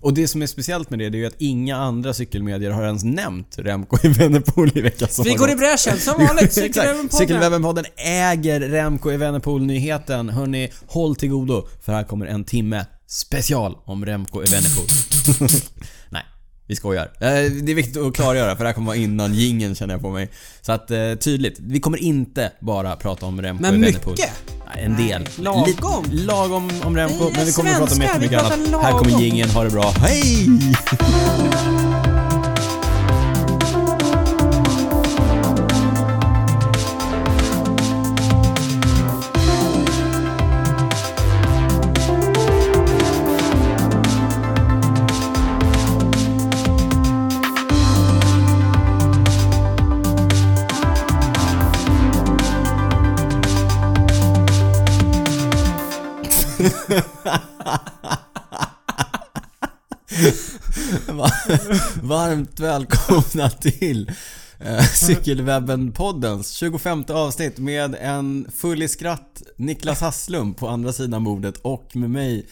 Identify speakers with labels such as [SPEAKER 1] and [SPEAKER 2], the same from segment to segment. [SPEAKER 1] Och det som är speciellt med det, det är ju att inga andra cykelmedier har ens nämnt Remco i Vänerpool i veckan som
[SPEAKER 2] Vi
[SPEAKER 1] har
[SPEAKER 2] går i
[SPEAKER 1] gått.
[SPEAKER 2] bräschen som vanligt.
[SPEAKER 1] Exakt.
[SPEAKER 2] Cykelwebben-podden.
[SPEAKER 1] Cykelwebben-podden äger Remco i Vänerpool-nyheten. Hörni, håll till godo för här kommer en timme special om Remco i Vänerpool. Nej, vi skojar. Eh, Det är viktigt att klargöra för det här kommer vara innan gingen känner jag på mig. Så att eh, tydligt, vi kommer inte bara prata om Remco
[SPEAKER 2] Men
[SPEAKER 1] i Vänerpool.
[SPEAKER 2] mycket.
[SPEAKER 1] Nej, en del.
[SPEAKER 2] lagom.
[SPEAKER 1] Lite- Lagom om Remco,
[SPEAKER 2] Vi är
[SPEAKER 1] men vi kommer att prata om
[SPEAKER 2] svenskar, vi
[SPEAKER 1] jättemycket
[SPEAKER 2] pratar
[SPEAKER 1] annat. Här kommer
[SPEAKER 2] lagom.
[SPEAKER 1] gingen, ha det bra. Hej! Varmt välkomna till eh, Cykelwebben-poddens 25 avsnitt med en full i skratt Niklas Hasslum på andra sidan bordet och med mig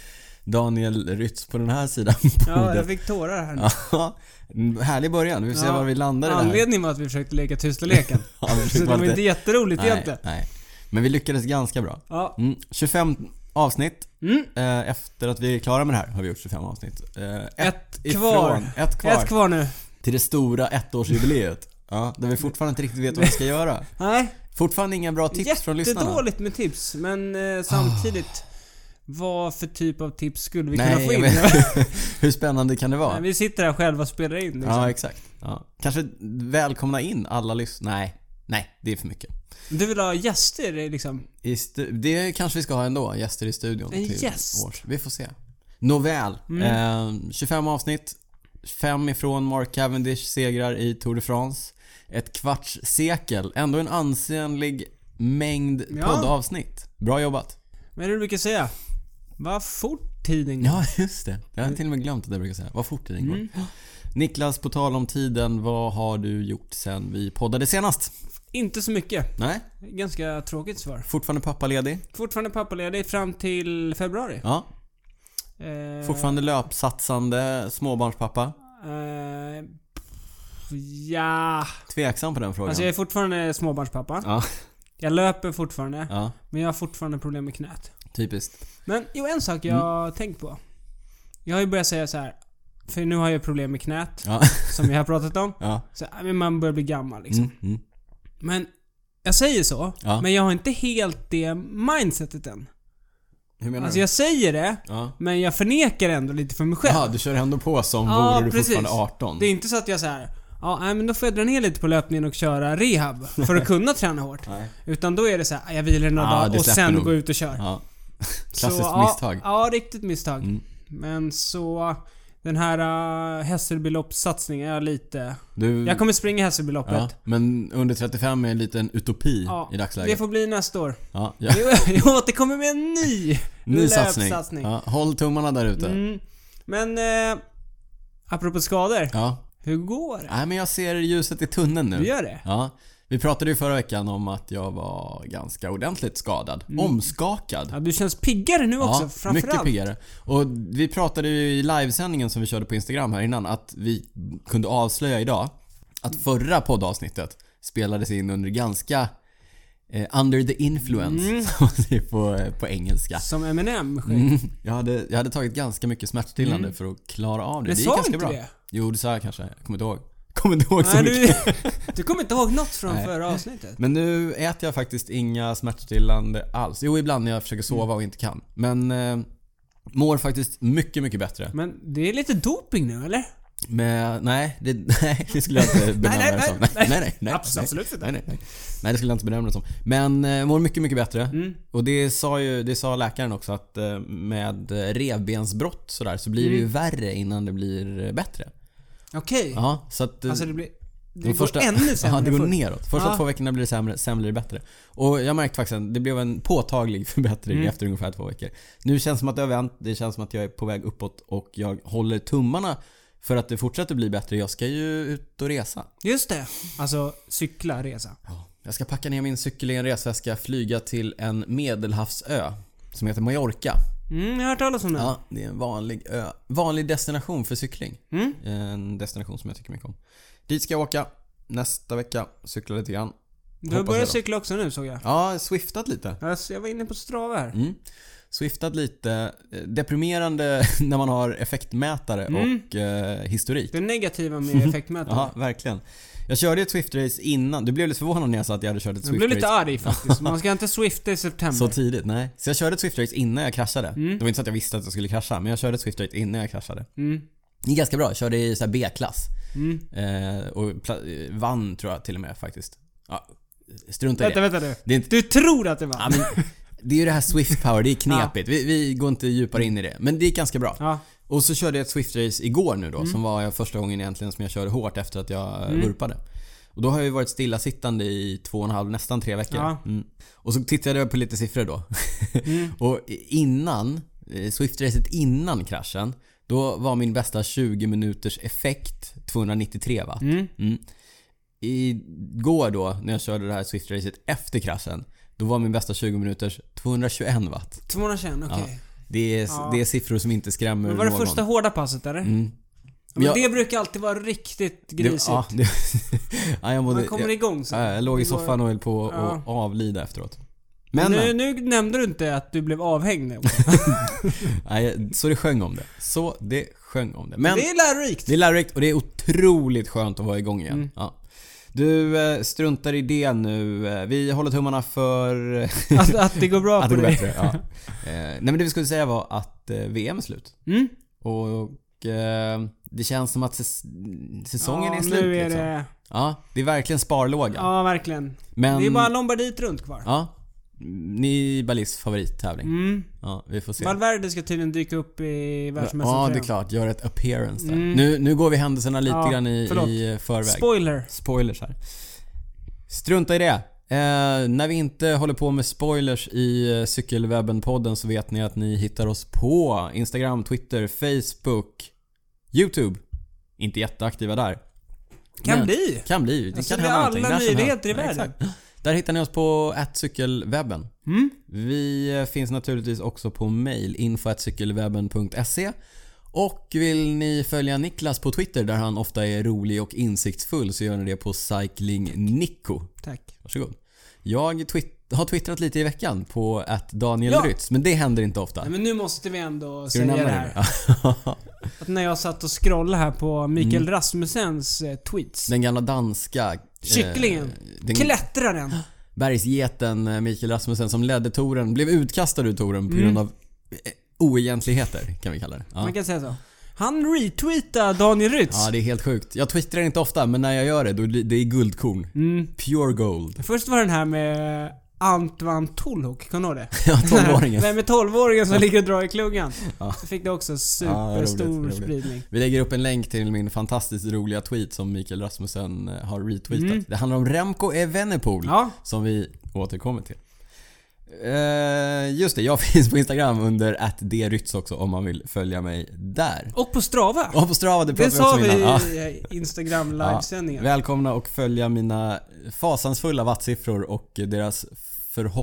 [SPEAKER 1] Daniel Rytz på den här sidan
[SPEAKER 2] Ja, jag
[SPEAKER 1] bordet.
[SPEAKER 2] fick tårar här.
[SPEAKER 1] Ja, en härlig början. Vi får se
[SPEAKER 2] Ja.
[SPEAKER 1] var vi landar i det här.
[SPEAKER 2] Anledningen var att vi försökte leka tystarleken.
[SPEAKER 1] Ja, vi
[SPEAKER 2] Så
[SPEAKER 1] försökte
[SPEAKER 2] det
[SPEAKER 1] vara
[SPEAKER 2] var inte
[SPEAKER 1] lite-
[SPEAKER 2] jätteroligt
[SPEAKER 1] nej,
[SPEAKER 2] egentligen.
[SPEAKER 1] nej. Men vi lyckades ganska bra.
[SPEAKER 2] Ja.
[SPEAKER 1] Mm, 25 avsnitt.
[SPEAKER 2] Mm.
[SPEAKER 1] Eh, Efter att vi är klara med det här har vi gjort 25 avsnitt. Eh, Ett,
[SPEAKER 2] Ett
[SPEAKER 1] ifrån-
[SPEAKER 2] kvar.
[SPEAKER 1] Ett kvar.
[SPEAKER 2] Ett kvar nu.
[SPEAKER 1] Till det stora ettårsjubileet. Ja, där vi fortfarande inte riktigt vet vad vi ska göra.
[SPEAKER 2] Nej.
[SPEAKER 1] Fortfarande inga bra tips från lyssnarna.
[SPEAKER 2] Jättedåligt med tips, men eh, samtidigt... Vad för typ av tips skulle vi kunna
[SPEAKER 1] Nej,
[SPEAKER 2] få in?
[SPEAKER 1] men, hur spännande kan det vara?
[SPEAKER 2] Nej, vi sitter här själva och spelar in. Liksom.
[SPEAKER 1] Ja, exakt. Ja. Kanske välkomna in alla lyssnare. Nej, nej, det är för mycket.
[SPEAKER 2] Du vill ha gäster liksom?
[SPEAKER 1] I stu- det kanske vi ska ha ändå, gäster i studion.
[SPEAKER 2] En
[SPEAKER 1] till
[SPEAKER 2] gäst.
[SPEAKER 1] års. Vi får se. Nåväl.
[SPEAKER 2] Mm.
[SPEAKER 1] Eh, 25 avsnitt. Fem ifrån Mark Cavendish segrar i Tour de France. Ett kvarts sekel. Ändå en ansenlig mängd
[SPEAKER 2] Ja.
[SPEAKER 1] poddavsnitt. Bra jobbat.
[SPEAKER 2] Vad är det du brukar säga? Vad fort tiden går.
[SPEAKER 1] Ja, just det. Jag har till och med glömt att jag brukar säga. Vad fort tiden går.
[SPEAKER 2] Mm.
[SPEAKER 1] Niklas, på tal om tiden. Vad har du gjort sen vi poddade senast?
[SPEAKER 2] Inte så mycket.
[SPEAKER 1] Nej,
[SPEAKER 2] Ganska tråkigt svar.
[SPEAKER 1] fortfarande pappaledig.
[SPEAKER 2] Fortfarande pappaledig fram till februari.
[SPEAKER 1] Ja,
[SPEAKER 2] Eh,
[SPEAKER 1] fortfarande löpsatsande småbarnspappa.
[SPEAKER 2] Eh, ja...
[SPEAKER 1] Tveksam på den frågan.
[SPEAKER 2] Alltså jag är fortfarande småbarnspappa.
[SPEAKER 1] Ja,
[SPEAKER 2] Jag löper fortfarande.
[SPEAKER 1] ja,
[SPEAKER 2] Men jag har fortfarande problem med knät.
[SPEAKER 1] typiskt.
[SPEAKER 2] Men jo, en sak jag
[SPEAKER 1] Mm.
[SPEAKER 2] har tänkt på. Jag har ju börjat säga så här. För nu har jag problem med knät,
[SPEAKER 1] Ja,
[SPEAKER 2] som jag har pratat om.
[SPEAKER 1] ja.
[SPEAKER 2] Så, ja, men man börjar bli gammal liksom.
[SPEAKER 1] Mm, mm.
[SPEAKER 2] Men jag säger så,
[SPEAKER 1] Ja.
[SPEAKER 2] men jag har inte helt det mindsetet än.
[SPEAKER 1] Hur menar
[SPEAKER 2] Alltså
[SPEAKER 1] du?
[SPEAKER 2] jag säger det,
[SPEAKER 1] Ja.
[SPEAKER 2] men jag förnekar ändå lite för mig själv.
[SPEAKER 1] Jaha, du kör ändå på som
[SPEAKER 2] Ja,
[SPEAKER 1] vore du
[SPEAKER 2] precis.
[SPEAKER 1] fortfarande 18?
[SPEAKER 2] Det är inte så att jag så här. Ja, nej, men då får jag dra ner lite på löpningen och köra rehab för att kunna träna hårt.
[SPEAKER 1] Nej.
[SPEAKER 2] Utan då är det så här, jag vilar några
[SPEAKER 1] Ja, det
[SPEAKER 2] dagar och
[SPEAKER 1] släpper
[SPEAKER 2] sen
[SPEAKER 1] nog.
[SPEAKER 2] går jag ut och kör.
[SPEAKER 1] Ja.
[SPEAKER 2] Så,
[SPEAKER 1] Klassiskt
[SPEAKER 2] ja,
[SPEAKER 1] misstag.
[SPEAKER 2] Ja, riktigt misstag.
[SPEAKER 1] Mm.
[SPEAKER 2] Men så... Den här uh, Hässelbyloppssatsningen är lite...
[SPEAKER 1] Du,
[SPEAKER 2] Jag kommer springa Hässelbyloppet.
[SPEAKER 1] Mm. ja,
[SPEAKER 2] Ja,
[SPEAKER 1] men under 35 är en liten utopi i
[SPEAKER 2] det
[SPEAKER 1] dagsläget.
[SPEAKER 2] får bli nästa år.
[SPEAKER 1] Ja, ja.
[SPEAKER 2] Jag återkommer med en ny
[SPEAKER 1] Ny satsning.
[SPEAKER 2] löpsatsning.
[SPEAKER 1] Ja, håll tummarna där ute.
[SPEAKER 2] Mm. Men... Eh, apropå skador.
[SPEAKER 1] Ja.
[SPEAKER 2] Hur går det?
[SPEAKER 1] Nej, men jag ser ljuset i tunneln nu.
[SPEAKER 2] Du gör det?
[SPEAKER 1] Ja. Vi pratade ju förra veckan om att jag var ganska ordentligt skadad.
[SPEAKER 2] Mm.
[SPEAKER 1] Omskakad.
[SPEAKER 2] Ja, du känns piggare nu också.
[SPEAKER 1] mycket
[SPEAKER 2] Framförallt.
[SPEAKER 1] piggare. Och vi pratade ju i livesändningen som vi körde på Instagram här innan att vi kunde avslöja idag att förra poddavsnittet spelades in under ganska eh, under the influence
[SPEAKER 2] Mm.
[SPEAKER 1] som man säger på, eh, på engelska.
[SPEAKER 2] Som Eminem sjöng.
[SPEAKER 1] Mm. Jag, hade, jag hade tagit ganska mycket smärtstillande för att klara av det. det
[SPEAKER 2] Mm. Men sa du
[SPEAKER 1] ganska
[SPEAKER 2] inte det?
[SPEAKER 1] Jo, det sa jag kanske. Jag kommer inte ihåg. Kommer inte ihåg så
[SPEAKER 2] Nej,
[SPEAKER 1] mycket.
[SPEAKER 2] du, du kommer inte ihåg något från
[SPEAKER 1] Nej.
[SPEAKER 2] förra avsnittet?
[SPEAKER 1] Men nu äter jag faktiskt inga smärtstillande alls. Jo, ibland när jag försöker sova och inte kan. Men eh, mår faktiskt mycket, mycket bättre.
[SPEAKER 2] Men det är lite doping nu eller?
[SPEAKER 1] Men nej, det, nej, det skulle jag inte benämna
[SPEAKER 2] nej,
[SPEAKER 1] det som.
[SPEAKER 2] nej,
[SPEAKER 1] nej, nej, nej,
[SPEAKER 2] Abs- absolut inte.
[SPEAKER 1] nej, nej, nej. nej, det skulle jag inte benämna det som. Men eh, mår mycket, mycket bättre.
[SPEAKER 2] Mm.
[SPEAKER 1] Och det sa ju det sa läkaren också att eh, med revbensbrott sådär så blir det ju
[SPEAKER 2] Mm.
[SPEAKER 1] värre innan det blir eh, bättre.
[SPEAKER 2] Okej.
[SPEAKER 1] Ja, så att... eh,
[SPEAKER 2] Alltså det blir... Det
[SPEAKER 1] de
[SPEAKER 2] går ännu sämre
[SPEAKER 1] Ja, det går
[SPEAKER 2] förr.
[SPEAKER 1] neråt. Första
[SPEAKER 2] Ja.
[SPEAKER 1] två veckorna blir det sämre, sen blir det bättre. Och jag märkte faktiskt att det blev en påtaglig förbättring
[SPEAKER 2] Mm.
[SPEAKER 1] efter ungefär två veckor. Nu känns det som att det har vänt, det känns som att jag är på väg uppåt och jag håller tummarna för att det fortsätter bli bättre. Jag ska ju ut och resa.
[SPEAKER 2] Just det. Alltså cykla, resa.
[SPEAKER 1] Jag ska packa ner min cykel i en resväska, flyga till en medelhavsö som heter Mallorca.
[SPEAKER 2] Mm, jag har hört talas om den.
[SPEAKER 1] Ja, det är en vanlig ö. Vanlig destination för cykling.
[SPEAKER 2] Mm.
[SPEAKER 1] En destination som jag tycker mycket om. Dit ska jag åka nästa vecka. Cykla lite grann.
[SPEAKER 2] du har
[SPEAKER 1] hoppas
[SPEAKER 2] börjat
[SPEAKER 1] jag då.
[SPEAKER 2] cykla också nu såg jag.
[SPEAKER 1] Ja, swiftat lite.
[SPEAKER 2] Alltså, jag var inne på Strava här.
[SPEAKER 1] Mm. Swiftat lite. Eh, Deprimerande när man har effektmätare
[SPEAKER 2] Mm.
[SPEAKER 1] och eh, historik.
[SPEAKER 2] Det negativa med effektmätaren.
[SPEAKER 1] Mm. Ja, verkligen. Jag körde ett Swift-race innan. Du blev lite förvånad när jag sa att jag hade kört ett
[SPEAKER 2] Jag blev lite
[SPEAKER 1] Swift-race
[SPEAKER 2] arg faktiskt. Man ska inte swifta i september.
[SPEAKER 1] så tidigt. Nej. Så jag körde ett Swift-race innan jag kraschade. Det var inte så att jag visste att jag skulle krascha, men jag körde ett Swift-race innan jag kraschade.
[SPEAKER 2] Mm.
[SPEAKER 1] Det gick ganska bra. Jag körde i så här B-klass.
[SPEAKER 2] Mm.
[SPEAKER 1] Eh, och pla- eh, vann tror jag till och med faktiskt. Ja, strunta i
[SPEAKER 2] Vänta,
[SPEAKER 1] det.
[SPEAKER 2] vänta nu.
[SPEAKER 1] Det är, inte,
[SPEAKER 2] Du tror att det var?
[SPEAKER 1] ja, men, det är ju det här Swift Power, det är knepigt. Vi, vi går inte djupare in i det. Men det gick ganska bra.
[SPEAKER 2] Ja.
[SPEAKER 1] Och så körde jag ett Swift-race igår nu då,
[SPEAKER 2] Mm.
[SPEAKER 1] som var första gången egentligen som jag körde hårt efter att jag eh, vurpade. Och då har jag ju varit stillasittande i två och en halv, nästan tre veckor.
[SPEAKER 2] Ja.
[SPEAKER 1] Mm. Och så tittade jag på lite siffror då.
[SPEAKER 2] Mm.
[SPEAKER 1] och innan, eh, Swift-racet innan kraschen, då var min bästa 20 minuters effekt 293 watt.
[SPEAKER 2] Mm.
[SPEAKER 1] Mm. Igår då, när jag körde det här Swift-racet efter kraschen, då var min bästa 20 minuters 221 watt.
[SPEAKER 2] 221, okej.
[SPEAKER 1] Ja. Det är,
[SPEAKER 2] Ja.
[SPEAKER 1] det är siffror som inte skrämmer
[SPEAKER 2] Men var det
[SPEAKER 1] någon.
[SPEAKER 2] första hårda passet eller?
[SPEAKER 1] Mm.
[SPEAKER 2] Men
[SPEAKER 1] Jag-
[SPEAKER 2] Det brukar alltid vara riktigt
[SPEAKER 1] Det-
[SPEAKER 2] grisigt.
[SPEAKER 1] Ja, det, ja, jag mådde,
[SPEAKER 2] Man kommer
[SPEAKER 1] jag,
[SPEAKER 2] igång sen.
[SPEAKER 1] ja, jag låg i
[SPEAKER 2] Det går-
[SPEAKER 1] soffan och höll på att
[SPEAKER 2] Ja.
[SPEAKER 1] avlida efteråt. Men,
[SPEAKER 2] nu, nu nämnde du inte att du blev avhängd. nu.
[SPEAKER 1] nej, så det sjöng om det. Så det sjöng om det. Men
[SPEAKER 2] det är lärorikt.
[SPEAKER 1] det är lärorikt och det är otroligt skönt att vara igång igen.
[SPEAKER 2] Mm.
[SPEAKER 1] Ja. Du eh, struntar i det nu. Eh, Vi håller tummarna för
[SPEAKER 2] Att, att det går bra
[SPEAKER 1] att
[SPEAKER 2] på
[SPEAKER 1] det går
[SPEAKER 2] dig.
[SPEAKER 1] bättre. Ja. Eh, Nej men det vi skulle säga var att eh, VM är slut.
[SPEAKER 2] Mm?
[SPEAKER 1] Och, eh, det känns som att säs- säsongen
[SPEAKER 2] ja,
[SPEAKER 1] är slut
[SPEAKER 2] nu är
[SPEAKER 1] liksom.
[SPEAKER 2] det...
[SPEAKER 1] Ja, det är verkligen sparlåga.
[SPEAKER 2] Ja, verkligen.
[SPEAKER 1] Men...
[SPEAKER 2] Det är bara Lombardiet runt kvar.
[SPEAKER 1] Ja. Nibalis favorittävling.
[SPEAKER 2] Mm.
[SPEAKER 1] Ja, vi får se.
[SPEAKER 2] Valverde ska tydligen dyka upp i världsmästartröjan.
[SPEAKER 1] Ja, det är klart. Gör ett appearance där.
[SPEAKER 2] Mm.
[SPEAKER 1] Nu, nu går vi händelserna lite
[SPEAKER 2] Ja,
[SPEAKER 1] grann i,
[SPEAKER 2] förlåt.
[SPEAKER 1] i eh, förväg.
[SPEAKER 2] Spoiler.
[SPEAKER 1] spoilers här. Strunta i det. Eh, när vi inte håller på med spoilers i eh, Cykelwebben-podden så vet ni att ni hittar oss på Instagram, Twitter, Facebook, YouTube. Inte jätteaktiva där.
[SPEAKER 2] Kan
[SPEAKER 1] Men-
[SPEAKER 2] bli.
[SPEAKER 1] Kan bli. Det
[SPEAKER 2] Alltså,
[SPEAKER 1] kan
[SPEAKER 2] det är
[SPEAKER 1] hända någonting.
[SPEAKER 2] alla
[SPEAKER 1] när som
[SPEAKER 2] nyheter i
[SPEAKER 1] helst.
[SPEAKER 2] världen.
[SPEAKER 1] Ja, exakt. Där hittar ni oss på cykelwebben.
[SPEAKER 2] Mm?
[SPEAKER 1] Vi eh, finns naturligtvis också på mail, info.cykelwebben.se. Och vill ni följa Niklas på Twitter där han ofta är rolig och insiktsfull så gör ni det på cyclingnico.
[SPEAKER 2] Tack.
[SPEAKER 1] Varsågod. Jag twit- har twittrat lite i veckan på att Daniel
[SPEAKER 2] Ja.
[SPEAKER 1] Rytz, men det händer inte ofta.
[SPEAKER 2] Nej, men nu måste vi ändå
[SPEAKER 1] Ska du
[SPEAKER 2] säga
[SPEAKER 1] nämna
[SPEAKER 2] det
[SPEAKER 1] det?
[SPEAKER 2] här.
[SPEAKER 1] nu? Ja.
[SPEAKER 2] Att när jag satt och scrollade här på Mikael
[SPEAKER 1] Mm.
[SPEAKER 2] Rasmussens eh, tweets.
[SPEAKER 1] Den gamla danska... eh,
[SPEAKER 2] Kycklingen.
[SPEAKER 1] den-
[SPEAKER 2] Klättraren.
[SPEAKER 1] Bergsgeten eh, Mikael Rasmussen som ledde touren blev utkastad ur touren på
[SPEAKER 2] Mm.
[SPEAKER 1] grund av eh, oegentligheter kan vi kalla det. Ja.
[SPEAKER 2] Man kan säga så. Han retweetade Daniel Rytz.
[SPEAKER 1] ja, det är helt sjukt. Jag twittrar inte ofta men när jag gör det, då det det är guldkorn.
[SPEAKER 2] Mm.
[SPEAKER 1] Pure gold.
[SPEAKER 2] Först var den här med Antwan Tolhok, kommer du ihåg det?
[SPEAKER 1] Ja, tonåringen.
[SPEAKER 2] Vem är 12-åringen som ligger och drar i kluggan?
[SPEAKER 1] Ja.
[SPEAKER 2] Så fick det också
[SPEAKER 1] Ja, roligt,
[SPEAKER 2] superstor
[SPEAKER 1] roligt.
[SPEAKER 2] spridning.
[SPEAKER 1] Vi lägger upp en länk till min fantastiskt roliga tweet som Mikael Rasmussen eh, har retweetat. Det handlar om Remco Evenepoel
[SPEAKER 2] Mm. Ja.
[SPEAKER 1] som vi återkommer till. Eh, just det, jag finns på Instagram under attdrytz också om man vill följa mig där.
[SPEAKER 2] Och på Strava.
[SPEAKER 1] Och på Strava, det
[SPEAKER 2] det
[SPEAKER 1] pratade vi
[SPEAKER 2] sa
[SPEAKER 1] också om
[SPEAKER 2] vi
[SPEAKER 1] innan. Ja.
[SPEAKER 2] i Instagram
[SPEAKER 1] Ja,
[SPEAKER 2] livesändningen.
[SPEAKER 1] Välkomna och följa mina fasansfulla wattsiffror och deras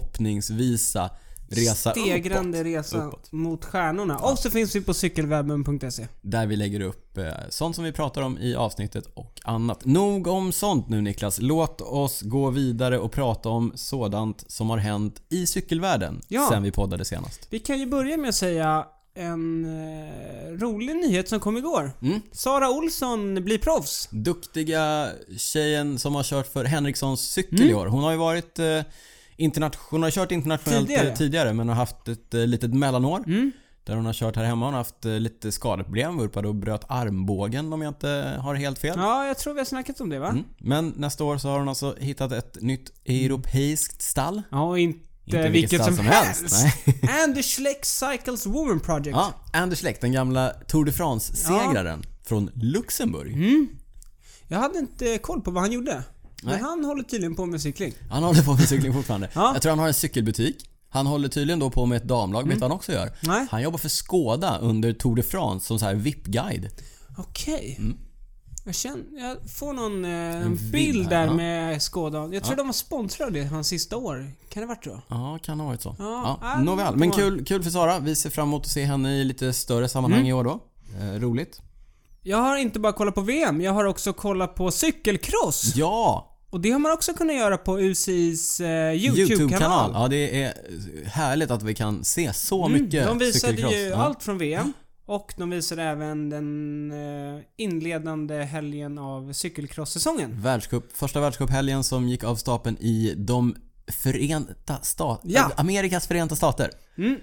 [SPEAKER 1] förhoppningsvisa resa
[SPEAKER 2] Stegrande
[SPEAKER 1] uppåt.
[SPEAKER 2] resa
[SPEAKER 1] Uppåt.
[SPEAKER 2] mot stjärnorna. Och så finns vi på cykelwebben.se.
[SPEAKER 1] Där vi lägger upp eh, sånt som vi pratar om i avsnittet och annat. Nog om sånt nu Niklas. Låt oss gå vidare och prata om sådant som har hänt i cykelvärlden
[SPEAKER 2] Ja.
[SPEAKER 1] sen vi poddade senast.
[SPEAKER 2] Vi kan ju börja med att säga en eh, rolig nyhet som kom igår.
[SPEAKER 1] Mm.
[SPEAKER 2] Sara Olsson blir proffs.
[SPEAKER 1] Duktiga tjejen som har kört för Henrikssons cykel
[SPEAKER 2] Mm.
[SPEAKER 1] i år. Hon har ju varit eh, internation- hon har kört internationellt tidigare.
[SPEAKER 2] Tidigare.
[SPEAKER 1] tidigare men har haft ett eh, litet mellanår.
[SPEAKER 2] Mm.
[SPEAKER 1] Där hon har kört här hemma. Hon har haft eh, lite skadeproblem. Vurpade och bröt armbågen om jag inte har helt fel.
[SPEAKER 2] Ja, jag tror vi har snackat om det va?
[SPEAKER 1] Mm. Men nästa år så har hon alltså hittat ett nytt europeiskt stall.
[SPEAKER 2] Ja, och inte,
[SPEAKER 1] Inte
[SPEAKER 2] vilket, som, helst.
[SPEAKER 1] Nej.
[SPEAKER 2] Anders Schleck Cycles Woman Project.
[SPEAKER 1] Ja, Anders Leck, den gamla Tour de France-segraren från Luxemburg.
[SPEAKER 2] Jag hade inte koll på vad han gjorde. Men
[SPEAKER 1] Nej.
[SPEAKER 2] han håller tydligen på med cykling.
[SPEAKER 1] Han håller på med cykling fortfarande.
[SPEAKER 2] Ja.
[SPEAKER 1] Jag tror han har en cykelbutik. Han håller tydligen då på med ett damlag, vet du vad han också gör?
[SPEAKER 2] Mm. Nej.
[SPEAKER 1] Han jobbar för Skoda under Tour de France som så här VIP-guide.
[SPEAKER 2] Okej. Jag känner... Jag får någon eh,
[SPEAKER 1] Mm. En
[SPEAKER 2] bild,
[SPEAKER 1] bild här,
[SPEAKER 2] där
[SPEAKER 1] ja.
[SPEAKER 2] med Skådan. Jag tror de var sponsrade hans sista år. Kan det varit så?
[SPEAKER 1] Ja, kan ha varit så. Ja,
[SPEAKER 2] Ja, äh,
[SPEAKER 1] nåväl,
[SPEAKER 2] det
[SPEAKER 1] men
[SPEAKER 2] var-
[SPEAKER 1] kul, kul för Sara. Vi ser fram emot att se henne i lite större sammanhang
[SPEAKER 2] Mm.
[SPEAKER 1] i år då. Eh, roligt.
[SPEAKER 2] Jag har inte bara kollat på VM, jag har också kollat på cykelcross.
[SPEAKER 1] Ja!
[SPEAKER 2] Och det har man också kunnat göra på UCIs eh,
[SPEAKER 1] YouTube-kanal.
[SPEAKER 2] YouTube-kanal.
[SPEAKER 1] ja, det är eh, härligt att vi kan se så
[SPEAKER 2] Mm,
[SPEAKER 1] mycket
[SPEAKER 2] de visade
[SPEAKER 1] cykelcross.
[SPEAKER 2] ju
[SPEAKER 1] ja.
[SPEAKER 2] allt från VM. Och de visade även den eh, inledande helgen av cykelcross-säsongen.
[SPEAKER 1] Världscup, första världscuphelgen som gick av stapeln i de Förenta Staterna.
[SPEAKER 2] Ja.
[SPEAKER 1] Amerikas Förenta Stater.
[SPEAKER 2] Mm.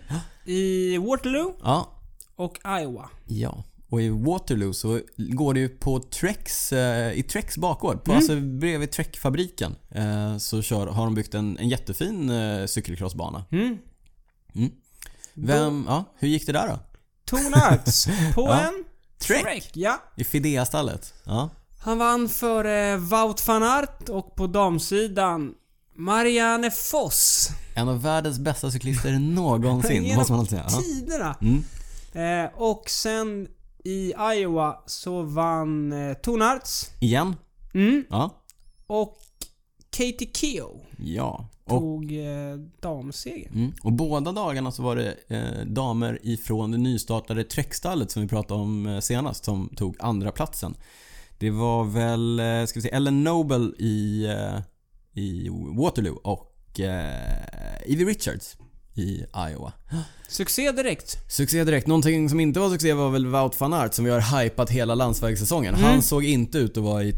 [SPEAKER 2] I Waterloo
[SPEAKER 1] Ja.
[SPEAKER 2] och Iowa.
[SPEAKER 1] Ja. Och i Waterloo så går det ju på Treks, eh, i Treks bakgård.
[SPEAKER 2] Mm.
[SPEAKER 1] På, Alltså bredvid Trek-fabriken. Eh, så kör, har de byggt en, en jättefin eh, cykelcrossbana.
[SPEAKER 2] Mm.
[SPEAKER 1] Vem, ja, hur gick det där då?
[SPEAKER 2] Tonarts på
[SPEAKER 1] Ja.
[SPEAKER 2] en
[SPEAKER 1] Trek.
[SPEAKER 2] Ja.
[SPEAKER 1] I Fidea-stallet? Ja.
[SPEAKER 2] Han vann för eh, Wout van Aert och på damsidan Marianne Foss.
[SPEAKER 1] En av världens bästa cyklister någonsin,
[SPEAKER 2] Genom
[SPEAKER 1] måste man alltid säga. Ja.
[SPEAKER 2] Tiderna.
[SPEAKER 1] Mm.
[SPEAKER 2] Eh, och sen i Iowa så vann eh, Tonarts.
[SPEAKER 1] Igen?
[SPEAKER 2] Mm.
[SPEAKER 1] Ja.
[SPEAKER 2] Och Katie Keough
[SPEAKER 1] Ja. Och,
[SPEAKER 2] tog eh, damsegern.
[SPEAKER 1] mm. och båda dagarna så var det eh, damer ifrån det nystartade Trek-stallet som vi pratade om eh, senast som tog andra platsen. Det var väl, eh, ska vi se, Ellen Noble i, eh, i Waterloo och eh, Evie Richards i Iowa.
[SPEAKER 2] Succé direkt.
[SPEAKER 1] Succé direkt. Någonting som inte var succé var väl Wout van Aert som vi har hypat hela landsvägssäsongen.
[SPEAKER 2] Mm.
[SPEAKER 1] Han såg inte ut att vara i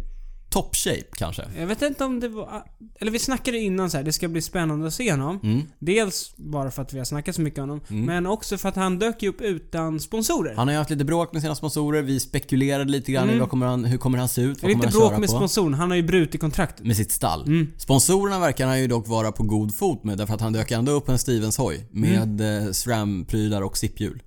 [SPEAKER 1] toppshape kanske.
[SPEAKER 2] Jag vet inte om det var... ah, Eller vi snackade innan så här, det ska bli spännande att se honom.
[SPEAKER 1] Mm.
[SPEAKER 2] Dels bara för att vi har snackat så mycket om honom, men också för att han dök ju upp utan sponsorer.
[SPEAKER 1] Han har ju haft lite bråk med sina sponsorer. Vi spekulerade lite grann i vad kommer han, hur kommer han se ut?
[SPEAKER 2] det är
[SPEAKER 1] Vad kommer
[SPEAKER 2] inte
[SPEAKER 1] han
[SPEAKER 2] Mm. bråk
[SPEAKER 1] köra
[SPEAKER 2] med
[SPEAKER 1] på? Mm.
[SPEAKER 2] sponsorn, han har ju brutit kontraktet.
[SPEAKER 1] Med sitt stall.
[SPEAKER 2] Mm.
[SPEAKER 1] Sponsorerna verkar han ju dock vara på god fot med därför att han dök ändå upp en Stevens hoj med
[SPEAKER 2] Mm.
[SPEAKER 1] eh, SRAM-prylar och SIP-hjul.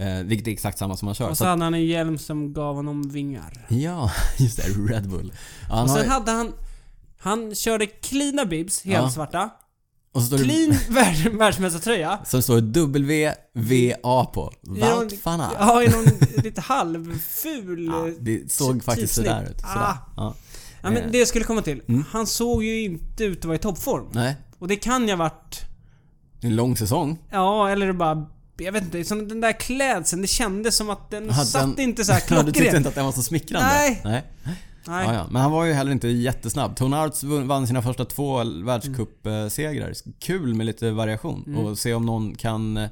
[SPEAKER 1] Eh, vilket är exakt samma som han kör. Så
[SPEAKER 2] Och så
[SPEAKER 1] att,
[SPEAKER 2] hade han en hjälm som gav honom vingar.
[SPEAKER 1] ja, just det. Red Bull. Ja, Han
[SPEAKER 2] Och
[SPEAKER 1] har,
[SPEAKER 2] sen hade han... Han körde cleana bibs,
[SPEAKER 1] Ja.
[SPEAKER 2] helt svarta.
[SPEAKER 1] och så står det,
[SPEAKER 2] Clean värld- världsmästartröja.
[SPEAKER 1] så står det WVA på. Wout van Aert.
[SPEAKER 2] Ja, i någon lite halvful...
[SPEAKER 1] Ja,
[SPEAKER 2] eh,
[SPEAKER 1] det såg
[SPEAKER 2] typ
[SPEAKER 1] faktiskt
[SPEAKER 2] snyggt.
[SPEAKER 1] sådär ut. Sådär.
[SPEAKER 2] Ah.
[SPEAKER 1] Ja.
[SPEAKER 2] Ja, men det jag skulle komma till. Han såg ju inte ut att vara i toppform.
[SPEAKER 1] Mm. Nej,
[SPEAKER 2] Och det kan ju ha varit...
[SPEAKER 1] det är en lång säsong.
[SPEAKER 2] Ja, eller det bara... Jag vet inte, som den där klädseln, det kändes som att den
[SPEAKER 1] Hade
[SPEAKER 2] satt
[SPEAKER 1] den-
[SPEAKER 2] inte så här
[SPEAKER 1] Ja, Du tyckte
[SPEAKER 2] klockrent.
[SPEAKER 1] inte att den var så smickrande?
[SPEAKER 2] Nej.
[SPEAKER 1] Nej.
[SPEAKER 2] Nej.
[SPEAKER 1] Ja, ja. Men han var ju heller inte jättesnabb. Tonarts vann sina första två världscupsegrar.
[SPEAKER 2] Mm.
[SPEAKER 1] Kul med lite variation och se om någon kan eh,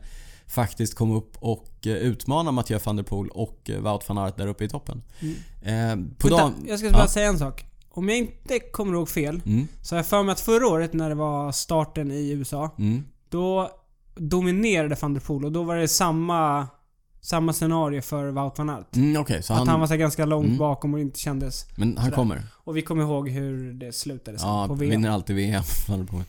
[SPEAKER 1] faktiskt komma upp och eh, utmana Mathieu van der Poel och eh, Wout van Aert där uppe i toppen. Eh, på
[SPEAKER 2] Mm. Vänta,
[SPEAKER 1] dam-
[SPEAKER 2] jag ska bara
[SPEAKER 1] Ja.
[SPEAKER 2] säga en sak. Om jag inte kommer ihåg fel,
[SPEAKER 1] Mm.
[SPEAKER 2] så har jag för mig att förra året när det var starten i USA,
[SPEAKER 1] Mm.
[SPEAKER 2] då dominerade van der Poel och då var det samma, samma scenario för Wout van Aert.
[SPEAKER 1] Mm, Okej, så
[SPEAKER 2] Att
[SPEAKER 1] han, Mm.
[SPEAKER 2] han var så här ganska långt bakom och inte kändes.
[SPEAKER 1] men han kommer.
[SPEAKER 2] Och vi kommer ihåg hur det slutade sen
[SPEAKER 1] Ja,
[SPEAKER 2] liksom, på VM.
[SPEAKER 1] vinner alltid VM. håller på med.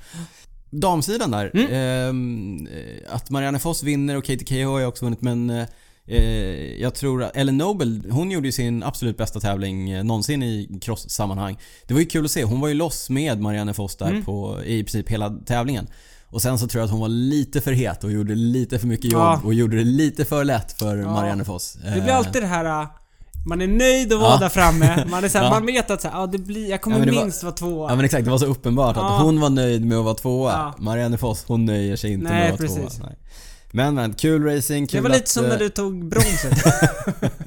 [SPEAKER 1] Damsidan där.
[SPEAKER 2] Mm.
[SPEAKER 1] ehm, Eh, att Marianne Foss vinner och Katie Kehoe har jag också vunnit men eh, eh, jag tror att Ellen Noble, hon gjorde ju sin absolut bästa tävling eh, någonsin i cross-sammanhang. Det var ju kul att se. Hon var ju loss med Marianne Foss där
[SPEAKER 2] Mm.
[SPEAKER 1] på, i princip hela tävlingen. Och sen så tror jag att hon var lite för het och gjorde lite för mycket jobb
[SPEAKER 2] Ja.
[SPEAKER 1] och gjorde det lite för lätt för Marianne Foss.
[SPEAKER 2] Det blir
[SPEAKER 1] Eh,
[SPEAKER 2] alltid det här... äh, Man är nöjd att vara
[SPEAKER 1] Ja.
[SPEAKER 2] där framme. Man, är så här,
[SPEAKER 1] Ja.
[SPEAKER 2] man vet att så här, ja, det blir, jag kommer
[SPEAKER 1] Ja, men det var-
[SPEAKER 2] minst vara tvåa.
[SPEAKER 1] Ja men exakt, det var så uppenbart att
[SPEAKER 2] Ja.
[SPEAKER 1] hon var nöjd med att vara tvåa.
[SPEAKER 2] Ja.
[SPEAKER 1] Marianne Foss, hon nöjer sig inte med
[SPEAKER 2] Nej,
[SPEAKER 1] att vara
[SPEAKER 2] precis.
[SPEAKER 1] tvåa. Nej. Men men, kul racing, kul
[SPEAKER 2] det
[SPEAKER 1] att,
[SPEAKER 2] var lite som när
[SPEAKER 1] eh,
[SPEAKER 2] du tog bronset.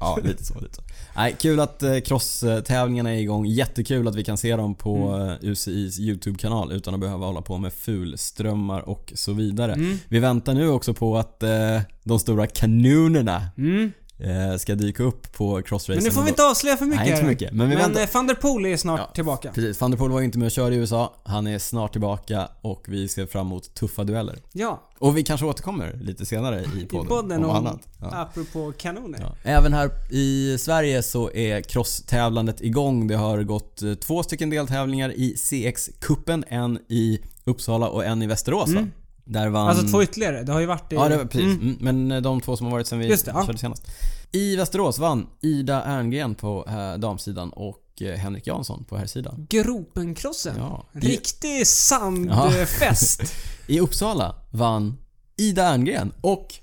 [SPEAKER 1] Ja, lite så. Lite så. Nej, kul att eh, cross-tävlingarna är igång. Jättekul att vi kan se dem på
[SPEAKER 2] Mm.
[SPEAKER 1] eh, UCIs YouTube-kanal utan att behöva hålla på med fulströmmar och så vidare.
[SPEAKER 2] Mm.
[SPEAKER 1] Vi väntar nu också på att eh, de stora kanonerna
[SPEAKER 2] Mm.
[SPEAKER 1] eh, ska dyka upp på crossracing.
[SPEAKER 2] Men nu får vi inte avslöja för mycket.
[SPEAKER 1] Nej, inte
[SPEAKER 2] här.
[SPEAKER 1] mycket. Men vi väntar.
[SPEAKER 2] eh, van der Poel är snart
[SPEAKER 1] Ja.
[SPEAKER 2] tillbaka.
[SPEAKER 1] Precis, van der Poel var ju inte med och körde i USA. Han är snart tillbaka och vi ser fram emot tuffa dueller.
[SPEAKER 2] Ja,
[SPEAKER 1] Och vi kanske återkommer lite senare i
[SPEAKER 2] i
[SPEAKER 1] podden,
[SPEAKER 2] podden
[SPEAKER 1] om
[SPEAKER 2] om,
[SPEAKER 1] annat. Ja.
[SPEAKER 2] apropå kanoner.
[SPEAKER 1] Ja. Även här i Sverige så är crosstävlandet igång. Det har gått eh, två stycken deltävlingar i CX-cupen. En i Uppsala och en i Västerås va? Där vann...
[SPEAKER 2] Alltså två ytterligare. Det har ju varit i...
[SPEAKER 1] Mm. Ja, det var precis. Mm. Men eh, de två som har varit sen vi
[SPEAKER 2] Just det, ja.
[SPEAKER 1] körde senast. I Västerås vann Ida Erngren på eh, damsidan och eh, Henrik Jansson på herrsidan.
[SPEAKER 2] Gropenkrossen.
[SPEAKER 1] Ja.
[SPEAKER 2] Riktig
[SPEAKER 1] Ja.
[SPEAKER 2] sandfest.
[SPEAKER 1] I Uppsala vann Ida Erngren och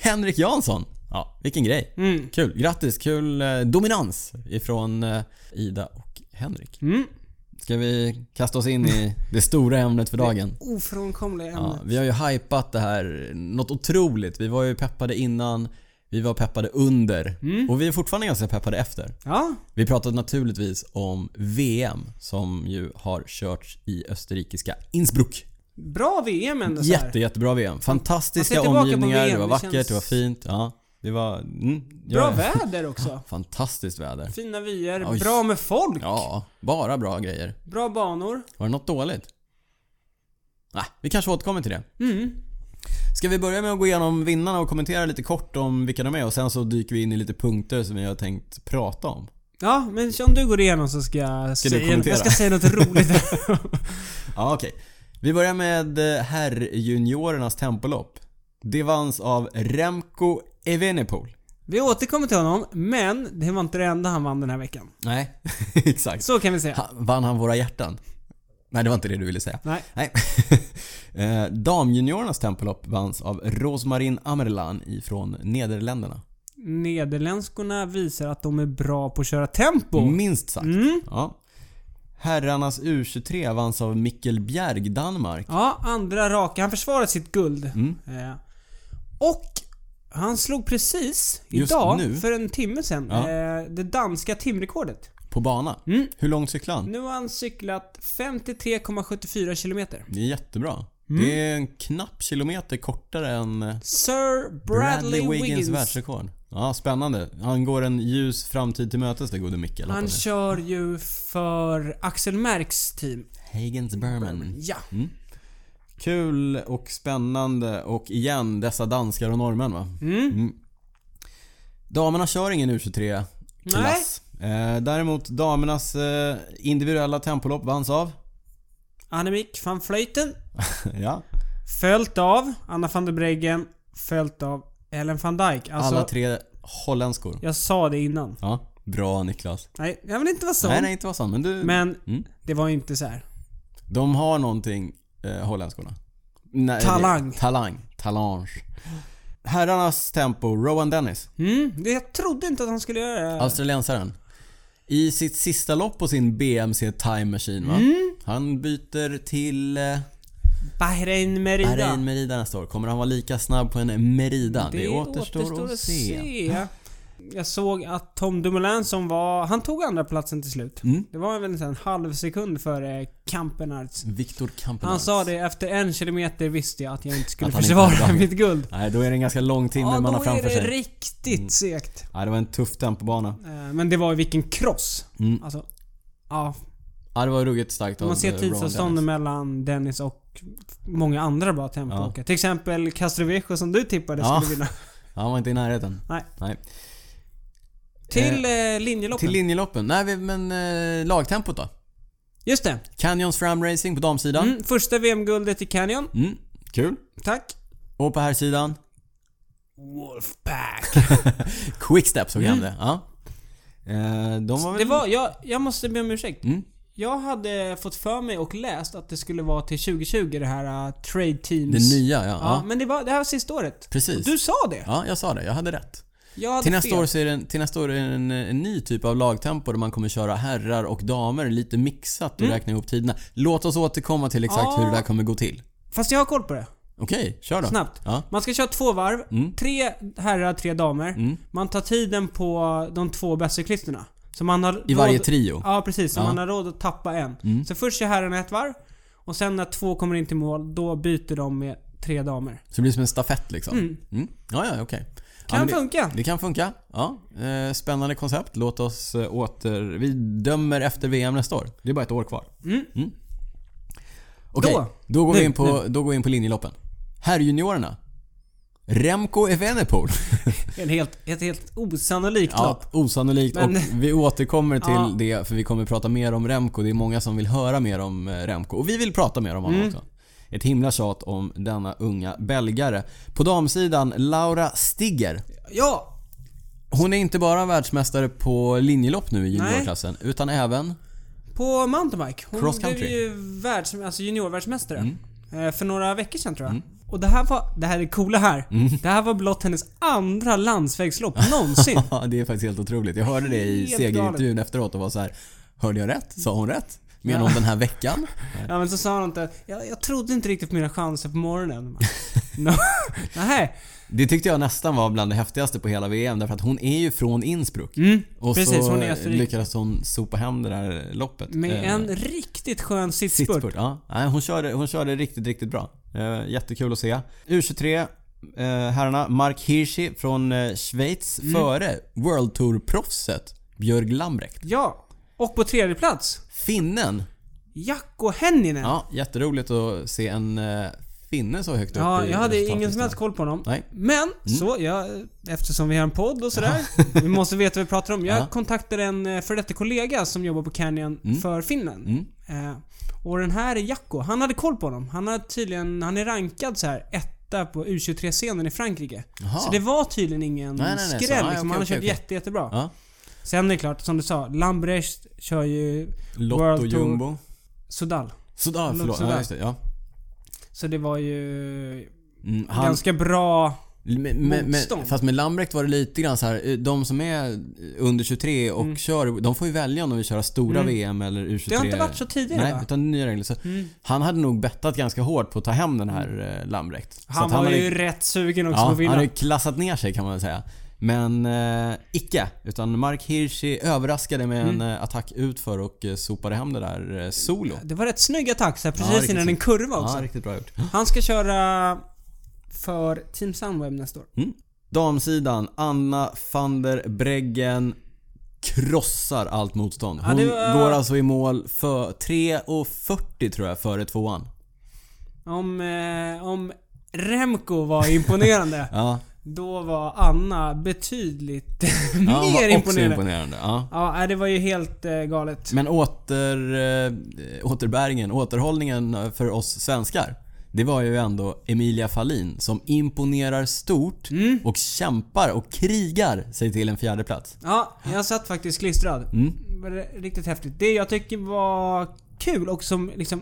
[SPEAKER 1] Henrik Jansson. Ja, vilken grej.
[SPEAKER 2] Mm.
[SPEAKER 1] Kul. Grattis. Kul eh, dominans ifrån eh, Ida och Henrik.
[SPEAKER 2] Mm.
[SPEAKER 1] Ska vi kasta oss in i det stora ämnet för dagen?
[SPEAKER 2] Ofrånkomliga
[SPEAKER 1] Ja,
[SPEAKER 2] ämnen.
[SPEAKER 1] vi har ju hypat det här något otroligt. Vi var ju peppade innan, vi var peppade under
[SPEAKER 2] Mm.
[SPEAKER 1] och vi är fortfarande ganska peppade efter.
[SPEAKER 2] Ja.
[SPEAKER 1] Vi pratade naturligtvis om VM som ju har körts i österrikiska Innsbruck.
[SPEAKER 2] Bra VM ändå så här.
[SPEAKER 1] Jätte, jättebra VM. Fantastiska
[SPEAKER 2] Man ser tillbaka på
[SPEAKER 1] omgivningar,
[SPEAKER 2] VM,
[SPEAKER 1] det var
[SPEAKER 2] det
[SPEAKER 1] vackert,
[SPEAKER 2] känns-
[SPEAKER 1] det var fint. Ja, det var... Mm,
[SPEAKER 2] Bra
[SPEAKER 1] ja.
[SPEAKER 2] väder också.
[SPEAKER 1] Fantastiskt väder.
[SPEAKER 2] Fina vyer.
[SPEAKER 1] Oj.
[SPEAKER 2] Bra med folk.
[SPEAKER 1] Ja, bara bra grejer.
[SPEAKER 2] Bra banor.
[SPEAKER 1] Var det något dåligt? Nej, vi kanske återkommer till det.
[SPEAKER 2] Mm.
[SPEAKER 1] Ska vi börja med att gå igenom vinnarna och kommentera lite kort om vilka de är och sen så dyker vi in i lite punkter som vi har tänkt prata om.
[SPEAKER 2] Ja, men om du går igenom så ska jag,
[SPEAKER 1] Ska du
[SPEAKER 2] säga,
[SPEAKER 1] kommentera?
[SPEAKER 2] jag ska säga något roligt.
[SPEAKER 1] Ja, okej. Vi börjar med eh, herrjuniorernas tempolopp. Det vanns av Remco Evenepoel.
[SPEAKER 2] Vi återkommer till honom, men det var inte det enda han vann den här veckan.
[SPEAKER 1] Nej, exakt.
[SPEAKER 2] Så kan vi säga.
[SPEAKER 1] Ha, vann han våra hjärtan? Nej, det var inte det du ville säga.
[SPEAKER 2] Nej.
[SPEAKER 1] Nej. Eh, Damjuniorernas tempelhopp vanns av Rosmarin Amerlan ifrån Nederländerna.
[SPEAKER 2] Nederländskorna visar att de är bra på att köra tempo.
[SPEAKER 1] Minst sagt.
[SPEAKER 2] Mm.
[SPEAKER 1] Ja. Herrarnas U23 vanns av Mikkel Bjerg, Danmark.
[SPEAKER 2] Ja, andra raka. Han försvarade sitt guld.
[SPEAKER 1] Mm.
[SPEAKER 2] Eh, och han slog precis
[SPEAKER 1] Just
[SPEAKER 2] idag,
[SPEAKER 1] nu.
[SPEAKER 2] för en timme sedan,
[SPEAKER 1] Ja.
[SPEAKER 2] eh, det danska timrekordet.
[SPEAKER 1] På bana.
[SPEAKER 2] Mm.
[SPEAKER 1] Hur långt cyklade han?
[SPEAKER 2] Nu har han cyklat 53,74 kilometer.
[SPEAKER 1] Det är jättebra. Det är en knapp kilometer kortare än eh,
[SPEAKER 2] Sir Mm. Bradley,
[SPEAKER 1] Bradley Wiggins,
[SPEAKER 2] Wiggins.
[SPEAKER 1] världsrekord. Ja, spännande. Han går en ljus framtid till mötes, det gode Mikkel.
[SPEAKER 2] Han
[SPEAKER 1] hoppas jag.
[SPEAKER 2] kör ju för Axel Märks team.
[SPEAKER 1] Hagens Berman.
[SPEAKER 2] Ja.
[SPEAKER 1] Kul och spännande och igen dessa danskar och norrmän va? Mm. Damerna kör ingen U23-klass. Eh, däremot damernas eh, individuella tempolopp vanns av...
[SPEAKER 2] Annemiek van Vleuten.
[SPEAKER 1] ja.
[SPEAKER 2] Följt av Anna van der Breggen. Följt av Ellen van Dijk. Alltså,
[SPEAKER 1] Alla tre holländskor.
[SPEAKER 2] jag sa det innan.
[SPEAKER 1] Ja. Bra Niklas.
[SPEAKER 2] Nej, jag vill inte vara sån.
[SPEAKER 1] Nej, nej inte var sån men du...
[SPEAKER 2] Men
[SPEAKER 1] Mm.
[SPEAKER 2] det var ju inte så här.
[SPEAKER 1] De har någonting, eh, holländskorna. Nej,
[SPEAKER 2] Talang.
[SPEAKER 1] det- Talang. Talange. Herrarnas tempo, Rowan Dennis.
[SPEAKER 2] Mm, det, jag trodde inte att han skulle göra
[SPEAKER 1] Alltså,
[SPEAKER 2] det.
[SPEAKER 1] Australiensaren. I sitt sista lopp på sin BMC Time Machine va?
[SPEAKER 2] Mm.
[SPEAKER 1] Han byter till eh,
[SPEAKER 2] Bahrain Merida.
[SPEAKER 1] Bahrain Merida nästa år. Kommer han vara lika snabb på en Merida? Det, återstår, att se.
[SPEAKER 2] Jag såg att Tom Dumoulin som var... Han tog andra platsen till slut.
[SPEAKER 1] Mm.
[SPEAKER 2] Det var väl en halv sekund före Kampenarts.
[SPEAKER 1] Viktor Kampenarz.
[SPEAKER 2] Han sa det, efter en kilometer visste jag att jag inte skulle
[SPEAKER 1] Att han inte
[SPEAKER 2] försvara
[SPEAKER 1] hade
[SPEAKER 2] mitt guld.
[SPEAKER 1] Nej, då är det en ganska lång timme
[SPEAKER 2] Ja,
[SPEAKER 1] man har
[SPEAKER 2] då är
[SPEAKER 1] framför
[SPEAKER 2] det
[SPEAKER 1] sig. Mm.
[SPEAKER 2] riktigt segt.
[SPEAKER 1] Nej, det var en tuff tempobana.
[SPEAKER 2] Eh, Men det var ju vilken kross.
[SPEAKER 1] Mm.
[SPEAKER 2] Alltså, ja.
[SPEAKER 1] Ja, det var ruggigt starkt
[SPEAKER 2] Om
[SPEAKER 1] av,
[SPEAKER 2] man ser
[SPEAKER 1] eh, Rowan
[SPEAKER 2] tidsavstånden
[SPEAKER 1] Dennis.
[SPEAKER 2] mellan Dennis och många andra bra tempoåkare. Till exempel Castrovejo som du tippade
[SPEAKER 1] Ja.
[SPEAKER 2] skulle vinna.
[SPEAKER 1] Han var inte i närheten.
[SPEAKER 2] Nej.
[SPEAKER 1] Nej.
[SPEAKER 2] Till eh, linjeloppen.
[SPEAKER 1] Till linjeloppen. Nej, vi- men eh, lagtempot då?
[SPEAKER 2] Just det.
[SPEAKER 1] Canyons Fram Racing på damsidan. Mm.
[SPEAKER 2] Mm, första VM-guldet i Canyon.
[SPEAKER 1] Kul.
[SPEAKER 2] Tack.
[SPEAKER 1] Och på här sidan
[SPEAKER 2] Wolfpack.
[SPEAKER 1] Quickstep såg jag det. Ja. Mm. Eh, de var väl...
[SPEAKER 2] Det var, jag, jag måste be om ursäkt.
[SPEAKER 1] Mm.
[SPEAKER 2] Jag hade fått för mig och läst att det skulle vara till 2020 det här eh, Trade Teams.
[SPEAKER 1] Det nya ja.
[SPEAKER 2] Ja,
[SPEAKER 1] ja.
[SPEAKER 2] men det var det här var sista året.
[SPEAKER 1] Precis.
[SPEAKER 2] Du sa det.
[SPEAKER 1] Ja, jag sa det. Jag hade rätt.
[SPEAKER 2] Jag hade
[SPEAKER 1] Till nästa,
[SPEAKER 2] fel.
[SPEAKER 1] år så är det en, till nästa år är det en, en ny typ av lagtempo där man kommer köra herrar och damer lite mixat och räkna ihop tiderna. Låt oss återkomma till exakt
[SPEAKER 2] Mm. Ja.
[SPEAKER 1] hur det där kommer gå till.
[SPEAKER 2] Fast jag har koll på det.
[SPEAKER 1] Okej, kör då.
[SPEAKER 2] Snabbt.
[SPEAKER 1] Ja.
[SPEAKER 2] Man ska köra två varv.
[SPEAKER 1] Mm.
[SPEAKER 2] Tre herrar, tre damer. Man tar tiden på de två bästa cyklisterna. Så man har
[SPEAKER 1] I varje trio.
[SPEAKER 2] Ja, precis. Så
[SPEAKER 1] Ja. Mm.
[SPEAKER 2] man har råd att tappa en. Så först kör herrarna ett varv. Och sen när två kommer in till mål, då byter de med tre damer.
[SPEAKER 1] Så det blir som en stafett liksom. Mm. Ja, ja, okej. Ja,
[SPEAKER 2] Kan
[SPEAKER 1] men det-
[SPEAKER 2] funka.
[SPEAKER 1] Det kan funka. Ja. Eh, spännande koncept. Låt oss eh, åter... Vi dömer efter VM nästa år. Det är bara ett år kvar. Mm. Okej,
[SPEAKER 2] Då.
[SPEAKER 1] då, går
[SPEAKER 2] Nu,
[SPEAKER 1] vi in på, då går vi in på linjeloppen. Herrjuniorerna. Remco Evenepoel.
[SPEAKER 2] En helt, ett helt osannolikt
[SPEAKER 1] ja,
[SPEAKER 2] lopp.
[SPEAKER 1] osannolikt
[SPEAKER 2] Men-
[SPEAKER 1] och vi återkommer till
[SPEAKER 2] Ja.
[SPEAKER 1] det för vi kommer prata mer om Remco. Det är många som vill höra mer om eh, Remco och vi vill prata mer om honom
[SPEAKER 2] Mm.
[SPEAKER 1] också. Ett himla tjat om denna unga belgare. På damsidan, Laura Stigger.
[SPEAKER 2] Ja!
[SPEAKER 1] Hon är inte bara världsmästare på linjelopp nu i
[SPEAKER 2] Nej.
[SPEAKER 1] juniorklassen, utan även...
[SPEAKER 2] På mountainbike. Hon
[SPEAKER 1] Cross
[SPEAKER 2] blev
[SPEAKER 1] country. Mm.
[SPEAKER 2] ju världs, alltså juniorvärldsmästare. Eh, För några veckor sedan tror jag. Och det här var, det här är det coola här.
[SPEAKER 1] Mm.
[SPEAKER 2] Det här var blott hennes andra landsvägslopp någonsin.
[SPEAKER 1] Ja, det är faktiskt helt otroligt. Jag hörde det i
[SPEAKER 2] Helt
[SPEAKER 1] segerintervjun efteråt och var så här. Hörde jag rätt? Sa hon rätt? Menar hon den här veckan?
[SPEAKER 2] Ja men så sa hon inte, jag, jag trodde inte riktigt på mina chanser på morgonen. No. Nej.
[SPEAKER 1] Det tyckte jag nästan var bland det häftigaste på hela VM därför att hon är ju från Innsbruck. och
[SPEAKER 2] Mm, precis,
[SPEAKER 1] så
[SPEAKER 2] hon är Österrike.
[SPEAKER 1] lyckades hon sopa hem det där loppet.
[SPEAKER 2] Med
[SPEAKER 1] Eh,
[SPEAKER 2] en riktigt skön sittspurt.
[SPEAKER 1] Sittspurt. Ja. Nej, hon, körde, hon körde riktigt, riktigt bra. Eh, jättekul att se. U23 eh, herrarna, Mark Hirschi från eh, Schweiz
[SPEAKER 2] Mm.
[SPEAKER 1] före World Tour-proffset Björg Lambrecht.
[SPEAKER 2] Ja. Och på tredje plats
[SPEAKER 1] Finnen.
[SPEAKER 2] Jacko Henninen. Ja,
[SPEAKER 1] Ja, jätteroligt att se en eh, finne så högt upp Typ i
[SPEAKER 2] jag hade ingen som
[SPEAKER 1] resultatlistan.
[SPEAKER 2] helst koll på honom.
[SPEAKER 1] Nej. Mm.
[SPEAKER 2] Men, så, jag, eftersom vi har en podd och sådär. vi måste veta vad vi pratar om. Jag
[SPEAKER 1] Ja. Mm.
[SPEAKER 2] kontaktade en eh, före detta kollega som jobbar på Canyon för Finland. Eh, och den här Jacko, han hade koll på honom. Han, har tydligen, han är rankad så här etta på U23-scenen i Frankrike.
[SPEAKER 1] Jaha.
[SPEAKER 2] Så det var tydligen ingen
[SPEAKER 1] Nej, nej, nej, så,
[SPEAKER 2] skräll.
[SPEAKER 1] ah,
[SPEAKER 2] liksom.
[SPEAKER 1] okej,
[SPEAKER 2] han har
[SPEAKER 1] okej,
[SPEAKER 2] kört
[SPEAKER 1] okej.
[SPEAKER 2] jätte, jättebra.
[SPEAKER 1] Ja.
[SPEAKER 2] Sen är det klart, som du sa, Lambrecht kör ju World
[SPEAKER 1] Lotto
[SPEAKER 2] Tour.
[SPEAKER 1] Jumbo.
[SPEAKER 2] Sodal.
[SPEAKER 1] Sådär, förlåt.
[SPEAKER 2] sådär.
[SPEAKER 1] Ja, just det, ja.
[SPEAKER 2] Så det var ju
[SPEAKER 1] Mm, han,
[SPEAKER 2] ganska bra
[SPEAKER 1] men, men, men,
[SPEAKER 2] motstånd.
[SPEAKER 1] fast med Lambrecht var det lite grann så här. eh, De som är under 23 och kör, de får ju välja om de vill köra stora VM eller U23.
[SPEAKER 2] Mm. Det har inte varit så tidigare,
[SPEAKER 1] Nej,
[SPEAKER 2] va? Mm.
[SPEAKER 1] utan nya regler. Så Han hade nog bettat ganska hårt på att ta hem den här eh, Lambrecht. Så
[SPEAKER 2] Han
[SPEAKER 1] att
[SPEAKER 2] var
[SPEAKER 1] hade-
[SPEAKER 2] ju rätt sugen också
[SPEAKER 1] Ja,
[SPEAKER 2] på
[SPEAKER 1] han
[SPEAKER 2] att vinna.
[SPEAKER 1] har ju klassat ner sig kan man väl säga. Men eh, icke. Utan Mark Hirschi överraskade med
[SPEAKER 2] Mm.
[SPEAKER 1] en eh, attack utför och eh, sopade hem det där eh, solo.
[SPEAKER 2] Det var rätt snygg attack så här,
[SPEAKER 1] Ja,
[SPEAKER 2] precis
[SPEAKER 1] riktigt
[SPEAKER 2] innan en
[SPEAKER 1] snyggt.
[SPEAKER 2] kurva
[SPEAKER 1] Ja,
[SPEAKER 2] också.
[SPEAKER 1] riktigt bra gjort.
[SPEAKER 2] Han ska köra för Team Sunweb nästa år.
[SPEAKER 1] Damsidan, Anna van der Breggen krossar allt motstånd.
[SPEAKER 2] Ja,
[SPEAKER 1] Hon
[SPEAKER 2] det var-
[SPEAKER 1] går alltså i mål för 3.40 tror jag före tvåan.
[SPEAKER 2] Om, eh, om Remco var imponerande,
[SPEAKER 1] Ja,
[SPEAKER 2] då var Anna betydligt mer
[SPEAKER 1] ja hon var också
[SPEAKER 2] imponerande.
[SPEAKER 1] imponerande. Ja.
[SPEAKER 2] Ja, nej, det var ju helt eh, galet.
[SPEAKER 1] Men åter, eh, återbäringen, återhållningen för oss svenskar. Det var ju ändå Emilia Fahlin som imponerar stort
[SPEAKER 2] Mm.
[SPEAKER 1] och kämpar och krigar sig till en fjärde plats.
[SPEAKER 2] Ja, jag satt faktiskt klistrad. Det var Riktigt häftigt. Det jag tycker var kul och som liksom...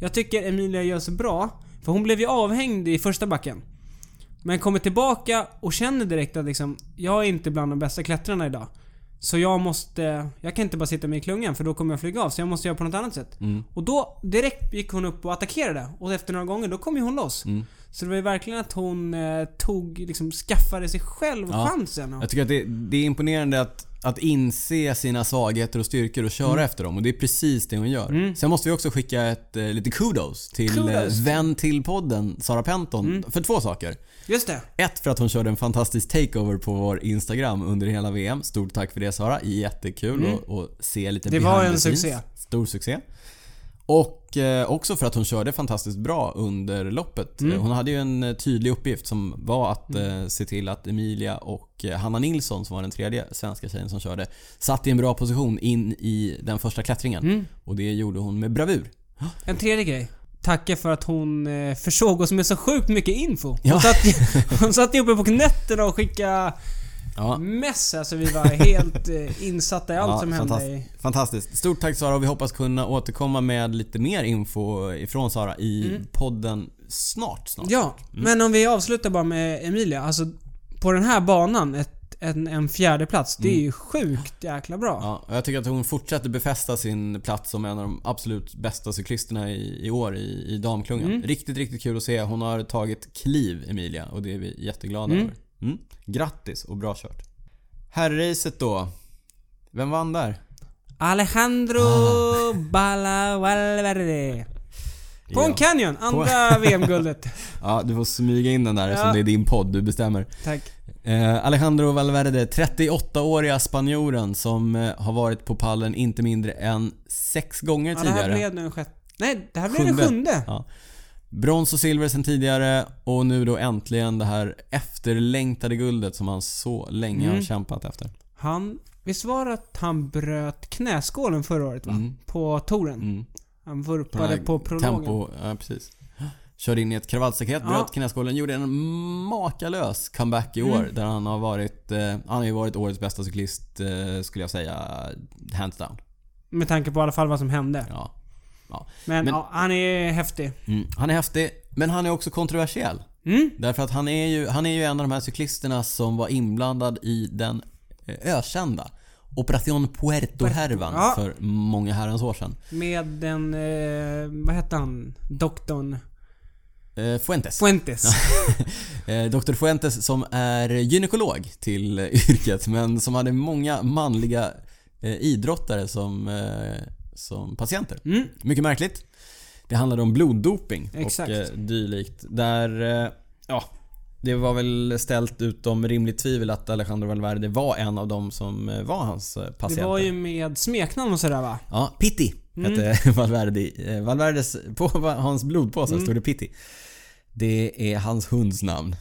[SPEAKER 2] Jag tycker Emilia gör så bra. För hon blev ju avhängd i första backen. Men kommer tillbaka och känner direkt att liksom, jag är inte bland de bästa klättrarna idag. Så jag måste... Jag kan inte bara sitta med i klungan för då kommer jag flyga av. Så jag måste göra på något annat sätt. Och då direkt gick hon upp och attackerade. Och efter några gånger, då kom ju hon loss. Så det var ju verkligen att hon eh, tog, liksom skaffade sig själv
[SPEAKER 1] Ja.
[SPEAKER 2] chansen. Och,
[SPEAKER 1] Jag tycker att det, det är imponerande att, att inse sina svagheter och styrkor och köra efter dem. Och det är precis det hon gör. Sen måste vi också skicka ett, eh, lite kudos till eh,
[SPEAKER 2] Kudos.
[SPEAKER 1] vän till podden, Sara Penton, för två saker.
[SPEAKER 2] just det.
[SPEAKER 1] Ett för att hon körde en fantastisk takeover på vår Instagram under hela VM. Stort tack för det Sara. Jättekul att att se lite
[SPEAKER 2] Mm.
[SPEAKER 1] behind
[SPEAKER 2] Det var
[SPEAKER 1] the
[SPEAKER 2] en
[SPEAKER 1] scenes.
[SPEAKER 2] succé.
[SPEAKER 1] Stor succé. Och eh, också för att hon körde fantastiskt bra under loppet.
[SPEAKER 2] Mm.
[SPEAKER 1] Eh, Hon hade ju en eh, tydlig uppgift som var att eh, se till att Emilia och eh, Hanna Nilsson, som var den tredje svenska tjejen som körde, satt i en bra position in i den första klättringen.
[SPEAKER 2] Mm.
[SPEAKER 1] Och det gjorde hon med bravur.
[SPEAKER 2] En tredje grej. Tacka för att hon eh, försåg oss med så sjukt mycket info. Hon,
[SPEAKER 1] Ja.
[SPEAKER 2] satt, ju- hon satt ju uppe på nätterna och skickade
[SPEAKER 1] Ja.
[SPEAKER 2] mess. Alltså vi var helt eh, insatta i allt som hände.
[SPEAKER 1] fantast-
[SPEAKER 2] I,
[SPEAKER 1] Fantastiskt. Stort tack Sara och vi hoppas kunna återkomma med lite mer info ifrån Sara i podden snart. snart.
[SPEAKER 2] Mm. ja, men om vi avslutar bara med Emilia. Alltså på den här banan, ett, en, en fjärde plats det är ju sjukt jäkla bra.
[SPEAKER 1] Mm. Ja, och jag tycker att hon fortsätter befästa sin plats som en av de absolut bästa cyklisterna i, i år i, i damklungan.
[SPEAKER 2] Mm.
[SPEAKER 1] Riktigt, riktigt kul att se. Hon har tagit kliv Emilia och det är vi jätteglada över. Mm. Grattis och bra kört. Herrracet då. Vem vann där?
[SPEAKER 2] Alejandro ah. Valverde. På en
[SPEAKER 1] Ja.
[SPEAKER 2] Canyon, andra VM-guldet.
[SPEAKER 1] Ja, du får smyga in den där eftersom det är din podd. Du bestämmer.
[SPEAKER 2] Tack.
[SPEAKER 1] Eh, Alejandro Valverde, 38-åriga spanjoren som eh, har varit på pallen inte mindre än sex gånger
[SPEAKER 2] Ja, det här
[SPEAKER 1] tidigare.
[SPEAKER 2] blev nu en sjätte... Nej, det här blev den sjunde.
[SPEAKER 1] Ja. Brons och silver sen tidigare och nu då äntligen det här efterlängtade guldet som han så länge
[SPEAKER 2] Mm.
[SPEAKER 1] har kämpat efter.
[SPEAKER 2] Han, visst var det att han bröt knäskålen förra året va?
[SPEAKER 1] Mm.
[SPEAKER 2] På touren. Han vurpade på prologen.
[SPEAKER 1] Tempo, ja precis. Körde in i ett kravallstaket,
[SPEAKER 2] Ja.
[SPEAKER 1] bröt knäskålen, gjorde en makalös comeback i
[SPEAKER 2] Mm.
[SPEAKER 1] år. Där han har varit, eh, han har ju varit årets bästa cyklist eh, skulle jag säga, hands down.
[SPEAKER 2] Med tanke på i alla fall vad som hände.
[SPEAKER 1] Ja. Ja.
[SPEAKER 2] Men,
[SPEAKER 1] Men-
[SPEAKER 2] ja, han är häftig.
[SPEAKER 1] Mm. Han är häftig, men han är också kontroversiell.
[SPEAKER 2] Mm.
[SPEAKER 1] Därför att han är, ju, han är ju en av de här cyklisterna som var inblandad i den eh, ökända Operation Puerto-härvan
[SPEAKER 2] Ja.
[SPEAKER 1] för många herrans år sedan.
[SPEAKER 2] Med den, eh, vad hette han? Doktorn
[SPEAKER 1] Eh, Fuentes.
[SPEAKER 2] Fuentes.
[SPEAKER 1] Eh, Dr. Fuentes som är gynekolog till eh, yrket men som hade många manliga eh, idrottare som, eh, som patienter.
[SPEAKER 2] Mm.
[SPEAKER 1] Mycket märkligt. Det handlade om bloddoping
[SPEAKER 2] Exakt.
[SPEAKER 1] och eh, dylikt. Där, eh, ja, det var väl ställt utom rimligt tvivel att Alejandro Valverde var en av dem som eh, var hans eh,
[SPEAKER 2] Det
[SPEAKER 1] patienter.
[SPEAKER 2] var ju med smeknamn och sådär va?
[SPEAKER 1] Ja, Pitti
[SPEAKER 2] Mm.
[SPEAKER 1] hette Valverde. Eh, Valverdes, på va- hans blodpåse
[SPEAKER 2] Mm.
[SPEAKER 1] stod det Pitti. Det är hans hunds namn.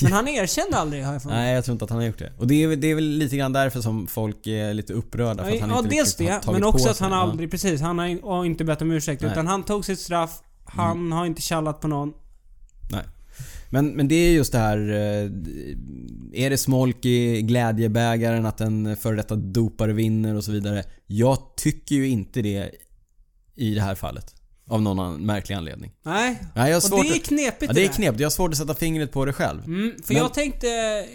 [SPEAKER 2] Men han erkände aldrig har jag för mig.
[SPEAKER 1] Nej, jag tror inte att han har gjort det. Och det är, väl- det är väl lite grann därför som folk är lite upprörda. För att han
[SPEAKER 2] Ja,
[SPEAKER 1] inte
[SPEAKER 2] dels
[SPEAKER 1] riktigt har
[SPEAKER 2] det.
[SPEAKER 1] tagit
[SPEAKER 2] Men
[SPEAKER 1] på
[SPEAKER 2] också att
[SPEAKER 1] sig.
[SPEAKER 2] han
[SPEAKER 1] Ja.
[SPEAKER 2] aldrig, precis, han har in- har inte bett om ursäkt.
[SPEAKER 1] Nej. Mm.
[SPEAKER 2] Utan han tog sitt straff, han har inte tjallat på någon.
[SPEAKER 1] Nej. Men, men det är just det här... eh, Är det smolk i glädjebägaren att en före detta dopare vinner och så vidare? Jag tycker ju inte det i det här fallet. Av någon an- märklig anledning.
[SPEAKER 2] Nej.
[SPEAKER 1] Nej, jag har
[SPEAKER 2] Och
[SPEAKER 1] svårt
[SPEAKER 2] det är
[SPEAKER 1] att,
[SPEAKER 2] knepigt
[SPEAKER 1] ja, det är
[SPEAKER 2] där.
[SPEAKER 1] knepigt. Jag har svårt att sätta fingret på det själv.
[SPEAKER 2] Mm, för
[SPEAKER 1] Men-
[SPEAKER 2] jag tänkte,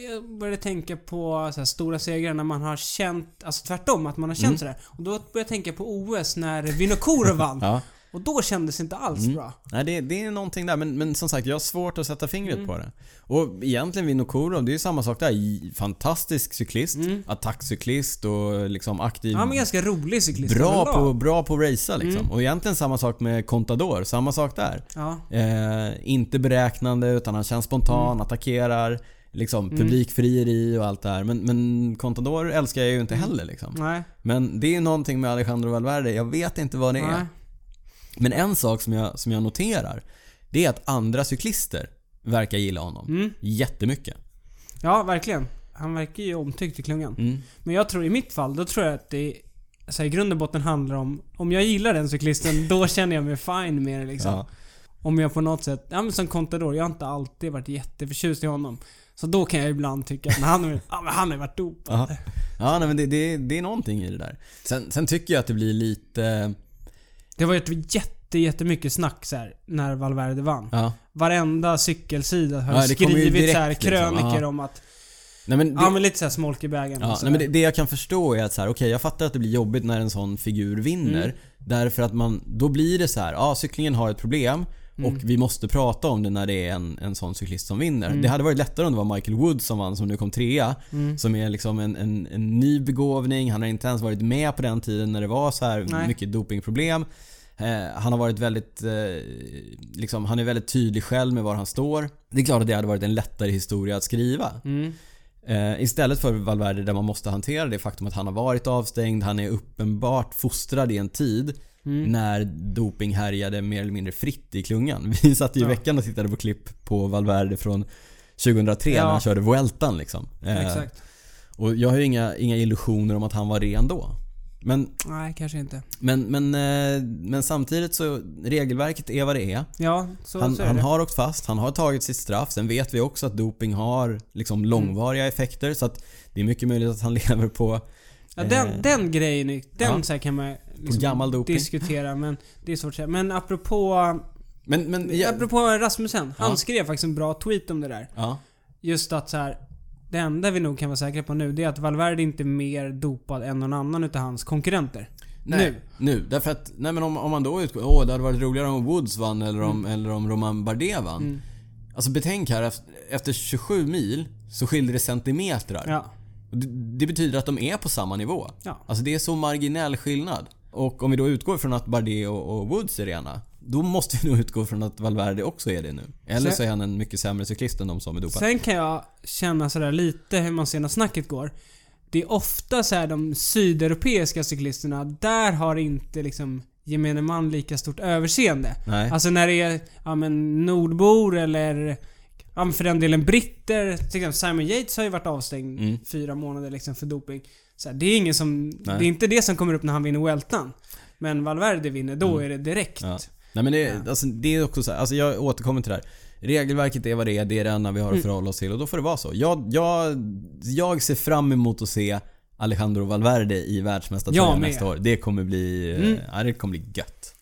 [SPEAKER 2] jag började tänka på så här, stora segrar när man har känt, alltså tvärtom, att man har känt
[SPEAKER 1] Mm.
[SPEAKER 2] sådär. Och då började jag tänka på OS när Vinokourov vann.
[SPEAKER 1] Ja. Mm.
[SPEAKER 2] Och då kändes det inte alls bra.
[SPEAKER 1] Nej, det, det är någonting där. Men, men som sagt, jag har svårt att sätta fingret
[SPEAKER 2] Mm.
[SPEAKER 1] på det. Och egentligen Vinokurov, det är ju samma sak där. J- Fantastisk cyklist,
[SPEAKER 2] Mm.
[SPEAKER 1] attackcyklist och liksom aktiv.
[SPEAKER 2] Han var ganska rolig cyklist.
[SPEAKER 1] bra,
[SPEAKER 2] överlag.
[SPEAKER 1] på, bra på att racea liksom.
[SPEAKER 2] Mm.
[SPEAKER 1] Och egentligen samma sak med Contador. Samma sak där.
[SPEAKER 2] Ja.
[SPEAKER 1] Eh, inte beräknande utan han känns spontan,
[SPEAKER 2] Mm.
[SPEAKER 1] attackerar. Liksom publikfrieri och allt det här. Men, men Contador älskar jag ju inte
[SPEAKER 2] Mm.
[SPEAKER 1] heller liksom.
[SPEAKER 2] Nej.
[SPEAKER 1] Men det är någonting med Alejandro Valverde. Jag vet inte vad det är.
[SPEAKER 2] Nej.
[SPEAKER 1] Men en sak som jag, som jag noterar, det är att andra cyklister verkar gilla honom. Jättemycket.
[SPEAKER 2] Ja, verkligen. Han verkar ju omtyckt i klungan.
[SPEAKER 1] Mm.
[SPEAKER 2] Men jag tror i mitt fall, då tror jag att det så här, i grund och botten handlar om, om jag gillar den cyklisten, då känner jag mig fine med det liksom.
[SPEAKER 1] Ja.
[SPEAKER 2] Om jag på något sätt, ja men som Contador, jag har inte alltid varit jätteförtjust i honom. Så då kan jag ibland tycka att när han, är- ja, men han har varit dopad.
[SPEAKER 1] Ja, ja nej, men det, det, det är någonting i det där. Sen, sen tycker jag att det blir lite...
[SPEAKER 2] Det var ju ett jätte, jättemycket snack så här, när Valverde vann.
[SPEAKER 1] Ja.
[SPEAKER 2] Varenda cykelsida har
[SPEAKER 1] Ja, det kommer ju
[SPEAKER 2] skrivit så här,
[SPEAKER 1] direkt, liksom.
[SPEAKER 2] kröniker
[SPEAKER 1] Ja.
[SPEAKER 2] om att,
[SPEAKER 1] Nej, men det,
[SPEAKER 2] ja men lite såhär smolk i bägaren. och
[SPEAKER 1] Ja,
[SPEAKER 2] så
[SPEAKER 1] nej, men
[SPEAKER 2] här.
[SPEAKER 1] det, det jag kan förstå är att så här, okej, jag fattar att det blir jobbigt när en sån figur vinner.
[SPEAKER 2] Mm.
[SPEAKER 1] Därför att man, då blir det så här, ja cyklingen har ett problem och
[SPEAKER 2] Mm.
[SPEAKER 1] vi måste prata om det när det är en, en sån cyklist som vinner.
[SPEAKER 2] Mm.
[SPEAKER 1] Det hade varit lättare om det var Michael Woods som vann som nu kom trea. Som är liksom en, en, en ny begåvning. Han har inte ens varit med på den tiden när det var så här
[SPEAKER 2] Nej.
[SPEAKER 1] mycket dopingproblem. Eh, han har varit väldigt, eh, liksom, han är väldigt tydlig själv med var han står. Det är klart att det hade varit en lättare historia att skriva.
[SPEAKER 2] Mm.
[SPEAKER 1] Eh, istället för Valverde där man måste hantera det faktum att han har varit avstängd. Han är uppenbart fostrad i en tid
[SPEAKER 2] Mm.
[SPEAKER 1] när doping härjade mer eller mindre fritt i klungan. Vi satt ju i
[SPEAKER 2] Ja.
[SPEAKER 1] veckan och tittade på klipp på Valverde från 2003
[SPEAKER 2] Ja.
[SPEAKER 1] när han körde Vueltan liksom. Eh,
[SPEAKER 2] Exakt.
[SPEAKER 1] Och jag har ju inga, inga illusioner om att han var ren då. Men,
[SPEAKER 2] Nej, kanske inte.
[SPEAKER 1] men, men, eh, men samtidigt så, regelverket är vad det är.
[SPEAKER 2] Ja, så,
[SPEAKER 1] Han,
[SPEAKER 2] så är
[SPEAKER 1] han
[SPEAKER 2] det.
[SPEAKER 1] har åkt fast, han har tagit sitt straff. Sen vet vi också att doping har liksom
[SPEAKER 2] Mm.
[SPEAKER 1] långvariga effekter. Så att det är mycket möjligt att han lever på...
[SPEAKER 2] Ja,
[SPEAKER 1] Eh,
[SPEAKER 2] den, den grejen, är- den
[SPEAKER 1] ja.
[SPEAKER 2] så här kan man liksom
[SPEAKER 1] gammal doping.
[SPEAKER 2] diskutera men det är svårt att säga. Men apropå,
[SPEAKER 1] Men, men, ja,
[SPEAKER 2] apropå Rasmussen. Han
[SPEAKER 1] Ja.
[SPEAKER 2] skrev faktiskt en bra tweet om det där.
[SPEAKER 1] ja,
[SPEAKER 2] Just att så här. Det enda vi nog kan vara säkra på nu det är att Valverde inte är mer dopad än någon annan utav hans konkurrenter.
[SPEAKER 1] nej,
[SPEAKER 2] Nu.
[SPEAKER 1] nu. Därför att, nej men om, om man då utgår... Åh, det hade varit roligare om Woods vann eller om,
[SPEAKER 2] Mm.
[SPEAKER 1] eller om Roman Bardet vann. Alltså betänk här, efter, efter 27 mil så skiljer det centimetrar.
[SPEAKER 2] Ja.
[SPEAKER 1] Och Det, det betyder att de är på samma nivå.
[SPEAKER 2] Ja.
[SPEAKER 1] Alltså det är så marginell skillnad. Och om vi då utgår från att Bardet och, och Woods är rena. Då måste vi nog utgå från att Valverde också är det nu. Eller
[SPEAKER 2] Så-
[SPEAKER 1] så är han en mycket sämre cyklist än de som är dopade.
[SPEAKER 2] Sen kan jag känna sådär lite hur man ser när snacket går. Det är ofta så här de sydeuropeiska cyklisterna, där har inte liksom gemene man lika stort överseende.
[SPEAKER 1] Nej.
[SPEAKER 2] Alltså när det är ja, men nordbor eller ja, men för den delen britter. Till exempel Simon Yates har ju varit avstängd
[SPEAKER 1] Mm.
[SPEAKER 2] fyra månader liksom för doping. Så här, det är ingen som, det är inte det som kommer upp när han vinner Weltan. Men Valverde vinner, då är det direkt.
[SPEAKER 1] Mm. Ja. Nej men det, alltså, det är också så här, alltså jag återkommer till det här. Regelverket är vad det är, det är det enda vi
[SPEAKER 2] Mm.
[SPEAKER 1] har att förhålla oss till och då får det vara så. Jag, jag, jag ser fram emot att se Alejandro Valverde i
[SPEAKER 2] Jag
[SPEAKER 1] världsmästartröjan
[SPEAKER 2] med. Mm.
[SPEAKER 1] nästa år. Det kommer bli, eh, ja, det kommer bli gött.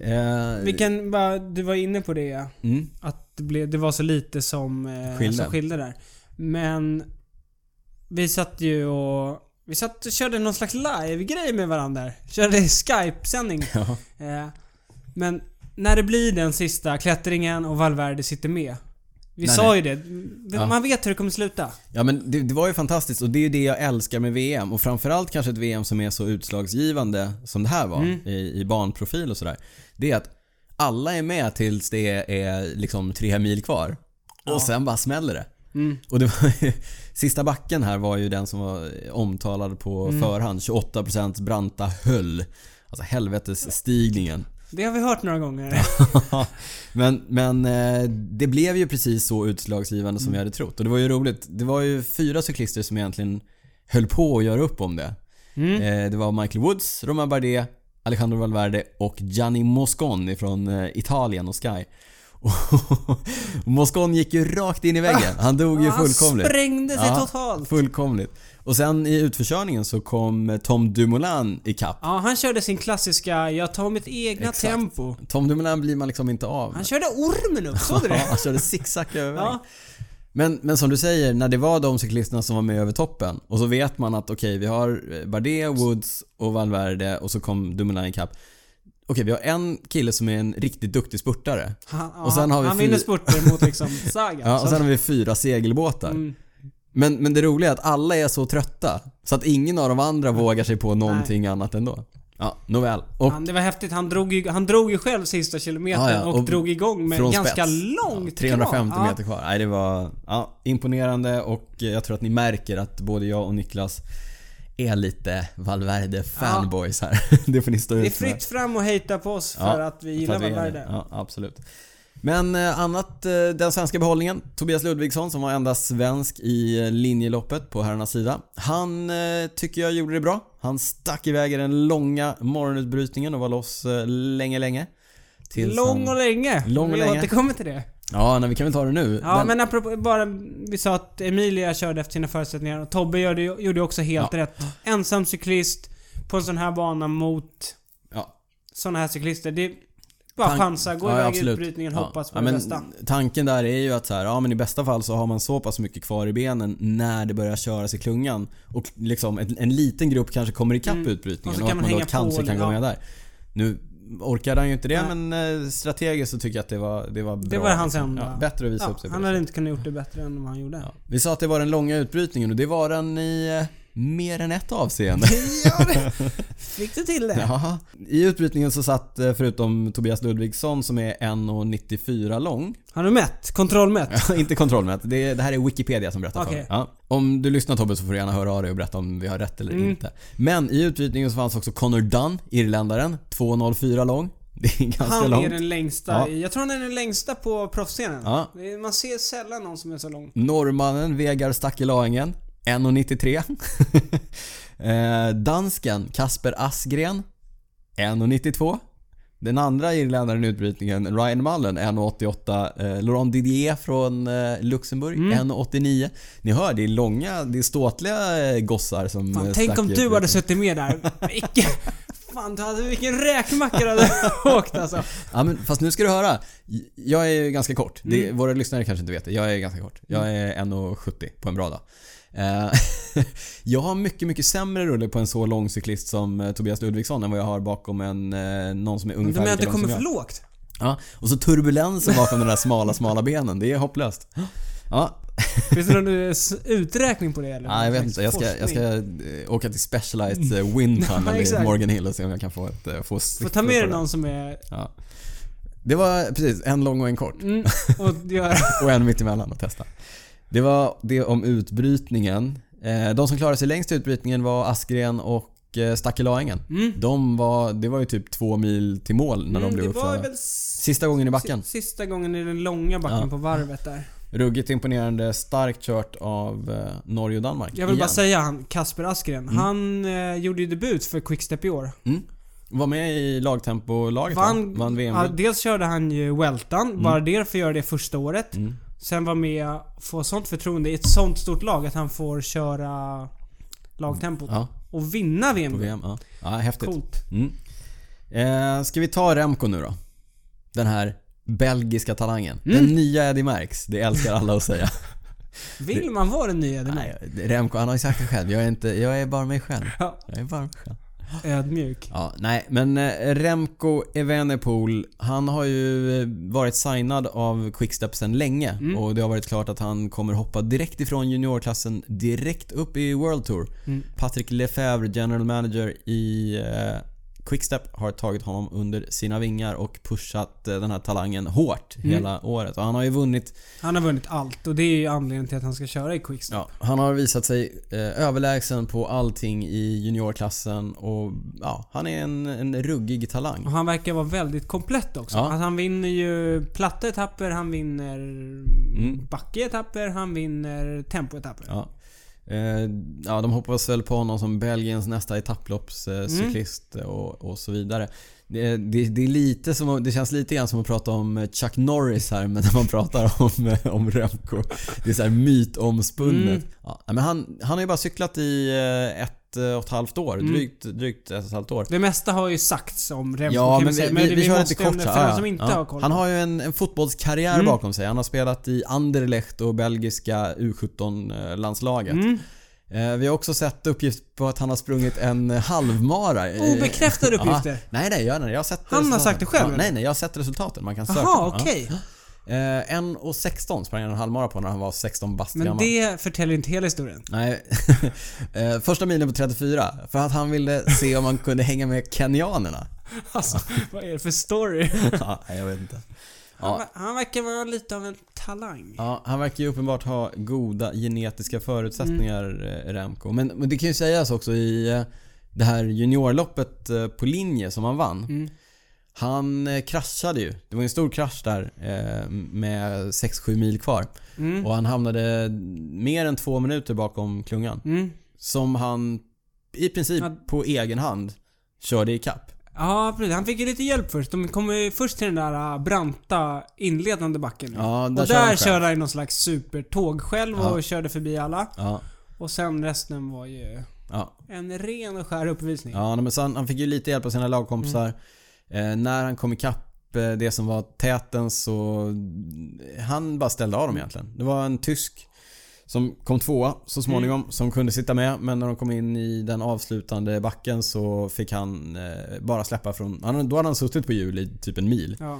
[SPEAKER 1] Eh,
[SPEAKER 2] Vi kan bara, du var inne på det ja.
[SPEAKER 1] mm.
[SPEAKER 2] Att det, blev, det var så lite som, eh,
[SPEAKER 1] Skilde.
[SPEAKER 2] som skilde där. Men vi satt ju och vi satt och körde någon slags live-grej med varandra där. Körde Skype-sändning.
[SPEAKER 1] Ja.
[SPEAKER 2] Eh, men när det blir den sista klättringen och Valverde sitter med. Vi
[SPEAKER 1] Nej,
[SPEAKER 2] sa
[SPEAKER 1] nej.
[SPEAKER 2] ju det.
[SPEAKER 1] Ja.
[SPEAKER 2] Man vet hur det kommer sluta.
[SPEAKER 1] Ja men det, det var ju fantastiskt och det är ju det jag älskar med VM och framförallt kanske ett VM som är så utslagsgivande som det här var i, i barnprofil och sådär. Det är att alla är med tills det är liksom tre mil kvar och sen bara smäller det. Och det var ju, sista backen här var ju den som var omtalad på förhand. 28% branta höll. Alltså helvetes stigningen.
[SPEAKER 2] Det har vi hört några gånger.
[SPEAKER 1] men, men eh, det blev ju precis så utslagsgivande som vi
[SPEAKER 2] Mm.
[SPEAKER 1] hade trott. Och det var ju roligt. Det var ju fyra cyklister som egentligen höll på att göra upp om det.
[SPEAKER 2] Mm.
[SPEAKER 1] Eh, Det var Michael Woods, Romain Bardet, Alejandro Valverde och Gianni Moscon från eh, Italien och Sky. Och Moscon gick ju rakt in i väggen. Han dog ju
[SPEAKER 2] Han
[SPEAKER 1] fullkomligt.
[SPEAKER 2] sprängde sig
[SPEAKER 1] Ja,
[SPEAKER 2] totalt.
[SPEAKER 1] Fullkomligt. Och sen i utförkörningen så kom Tom Dumoulin ikapp.
[SPEAKER 2] Ja, han körde sin klassiska 'Jag tar mitt egna
[SPEAKER 1] Exakt.
[SPEAKER 2] tempo'
[SPEAKER 1] Tom Dumoulin blir man liksom inte av.
[SPEAKER 2] Han körde ormen upp, såg du
[SPEAKER 1] Ja,
[SPEAKER 2] det?
[SPEAKER 1] han körde zigzag över vägen.
[SPEAKER 2] Ja.
[SPEAKER 1] men, men som du säger, när det var de cyklisterna som var med över toppen och så vet man att okej, vi har eh, Bardet, Woods och Valverde och så kom Dumoulin ikapp. Okej, vi har en kille som är en riktigt duktig spurtare.
[SPEAKER 2] Han, ja,
[SPEAKER 1] Och sen har vi
[SPEAKER 2] han
[SPEAKER 1] fyra-
[SPEAKER 2] vinner spurter mot liksom Sagan.
[SPEAKER 1] Ja, och
[SPEAKER 2] Så-
[SPEAKER 1] sen har vi fyra segelbåtar.
[SPEAKER 2] Mm.
[SPEAKER 1] Men, men det roliga är att alla är så trötta så att ingen av de andra vågar sig på någonting annat ändå. Ja, nåväl. Och
[SPEAKER 2] han, det var häftigt, han drog, ju, han drog ju själv sista kilometern
[SPEAKER 1] Ja, ja,
[SPEAKER 2] och,
[SPEAKER 1] och
[SPEAKER 2] drog igång med
[SPEAKER 1] från
[SPEAKER 2] ganska
[SPEAKER 1] spets.
[SPEAKER 2] långt
[SPEAKER 1] Ja, 350
[SPEAKER 2] kvar.
[SPEAKER 1] meter kvar. Nej, det var ja, imponerande och jag tror att ni märker att både jag och Niklas är lite Valverde-fanboys här. Det får ni stå
[SPEAKER 2] Ja. Det är
[SPEAKER 1] ut med.
[SPEAKER 2] fritt fram och hejta på oss
[SPEAKER 1] Ja,
[SPEAKER 2] för att vi
[SPEAKER 1] För
[SPEAKER 2] gillar
[SPEAKER 1] att vi är
[SPEAKER 2] Valverde.
[SPEAKER 1] det. Ja, absolut. Men eh, annat, eh, den svenska behållningen. Tobias Ludvigsson som var enda svensk i eh, linjeloppet på herrarnas sida. Han eh, tycker jag gjorde det bra. Han stack iväg i den långa morgonutbrytningen och var loss eh, länge, länge. Tills
[SPEAKER 2] Lång
[SPEAKER 1] han-
[SPEAKER 2] och länge.
[SPEAKER 1] Lång och
[SPEAKER 2] vi
[SPEAKER 1] länge.
[SPEAKER 2] återkommer till det.
[SPEAKER 1] Ja, nej, vi kan väl ta det nu.
[SPEAKER 2] Ja men, apropå, bara, vi sa att Emilia körde efter sina förutsättningar och Tobbe gjorde, gjorde också helt
[SPEAKER 1] Ja.
[SPEAKER 2] rätt. Ensam cyklist på en sån här bana mot
[SPEAKER 1] ja,
[SPEAKER 2] såna här cyklister. Det är bara
[SPEAKER 1] Tank-
[SPEAKER 2] chansa, gå
[SPEAKER 1] Ja,
[SPEAKER 2] iväg i
[SPEAKER 1] absolut.
[SPEAKER 2] utbrytningen,
[SPEAKER 1] Ja.
[SPEAKER 2] hoppas på
[SPEAKER 1] Ja,
[SPEAKER 2] det
[SPEAKER 1] men
[SPEAKER 2] bästa.
[SPEAKER 1] Tanken där är ju att så här, ja men i bästa fall så har man så pass mycket kvar i benen när det börjar köras i klungan och liksom en, en liten grupp kanske kommer ikapp
[SPEAKER 2] Mm.
[SPEAKER 1] utbrytningen och,
[SPEAKER 2] Och så
[SPEAKER 1] att man,
[SPEAKER 2] kan man
[SPEAKER 1] då
[SPEAKER 2] hänga på
[SPEAKER 1] kanske
[SPEAKER 2] och-
[SPEAKER 1] kan gå
[SPEAKER 2] ja.
[SPEAKER 1] med där. Nu orkade han ju inte det
[SPEAKER 2] Nej.
[SPEAKER 1] men eh, strategiskt så tycker jag att det var, det var bra. liksom.
[SPEAKER 2] Det var hans enda.
[SPEAKER 1] Ja, bättre att visa
[SPEAKER 2] Ja,
[SPEAKER 1] upp sig på
[SPEAKER 2] han
[SPEAKER 1] det
[SPEAKER 2] hade
[SPEAKER 1] sättet.
[SPEAKER 2] inte kunnat gjort det bättre än vad han gjorde.
[SPEAKER 1] ja. Vi sa att det var den långa utbrytningen och det var den i eh, mer än ett avseende.
[SPEAKER 2] Ja, det- Fick du till det?
[SPEAKER 1] Ja. I utbrytningen så satt eh, förutom Tobias Ludvigsson som är 1,94 lång
[SPEAKER 2] Har du mätt? Kontrollmätt?
[SPEAKER 1] Ja, inte kontrollmätt. Det, det här är Wikipedia som berättar för
[SPEAKER 2] Okej.
[SPEAKER 1] mig. Ja. Om du lyssnar Tobbe så får du gärna höra av dig och berätta om vi har rätt eller
[SPEAKER 2] Mm.
[SPEAKER 1] inte. Men i utbrytningen så fanns också Connor Dunn, irländaren. 2,04 lång. Det är ganska
[SPEAKER 2] Han
[SPEAKER 1] långt.
[SPEAKER 2] är den längsta
[SPEAKER 1] Ja.
[SPEAKER 2] i, Jag tror han är den längsta på proffsscenen.
[SPEAKER 1] Ja.
[SPEAKER 2] Det är- Man ser sällan någon som är så lång.
[SPEAKER 1] Norrmannen Vegar Stakkelaengen, 1,93. eh, dansken Kasper Asgren, 1,92. Den andra irländaren i utbrytningen, Ryan Mullen, 1,88. Eh, Laurent Didier från eh, Luxemburg,
[SPEAKER 2] Mm.
[SPEAKER 1] 1,89. Ni hör, det är långa, det är ståtliga eh, gossar som
[SPEAKER 2] Fan,
[SPEAKER 1] eh,
[SPEAKER 2] tänk
[SPEAKER 1] stack
[SPEAKER 2] om
[SPEAKER 1] i
[SPEAKER 2] du hade
[SPEAKER 1] utbrytningen.
[SPEAKER 2] suttit med där. Vilken, fan, du hade, vilken räkmacka du hade åkt alltså.
[SPEAKER 1] Ja, men, fast nu ska du höra. J- Jag är ju ganska kort.
[SPEAKER 2] Mm.
[SPEAKER 1] Det, våra lyssnare kanske inte vet det. Jag är ganska kort. Jag är 1,70 på en bra dag. Eh, jag har mycket, mycket sämre rulle på en så lång cyklist som eh, Tobias Ludvigsson än vad jag har bakom en, eh, någon som är
[SPEAKER 2] Du
[SPEAKER 1] ungefär
[SPEAKER 2] menar att det
[SPEAKER 1] likadan
[SPEAKER 2] kommer
[SPEAKER 1] som
[SPEAKER 2] för
[SPEAKER 1] jag.
[SPEAKER 2] lågt?
[SPEAKER 1] Ja, och så turbulensen bakom de där smala, smala benen. Det är hopplöst. Ja,
[SPEAKER 2] Finns det någon eh, s- uträkning på det eller?
[SPEAKER 1] ja jag vet inte. Jag ska, jag ska eh, åka till Specialized eh, Wind Tunnel i
[SPEAKER 2] Mm. exakt.
[SPEAKER 1] Morgan Hill och se om jag kan få ett... eh, Få,
[SPEAKER 2] Får ta med
[SPEAKER 1] på
[SPEAKER 2] dig
[SPEAKER 1] det.
[SPEAKER 2] någon som är...
[SPEAKER 1] Ja. Det var precis, en lång och en kort.
[SPEAKER 2] Mm, och gör...
[SPEAKER 1] och en mittemellan att testa. Det var det om utbrytningen. Eh, De som klarade sig längst i utbrytningen var Askren och eh, Stakkelaengen.
[SPEAKER 2] Mm.
[SPEAKER 1] De var, det var ju typ två mil till mål när de
[SPEAKER 2] Mm,
[SPEAKER 1] blev
[SPEAKER 2] det var
[SPEAKER 1] uppkörda.
[SPEAKER 2] väl s-
[SPEAKER 1] Sista gången i backen.
[SPEAKER 2] sista gången i den långa backen
[SPEAKER 1] Ja.
[SPEAKER 2] på varvet där.
[SPEAKER 1] Ruggigt imponerande, starkt kört av eh, Norge och Danmark.
[SPEAKER 2] Jag vill
[SPEAKER 1] Igen.
[SPEAKER 2] bara säga han, Kasper Askren. Han eh, gjorde ju debut för Quickstep i år.
[SPEAKER 1] Mm. Var med i lagtempolaget
[SPEAKER 2] Vann,
[SPEAKER 1] va? Vann VM.
[SPEAKER 2] ja, dels körde han ju Weltan, bara därför gör det första året.
[SPEAKER 1] Mm.
[SPEAKER 2] Sen var med, få sånt förtroende i ett sånt stort lag att han får köra lagtempot.
[SPEAKER 1] Ja,
[SPEAKER 2] Och vinna VM.
[SPEAKER 1] på VM. Ja, ja häftigt.
[SPEAKER 2] Coolt.
[SPEAKER 1] Mm. Eh, ska vi ta Remco nu då? Den här belgiska talangen.
[SPEAKER 2] Mm.
[SPEAKER 1] Den nya Eddie Merckx. Det älskar alla att säga.
[SPEAKER 2] Vill man vara den nya Eddie Merckx?
[SPEAKER 1] Remco, han har ju sagt det själv. Jag är, inte, jag är bara mig själv.
[SPEAKER 2] Ja,
[SPEAKER 1] Jag är bara mig själv.
[SPEAKER 2] ödmjuk.
[SPEAKER 1] Ja, nej, men eh, Remco Evenepoel, han har ju eh, varit signad av Quickstep sedan länge och det har varit klart att han kommer hoppa direkt ifrån juniorklassen direkt upp i World Tour. Patrick Lefebvre, general manager i eh, Quickstep, har tagit honom under sina vingar och pushat eh, den här talangen hårt hela året. Och han har ju vunnit
[SPEAKER 2] Han har vunnit allt och det är ju anledningen till att han ska köra i Quickstep.
[SPEAKER 1] Ja, han har visat sig eh, överlägsen på allting i juniorklassen och ja, han är en, en ruggig talang.
[SPEAKER 2] Och han verkar vara väldigt komplett också.
[SPEAKER 1] Ja.
[SPEAKER 2] Att han vinner ju platta etapper, han vinner mm. backiga etapper, han vinner tempoetapper.
[SPEAKER 1] Ja. Eh, ja, de hoppas väl på honom som Belgiens nästa etapploppscyklist eh, och, och så vidare. Det, det, det, är lite som, att- det känns lite grann som att prata om eh, Chuck Norris här men när man pratar om, eh, om Remco. Det är så här mytomspunnet. Ja, men han, han har ju bara cyklat i eh, ett och ett halvt år. Drygt, drygt ett och ett halvt år.
[SPEAKER 2] Det mesta har ju sagts om Remco
[SPEAKER 1] Ja,
[SPEAKER 2] kan
[SPEAKER 1] men
[SPEAKER 2] säga,
[SPEAKER 1] vi, vi,
[SPEAKER 2] det-
[SPEAKER 1] vi kör
[SPEAKER 2] måste
[SPEAKER 1] lite kort
[SPEAKER 2] ändå-
[SPEAKER 1] så.
[SPEAKER 2] För
[SPEAKER 1] Ja,
[SPEAKER 2] de
[SPEAKER 1] ja.
[SPEAKER 2] som inte
[SPEAKER 1] Ja.
[SPEAKER 2] har koll. Mm.
[SPEAKER 1] Han har ju en, en fotbollskarriär bakom sig. Han har spelat i Anderlecht och belgiska U17-landslaget.
[SPEAKER 2] Mm.
[SPEAKER 1] Eh, Vi har också sett uppgift på att han har sprunget en halvmara. i-
[SPEAKER 2] Obekräftade uppgifter.
[SPEAKER 1] Ja. Nej, nej, jag, nej, jag har sett
[SPEAKER 2] Han har
[SPEAKER 1] resultaten.
[SPEAKER 2] sagt det själv,
[SPEAKER 1] Ja, nej, nej, jag har sett resultaten. Man kan söka.
[SPEAKER 2] Jaha,
[SPEAKER 1] på det.
[SPEAKER 2] okej.
[SPEAKER 1] Ja. Eh, 1.16 sprang han en halvmara på när han var 16 bast
[SPEAKER 2] Men
[SPEAKER 1] gammal.
[SPEAKER 2] det förtäljer inte hela historien.
[SPEAKER 1] Nej. Eh, Första milen på 34. För att han ville se om han kunde hänga med kenyanerna.
[SPEAKER 2] Alltså, vad är det för story?
[SPEAKER 1] Ja, nej, jag vet inte.
[SPEAKER 2] Han, ver- han verkar vara lite av en talang.
[SPEAKER 1] Ja, han verkar ju uppenbart ha goda genetiska förutsättningar, mm. Remco. Men, men det kan ju sägas också i eh, det här juniorloppet eh, på linje som han vann.
[SPEAKER 2] Mm.
[SPEAKER 1] Han eh, kraschade ju. Det var en stor krasch där eh, med 6-7 mil kvar.
[SPEAKER 2] Mm.
[SPEAKER 1] Och han hamnade mer än två minuter bakom klungan.
[SPEAKER 2] Mm.
[SPEAKER 1] Som han i princip
[SPEAKER 2] Ja.
[SPEAKER 1] på egen hand körde i kapp.
[SPEAKER 2] Ja, precis. Han fick ju lite hjälp först. De kommer ju först till den där äh, branta inledande backen.
[SPEAKER 1] Ja, där
[SPEAKER 2] och
[SPEAKER 1] kör han själv.
[SPEAKER 2] där körde han i någon slags supertåg själv
[SPEAKER 1] Ja.
[SPEAKER 2] och körde förbi alla.
[SPEAKER 1] Ja,
[SPEAKER 2] Och sen resten var ju
[SPEAKER 1] ja.
[SPEAKER 2] en ren och skär uppvisning.
[SPEAKER 1] Ja, nej, men så han, han fick ju lite hjälp av sina lagkompisar.
[SPEAKER 2] Mm.
[SPEAKER 1] Eh, när han kom ikapp eh, det som var täten så... Han bara ställde av dem egentligen. Det var en tysk som kom tvåa
[SPEAKER 2] Mm.
[SPEAKER 1] så småningom som kunde sitta med men när de kom in i den avslutande backen så fick han eh, bara släppa från... Han, då hade han suttit på hjul i typ en mil.
[SPEAKER 2] Ja.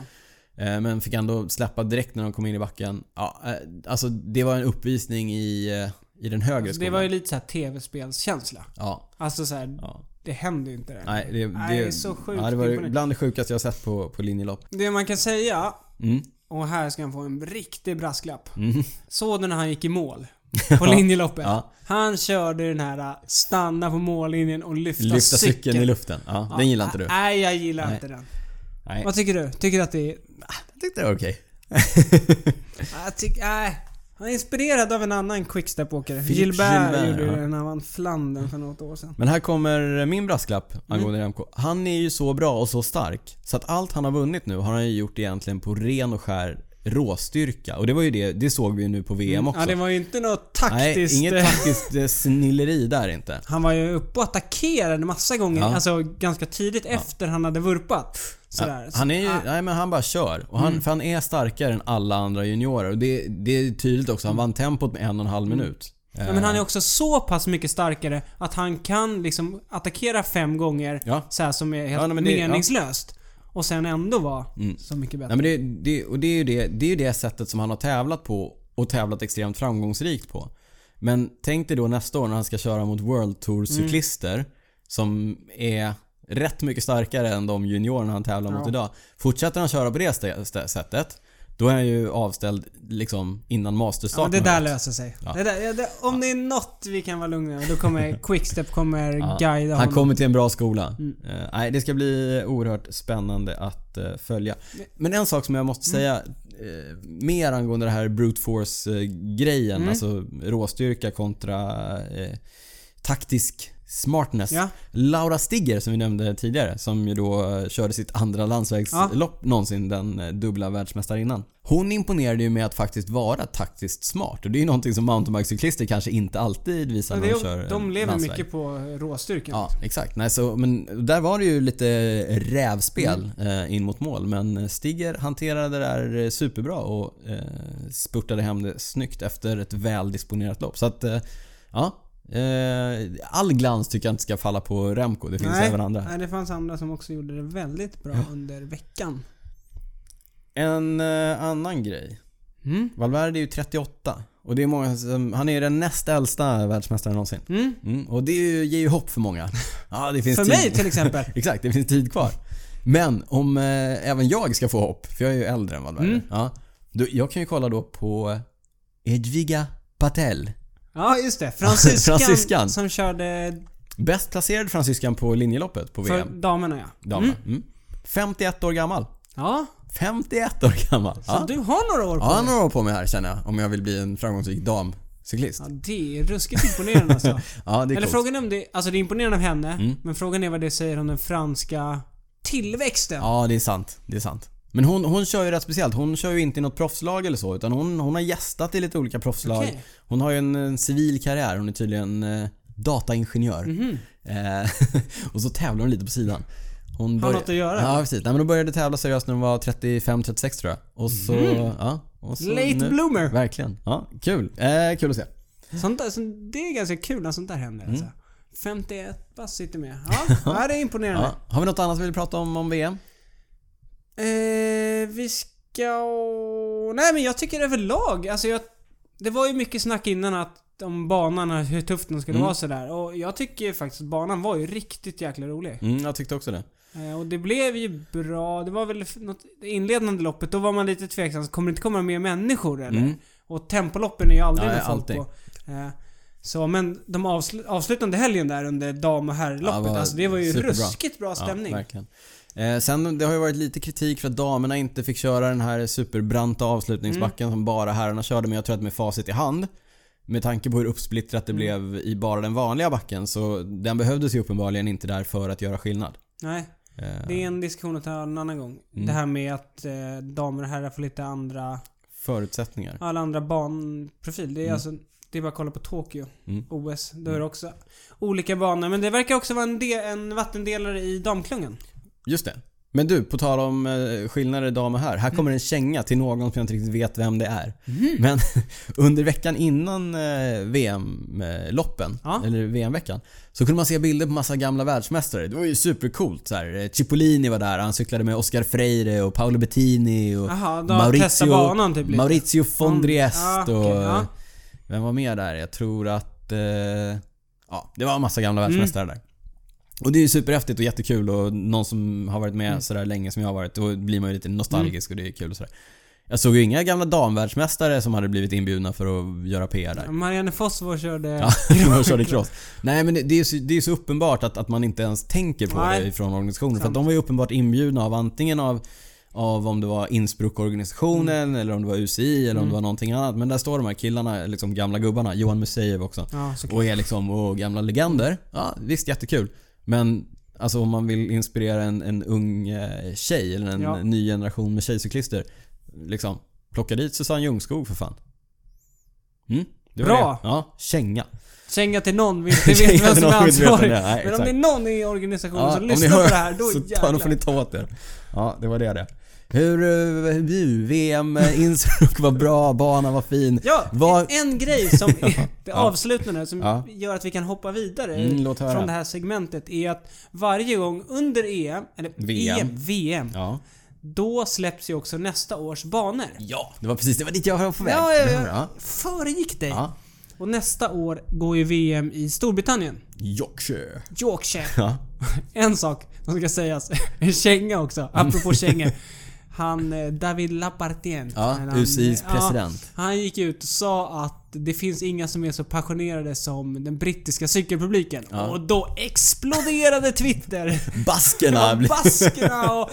[SPEAKER 1] Eh, men fick ändå släppa direkt när de kom in i backen. Ja, eh, alltså det var en uppvisning i, eh, i den högre
[SPEAKER 2] Alltså, det
[SPEAKER 1] skolan.
[SPEAKER 2] var ju lite så här tv-spelskänsla.
[SPEAKER 1] Ja,
[SPEAKER 2] Alltså så här,
[SPEAKER 1] ja.
[SPEAKER 2] det händer ju inte det.
[SPEAKER 1] Nej, det,
[SPEAKER 2] Nej, det är så sjukt
[SPEAKER 1] Ja, det var ju
[SPEAKER 2] imponerande.
[SPEAKER 1] bland det sjukaste jag har sett på, på linjelopp.
[SPEAKER 2] Det man kan säga,
[SPEAKER 1] Mm.
[SPEAKER 2] och här ska han få en riktig brasklapp.
[SPEAKER 1] Mm.
[SPEAKER 2] Såg du när han gick i mål? På linjeloppet.
[SPEAKER 1] Ja.
[SPEAKER 2] Han körde den här äh, stanna på mållinjen och lyfta,
[SPEAKER 1] Lyfta cykeln.
[SPEAKER 2] cykeln
[SPEAKER 1] i luften. Ja,
[SPEAKER 2] Ja,
[SPEAKER 1] den gillar inte du.
[SPEAKER 2] Nej, jag gillar
[SPEAKER 1] Nej.
[SPEAKER 2] inte den.
[SPEAKER 1] Nej,
[SPEAKER 2] Vad tycker du? Tycker du att det är...
[SPEAKER 1] jag tyckte det var okej.
[SPEAKER 2] Jag tycker... Nej. Han är inspirerad av en annan quickstep-åkare.
[SPEAKER 1] Philippe
[SPEAKER 2] Gilbert
[SPEAKER 1] Gilbert,
[SPEAKER 2] gjorde ju
[SPEAKER 1] ja.
[SPEAKER 2] den när han vann Flandern för något år sedan.
[SPEAKER 1] Men här kommer min brasklapp angående
[SPEAKER 2] Mm.
[SPEAKER 1] Remco. Han är ju så bra och så stark så att allt han har vunnit nu har han ju gjort egentligen på ren och skär råstyrka. Och det var ju det, det såg vi ju nu på VM också.
[SPEAKER 2] Mm. Ja, det var ju inte något
[SPEAKER 1] Nej,
[SPEAKER 2] taktiskt...
[SPEAKER 1] inget taktiskt eh, snilleri där inte.
[SPEAKER 2] han var ju uppe och attackerade massa gånger,
[SPEAKER 1] Ja.
[SPEAKER 2] alltså ganska tidigt efter han hade vurpat. Sådär. Mm.
[SPEAKER 1] Ja, Han är ju, nej men han bara kör. Och han, För han är starkare än alla andra juniorer. Och det, det är tydligt också. Han vann tempot med en och en
[SPEAKER 2] Mm.
[SPEAKER 1] halv minut.
[SPEAKER 2] Ja, men han
[SPEAKER 1] Eh.
[SPEAKER 2] är också så pass mycket starkare att han kan liksom attackera fem gånger
[SPEAKER 1] Ja.
[SPEAKER 2] så här som är helt
[SPEAKER 1] Ja, nej, men det- ja. Mm.
[SPEAKER 2] meningslöst. Och sen ändå vara så mycket bättre.
[SPEAKER 1] Nej, men det, det, och det är ju det, det, är ju det sättet som han har tävlat på och tävlat extremt framgångsrikt på. Men tänk dig då nästa år när han ska köra mot World
[SPEAKER 2] Mm.
[SPEAKER 1] Tour cyklister som är rätt mycket starkare än de juniorerna han tävlar mot
[SPEAKER 2] Ja.
[SPEAKER 1] idag. Fortsätter han köra på det stä- stä- sättet då är han ju avställd liksom innan
[SPEAKER 2] Ja,
[SPEAKER 1] masterstarten.
[SPEAKER 2] det
[SPEAKER 1] har
[SPEAKER 2] där
[SPEAKER 1] varit.
[SPEAKER 2] löser sig.
[SPEAKER 1] Ja.
[SPEAKER 2] Det där, ja, det, om det är något vi kan vara lugna över, då kommer Quickstep kommer guida
[SPEAKER 1] Han
[SPEAKER 2] honom.
[SPEAKER 1] kommer till en bra skola.
[SPEAKER 2] Mm.
[SPEAKER 1] Eh, nej, det ska bli oerhört spännande att eh, följa. Men en sak som jag
[SPEAKER 2] Mm.
[SPEAKER 1] måste säga eh, mer angående det här brute
[SPEAKER 2] Mm.
[SPEAKER 1] force-grejen. Alltså råstyrka kontra eh, taktisk smartness.
[SPEAKER 2] Ja.
[SPEAKER 1] Laura Stigger som vi nämnde tidigare, som ju då eh, körde sitt andra landsvägslopp någonsin, den eh, dubbla världsmästarinnan. Hon imponerade ju med att faktiskt vara taktiskt smart och det är ju någonting som mountainbikecyklister kanske inte alltid visar när
[SPEAKER 2] Men det,
[SPEAKER 1] de
[SPEAKER 2] är-
[SPEAKER 1] kör
[SPEAKER 2] de
[SPEAKER 1] en
[SPEAKER 2] lever
[SPEAKER 1] landsväg.
[SPEAKER 2] mycket på råstyrkan.
[SPEAKER 1] Ja, exakt. Nej, så, men där var det ju lite rävspel
[SPEAKER 2] Mm.
[SPEAKER 1] eh, in mot mål. Men Stiger hanterade det där eh, superbra och eh, spurtade hem det snyggt efter ett väldisponerat lopp. Så att, eh, ja. Eh, all glans tycker jag inte ska falla på Remco. Det finns även andra.
[SPEAKER 2] nej, det fanns andra som också gjorde det väldigt bra under veckan.
[SPEAKER 1] En eh, annan grej.
[SPEAKER 2] Mm.
[SPEAKER 1] Valverde är ju 38. Och det är många som, han är ju den näst äldsta världsmästaren någonsin.
[SPEAKER 2] Mm.
[SPEAKER 1] Mm, och det är ju, ger ju hopp för många. Ja, det finns
[SPEAKER 2] För
[SPEAKER 1] tid.
[SPEAKER 2] mig till exempel.
[SPEAKER 1] Exakt, det finns tid kvar. Men om eh, även jag ska få hopp, för jag är ju äldre än Valverde.
[SPEAKER 2] Mm.
[SPEAKER 1] Ja, då, jag kan ju kolla då på Edviga Patel.
[SPEAKER 2] Ja, just det. Fransyskan,
[SPEAKER 1] Fransyskan.
[SPEAKER 2] som körde
[SPEAKER 1] Bäst placerad fransyskan på linjeloppet på
[SPEAKER 2] för
[SPEAKER 1] VM.
[SPEAKER 2] damerna ja.
[SPEAKER 1] Damerna. Mm. 51 år gammal.
[SPEAKER 2] Ja,
[SPEAKER 1] 51 år gammal!
[SPEAKER 2] så
[SPEAKER 1] Ja,
[SPEAKER 2] du har några år på
[SPEAKER 1] ja jag har
[SPEAKER 2] dig.
[SPEAKER 1] några år på mig här känner jag. Om jag vill bli en framgångsrik damcyklist.
[SPEAKER 2] Ja, det är ruskigt imponerande alltså.
[SPEAKER 1] Ja, det är coolt.
[SPEAKER 2] Eller
[SPEAKER 1] Mm.
[SPEAKER 2] frågan är om det, alltså det är imponerande av henne, men frågan är vad det säger om den franska tillväxten.
[SPEAKER 1] Ja, det är sant. Det är sant. Men hon, hon kör ju rätt speciellt. Hon kör ju inte i något proffslag eller så. Utan hon, hon har gästat i lite olika proffslag.
[SPEAKER 2] Okej.
[SPEAKER 1] Hon har ju en, en civil karriär. Hon är tydligen eh, dataingenjör.
[SPEAKER 2] Mhm.
[SPEAKER 1] Eh, och så tävlar hon lite på sidan. Hon
[SPEAKER 2] Har
[SPEAKER 1] börja-
[SPEAKER 2] något att göra.
[SPEAKER 1] Ja, precis. Nej, men hon började tävla seriöst när hon var 35-36 tror jag. Och så... Ja, och så
[SPEAKER 2] Mhm. Late bloomer.
[SPEAKER 1] Verkligen. Ja, kul. Eh, kul att se.
[SPEAKER 2] Sånt där, så det är ganska kul när sånt där händer alltså. 51 bara sitter med. Ja, ja det är imponerande.
[SPEAKER 1] Mm. Ja. Har vi något annat vi vill prata om om VM?
[SPEAKER 2] Eh, vi ska... Nej men jag tycker överlag, alltså jag... Det var ju mycket snack innan att om banan, hur tufft den
[SPEAKER 1] Mm.
[SPEAKER 2] skulle vara sådär. Och jag tycker faktiskt att banan var ju riktigt jäkla rolig.
[SPEAKER 1] Mm, jag tyckte också det.
[SPEAKER 2] Eh, och det blev ju bra. Det var väl f- något, det inledande loppet, då var man lite tveksam. Kommer det inte komma mer människor eller?
[SPEAKER 1] Mm.
[SPEAKER 2] Och tempoloppen är ju aldrig
[SPEAKER 1] Nej,
[SPEAKER 2] med folk
[SPEAKER 1] alltid.
[SPEAKER 2] på. Eh, så men de avsl- avslutande helgen där under dam och herrloppet,
[SPEAKER 1] Ja, var
[SPEAKER 2] alltså det var ju
[SPEAKER 1] superbra.
[SPEAKER 2] ruskigt bra stämning.
[SPEAKER 1] Ja, verkligen. Eh, sen det har ju varit lite kritik för att damerna inte fick köra den här superbranta avslutningsbacken som bara herrarna körde. Men jag tror att med facit i hand, med tanke på hur uppsplittrat det blev i bara den vanliga backen så den behövdes ju uppenbarligen inte där för att göra skillnad.
[SPEAKER 2] Nej,
[SPEAKER 1] Eh,
[SPEAKER 2] det är en diskussion att ta en annan gång.
[SPEAKER 1] Mm.
[SPEAKER 2] Det här med att eh, damer och herrar får lite andra,
[SPEAKER 1] Förutsättningar.
[SPEAKER 2] alla andra banprofil. Det är alltså, det är bara att kolla på Tokyo,
[SPEAKER 1] Mm.
[SPEAKER 2] OS. Då är det också olika banor. Men det verkar också vara en, del, en vattendelare i damklungan.
[SPEAKER 1] Just det. Men du, på tal om eh, skillnader dam och här. Här kommer en känga till någon som jag inte riktigt vet vem det är. Men under veckan innan eh, VM-loppen,
[SPEAKER 2] Ja.
[SPEAKER 1] eh, eller VM-veckan, så kunde man se bilder på massa gamla världsmästare. Det var ju supercoolt. Så här. Eh, Cipollini var där, han cyklade med Oscar Freire och Paolo Bettini och
[SPEAKER 2] Jaha, då testar
[SPEAKER 1] Maurizio,
[SPEAKER 2] banan typ lite.
[SPEAKER 1] Maurizio von
[SPEAKER 2] Mm.
[SPEAKER 1] Driest
[SPEAKER 2] Ja, okej,
[SPEAKER 1] och...
[SPEAKER 2] ja.
[SPEAKER 1] Vem var med där? Jag tror att... Eh, ja, det var en massa gamla världsmästare
[SPEAKER 2] Mm.
[SPEAKER 1] där. Och det är ju superhäftigt och jättekul och någon som har varit med
[SPEAKER 2] Mm.
[SPEAKER 1] sådär länge som jag har varit, då blir man ju lite nostalgisk och det är kul och sådär. Jag såg ju inga gamla damvärldsmästare som hade blivit inbjudna för att göra PR där.
[SPEAKER 2] Marianne Fosfor körde...
[SPEAKER 1] Ja, de körde cross. Nej men det- det är ju så, det är så uppenbart att, att man inte ens tänker på
[SPEAKER 2] Nej.
[SPEAKER 1] det från organisationen. För
[SPEAKER 2] Sant.
[SPEAKER 1] att de var ju uppenbart inbjudna av antingen av, av om det var Innsbruck-organisationen
[SPEAKER 2] Mm.
[SPEAKER 1] eller om det var UCI eller om det var någonting annat. Men där står de här killarna, liksom gamla gubbarna. Johan Museev också.
[SPEAKER 2] Ja, såklart.
[SPEAKER 1] Och är liksom och gamla legender. Ja, visst jättekul. Men alltså om man vill inspirera en, en ung eh, tjej eller en
[SPEAKER 2] Ja.
[SPEAKER 1] ny generation med tjejcyklister. Liksom, plocka dit Susanne Ljungskog för fan. Mm, det var
[SPEAKER 2] Bra.
[SPEAKER 1] Det. Ja, känga.
[SPEAKER 2] Känga till någon, vi inte vet
[SPEAKER 1] Känga
[SPEAKER 2] vem
[SPEAKER 1] till
[SPEAKER 2] som är
[SPEAKER 1] någon, vi inte vet vem
[SPEAKER 2] ansvarig.
[SPEAKER 1] det är. Nej,
[SPEAKER 2] Men om det är
[SPEAKER 1] exakt.
[SPEAKER 2] någon i organisationen
[SPEAKER 1] Ja,
[SPEAKER 2] som
[SPEAKER 1] om
[SPEAKER 2] lyssnar
[SPEAKER 1] ni hör
[SPEAKER 2] på det här, då
[SPEAKER 1] så ta,
[SPEAKER 2] jävlar.
[SPEAKER 1] då får ni ta åt er. Ja, det var det det. Hur, eh, hur VM, eh, Innsbruck var bra, banan var fin.
[SPEAKER 2] Ja,
[SPEAKER 1] Vad-
[SPEAKER 2] en grej som det avslutande som
[SPEAKER 1] Ja.
[SPEAKER 2] gör att vi kan hoppa vidare
[SPEAKER 1] Mm, låt höra.
[SPEAKER 2] från det här segmentet är att varje gång under EM, eller E
[SPEAKER 1] VM.
[SPEAKER 2] EM, VM,
[SPEAKER 1] Ja.
[SPEAKER 2] då släpps ju också nästa års banor.
[SPEAKER 1] ja, det var precis det var dit jag var på väg.
[SPEAKER 2] Ja, ja, ja.
[SPEAKER 1] ja.
[SPEAKER 2] Föregick dig.
[SPEAKER 1] Ja.
[SPEAKER 2] Och nästa år går ju VM i Storbritannien.
[SPEAKER 1] Yorkshire.
[SPEAKER 2] Yorkshire.
[SPEAKER 1] Ja.
[SPEAKER 2] En sak som ska sägas, en känga också,
[SPEAKER 1] Mm.
[SPEAKER 2] apropå kängor. Han eh, David Lapartien.
[SPEAKER 1] Ja,
[SPEAKER 2] han-
[SPEAKER 1] UCIs president.
[SPEAKER 2] Ja, han gick ut och sa att det finns inga som är så passionerade som den brittiska cykelpubliken. Och då exploderade Twitter.
[SPEAKER 1] Baskerna.
[SPEAKER 2] Ja,
[SPEAKER 1] blir-
[SPEAKER 2] Baskerna och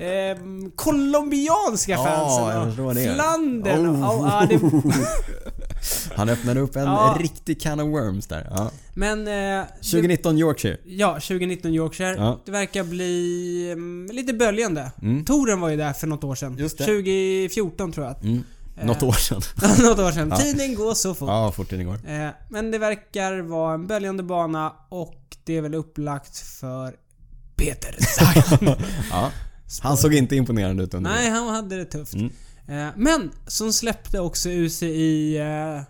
[SPEAKER 2] ehm, colombianska
[SPEAKER 1] Ja, jag
[SPEAKER 2] fansen
[SPEAKER 1] förstår
[SPEAKER 2] och
[SPEAKER 1] det. Oh.
[SPEAKER 2] Flandern och, och, ja, det,
[SPEAKER 1] Han öppnade upp en
[SPEAKER 2] Ja.
[SPEAKER 1] riktig can of worms där. Ja.
[SPEAKER 2] Men... Eh, det,
[SPEAKER 1] 2019 Yorkshire.
[SPEAKER 2] ja, 2019 Yorkshire.
[SPEAKER 1] Ja.
[SPEAKER 2] Det verkar bli mm, lite böljande.
[SPEAKER 1] Mm.
[SPEAKER 2] Toren var ju där för något år sedan.
[SPEAKER 1] Just det.
[SPEAKER 2] 2014 tror jag. att-
[SPEAKER 1] Mm. Något
[SPEAKER 2] Eh.
[SPEAKER 1] år sedan.
[SPEAKER 2] något år sedan.
[SPEAKER 1] Ja.
[SPEAKER 2] Tiden går så fort.
[SPEAKER 1] Ja, fort in igår.
[SPEAKER 2] Eh, men det verkar vara en böljande bana och det är väl upplagt för Peter Sagan.
[SPEAKER 1] Ja. Han såg inte imponerande ut under
[SPEAKER 2] Nej, han hade det tufft.
[SPEAKER 1] Mm.
[SPEAKER 2] Eh, men som släppte också ur sig i eh,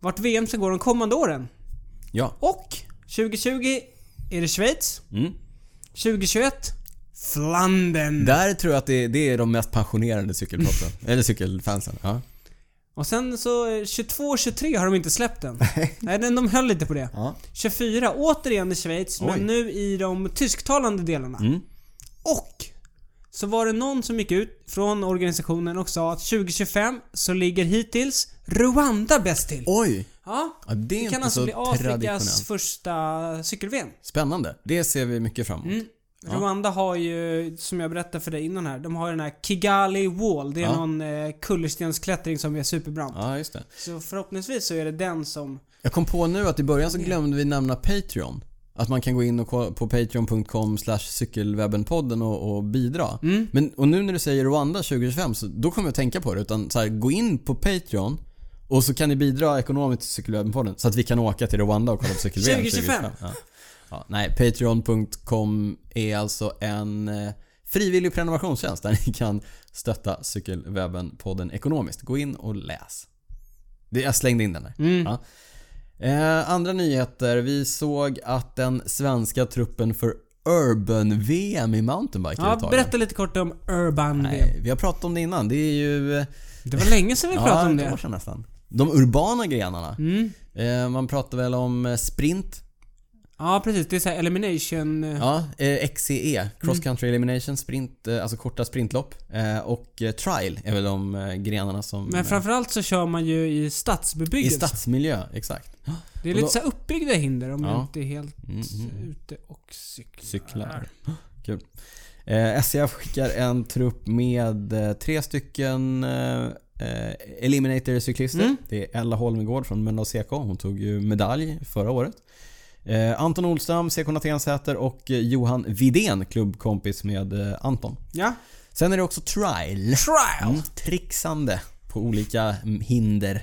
[SPEAKER 2] vart VM ska gå de kommande åren.
[SPEAKER 1] Ja.
[SPEAKER 2] Och 2020 är det Schweiz.
[SPEAKER 1] Mm.
[SPEAKER 2] 2021 Flandern.
[SPEAKER 1] Där tror jag att det, det är de mest passionerade cykelproffsen. Eller cykelfansen. Ja.
[SPEAKER 2] Och sen så eh, 22 23 har de inte släppt den. Nej, den- de höll lite på det.
[SPEAKER 1] ja.
[SPEAKER 2] 24 återigen i Schweiz,
[SPEAKER 1] Oj.
[SPEAKER 2] men nu i de tysktalande delarna.
[SPEAKER 1] Mm.
[SPEAKER 2] Och så var det någon som gick ut från organisationen och sa att 2025 så ligger hittills Rwanda bäst till.
[SPEAKER 1] Oj!
[SPEAKER 2] Ja,
[SPEAKER 1] Ja, det är
[SPEAKER 2] det kan
[SPEAKER 1] inte
[SPEAKER 2] alltså
[SPEAKER 1] så
[SPEAKER 2] bli Afrikas
[SPEAKER 1] traditionellt.
[SPEAKER 2] första cykel-VM.
[SPEAKER 1] Spännande. Det ser vi mycket fram emot.
[SPEAKER 2] Mm. Rwanda har ju, som jag berättade för dig innan här, de har ju den här Kigali Wall. Det är
[SPEAKER 1] Ja.
[SPEAKER 2] någon eh, kullerstensklättring som är superbrant.
[SPEAKER 1] Ja, just det.
[SPEAKER 2] Så förhoppningsvis så är det den som...
[SPEAKER 1] Jag kom på nu att i början så glömde vi nämna Patreon. Att man kan gå in och kolla på patreon.com slash cykelwebbenpodden och, och bidra. Men, och nu när du säger Rwanda 2025 så då kommer jag att tänka på det. Utan så här, gå in på Patreon och så kan ni bidra ekonomiskt till cykelwebbenpodden så att vi kan åka till Rwanda och kolla på cykel
[SPEAKER 2] 2025.
[SPEAKER 1] Ja. Ja, nej, patreon.com är alltså en eh, frivillig prenumerationstjänst där ni kan stötta cykelwebbenpodden ekonomiskt. Gå in och läs. Det, jag slängde in den där.
[SPEAKER 2] Mm.
[SPEAKER 1] Ja. Eh, andra nyheter. Vi såg att den svenska truppen för Urban-VM i mountainbike är
[SPEAKER 2] Ja,
[SPEAKER 1] uttagen.
[SPEAKER 2] berätta lite kort om Urban VM.
[SPEAKER 1] Nej, vi har pratat om det innan. Det är ju... eh,
[SPEAKER 2] Det var länge sedan vi pratade om
[SPEAKER 1] ett år
[SPEAKER 2] det. Mm.
[SPEAKER 1] sedan nästan. De urbana grenarna. Eh, man pratar väl om eh, sprint.
[SPEAKER 2] Ja, precis. Det är så här elimination... eh,
[SPEAKER 1] Ja, eh, XCE.
[SPEAKER 2] Mm.
[SPEAKER 1] Cross Country Elimination. Sprint, eh, alltså korta sprintlopp. Eh, och eh, trial är väl de eh, grenarna som...
[SPEAKER 2] Men framförallt så kör man ju i
[SPEAKER 1] eh, I
[SPEAKER 2] stadsbebyggelse.
[SPEAKER 1] stadsmiljö, exakt.
[SPEAKER 2] det är
[SPEAKER 1] och
[SPEAKER 2] lite
[SPEAKER 1] då-
[SPEAKER 2] så här uppbyggda hinder om
[SPEAKER 1] Ja.
[SPEAKER 2] man inte är helt
[SPEAKER 1] Mm, mm.
[SPEAKER 2] ute och cyklar.
[SPEAKER 1] Cyklar. Kul. Eh, SCF skickar en trupp med eh, tre stycken eh, eh, Eliminator-cyklister.
[SPEAKER 2] Mm.
[SPEAKER 1] Det är Ella Holmegård från Mölndals CK. Hon tog ju medalj förra året. Eh, Anton Olstam, CK Natensäter och eh, Johan Vidén, klubbkompis med eh, Anton.
[SPEAKER 2] Ja.
[SPEAKER 1] Sen är det också trial.
[SPEAKER 2] Trial!
[SPEAKER 1] Mm, trixande på olika mm, hinder,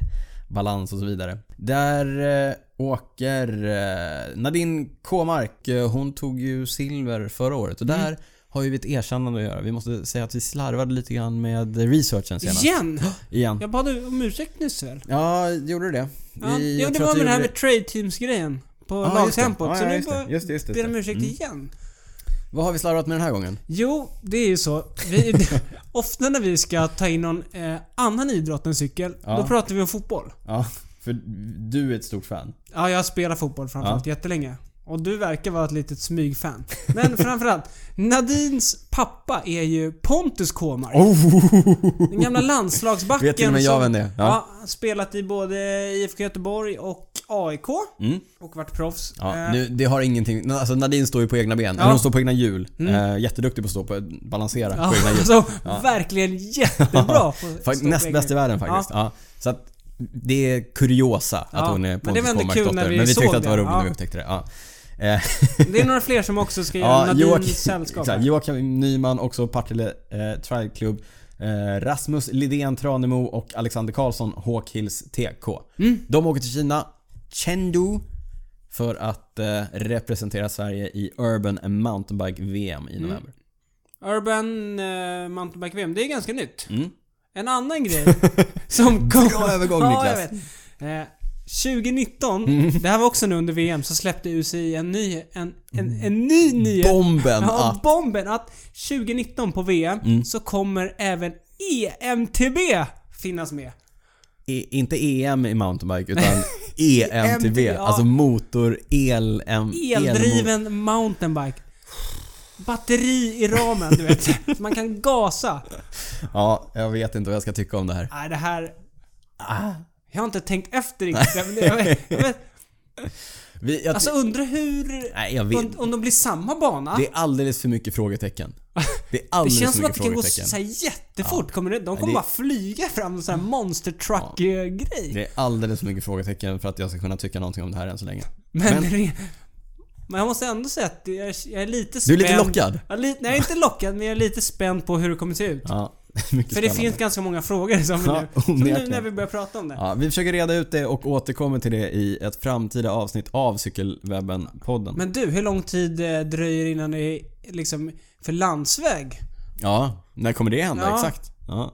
[SPEAKER 1] balans och så vidare. Där eh, åker eh, Nadine Kåmark. Eh, hon tog ju silver förra året
[SPEAKER 2] Mm.
[SPEAKER 1] och där har ju vi ett erkännande att göra. Vi måste säga att vi slarvade lite grann med researchen senast.
[SPEAKER 2] Igen!
[SPEAKER 1] Igen.
[SPEAKER 2] Jag bad om ursäkt nyss väl?
[SPEAKER 1] Ja, gjorde du det?
[SPEAKER 2] Ja,
[SPEAKER 1] Vi-
[SPEAKER 2] jo,
[SPEAKER 1] jag
[SPEAKER 2] det
[SPEAKER 1] tror
[SPEAKER 2] var
[SPEAKER 1] att vi
[SPEAKER 2] med det här
[SPEAKER 1] gjorde
[SPEAKER 2] med trade teams-grejen. På
[SPEAKER 1] Ja, just det.
[SPEAKER 2] lagtempot.
[SPEAKER 1] Ja,
[SPEAKER 2] så
[SPEAKER 1] ja,
[SPEAKER 2] nu
[SPEAKER 1] just det. Just det, just det,
[SPEAKER 2] ber
[SPEAKER 1] just
[SPEAKER 2] om
[SPEAKER 1] det.
[SPEAKER 2] ursäkt
[SPEAKER 1] Mm.
[SPEAKER 2] igen.
[SPEAKER 1] Vad har vi slarvat med den här gången?
[SPEAKER 2] Jo, det är ju så. Vi, ofta när vi ska ta in någon eh, annan idrott än cykel,
[SPEAKER 1] Ja.
[SPEAKER 2] då pratar vi om fotboll.
[SPEAKER 1] Ja, för du är ett stort fan.
[SPEAKER 2] Ja, jag spelar fotboll framförallt jättelänge. Och du verkar vara ett litet smygfan. Men framförallt, Nadins pappa är ju Pontus Kåmark. Den gamla landslagsbacken
[SPEAKER 1] Oh. Vet till och med jag
[SPEAKER 2] som-
[SPEAKER 1] vem det är. Ja.
[SPEAKER 2] Ja. spelat i både IFK Göteborg och AIK.
[SPEAKER 1] Mm.
[SPEAKER 2] Och varit proffs.
[SPEAKER 1] Ja,
[SPEAKER 2] Eh,
[SPEAKER 1] nu, det har ingenting... Alltså Nadine står ju på egna ben.
[SPEAKER 2] Ja. Mm.
[SPEAKER 1] Eller hon står på egna hjul. Eh, jätteduktig på att stå på... Balansera
[SPEAKER 2] ja,
[SPEAKER 1] på egna hjul.
[SPEAKER 2] alltså, verkligen jättebra på
[SPEAKER 1] Fakt-
[SPEAKER 2] stå på
[SPEAKER 1] Näst
[SPEAKER 2] egna
[SPEAKER 1] bäst i världen faktiskt. Ja. Så att det är kuriosa att
[SPEAKER 2] Ja,
[SPEAKER 1] hon är
[SPEAKER 2] men det
[SPEAKER 1] Pontus
[SPEAKER 2] var ändå
[SPEAKER 1] Kåmarks
[SPEAKER 2] kul
[SPEAKER 1] dotter.
[SPEAKER 2] när vi
[SPEAKER 1] Men vi
[SPEAKER 2] såg
[SPEAKER 1] tyckte att det var
[SPEAKER 2] det.
[SPEAKER 1] roligt
[SPEAKER 2] Ja.
[SPEAKER 1] när vi upptäckte det. Ja. Eh,
[SPEAKER 2] Det är några fler som också ska göra
[SPEAKER 1] ja,
[SPEAKER 2] Nadins
[SPEAKER 1] Joakim,
[SPEAKER 2] sällskap.
[SPEAKER 1] exakt, Joakim Nyman, också Partille eh, Trial Club. Eh, Rasmus Lidén Tranemo och Alexander Karlsson, Hawkhills TK.
[SPEAKER 2] Mm.
[SPEAKER 1] De åker till Kina, Chengdu, för att eh, representera Sverige i Urban Mountainbike-VM
[SPEAKER 2] Mm.
[SPEAKER 1] i november.
[SPEAKER 2] Urban eh, Mountainbike-VM, det är ganska nytt.
[SPEAKER 1] Mm.
[SPEAKER 2] En annan grej som kom...
[SPEAKER 1] Bra övergång,
[SPEAKER 2] jag
[SPEAKER 1] Niklas. Mm.
[SPEAKER 2] vet. Eh, 2019, det här var också nu under VM, så släppte UCI en ny, en, en, en ny nyhet.
[SPEAKER 1] Bomben
[SPEAKER 2] ja,
[SPEAKER 1] Mm. att... Mm.
[SPEAKER 2] bomben! Att 2019 på VM så kommer även E EMTB finnas med.
[SPEAKER 1] E, inte EM i mountainbike utan E
[SPEAKER 2] E
[SPEAKER 1] EMTB.
[SPEAKER 2] EMTB, ja.
[SPEAKER 1] Alltså motor, el, em, elmo-
[SPEAKER 2] Eldriven mountainbike. Batteri i ramen, du vet. Så man kan gasa.
[SPEAKER 1] Ja, jag vet inte vad jag ska tycka om det här.
[SPEAKER 2] Nej, det
[SPEAKER 1] Ah.
[SPEAKER 2] här... Jag har inte tänkt efter riktigt. men det- Jag vet, jag vet,
[SPEAKER 1] Vi, jag,
[SPEAKER 2] Alltså undra hur...
[SPEAKER 1] nej, jag vet.
[SPEAKER 2] Om, om de blir samma bana?
[SPEAKER 1] Det
[SPEAKER 2] Det,
[SPEAKER 1] är alldeles för mycket frågetecken. Det är alldeles
[SPEAKER 2] känns
[SPEAKER 1] för
[SPEAKER 2] som att
[SPEAKER 1] mycket
[SPEAKER 2] det kan gå
[SPEAKER 1] frågetecken.
[SPEAKER 2] så här jättefort. Kommer det, de kommer
[SPEAKER 1] det-
[SPEAKER 2] bara flyga fram en sån här monster truck eh, grej.
[SPEAKER 1] Det är alldeles för mycket frågetecken för att jag ska kunna tycka någonting om det här än så länge.
[SPEAKER 2] men, det- men jag måste ändå säga att jag, jag är lite
[SPEAKER 1] Du är
[SPEAKER 2] spänd.
[SPEAKER 1] lite lockad.
[SPEAKER 2] Jag är lite, nej, jag är inte lockad men jag är lite spänd på hur det kommer se ut.
[SPEAKER 1] Ja, mycket
[SPEAKER 2] För det
[SPEAKER 1] spännande.
[SPEAKER 2] finns ganska många frågor som vi
[SPEAKER 1] Ja,
[SPEAKER 2] nu, som nu
[SPEAKER 1] onekligen.
[SPEAKER 2] när vi börjar prata om det.
[SPEAKER 1] Ja, vi försöker reda ut det och återkommer till det i ett framtida avsnitt av Cykelwebben-podden.
[SPEAKER 2] Men du, hur lång tid eh, dröjer innan det är liksom för landsväg?
[SPEAKER 1] Ja, när kommer det hända?
[SPEAKER 2] Ja.
[SPEAKER 1] Exakt. Ja.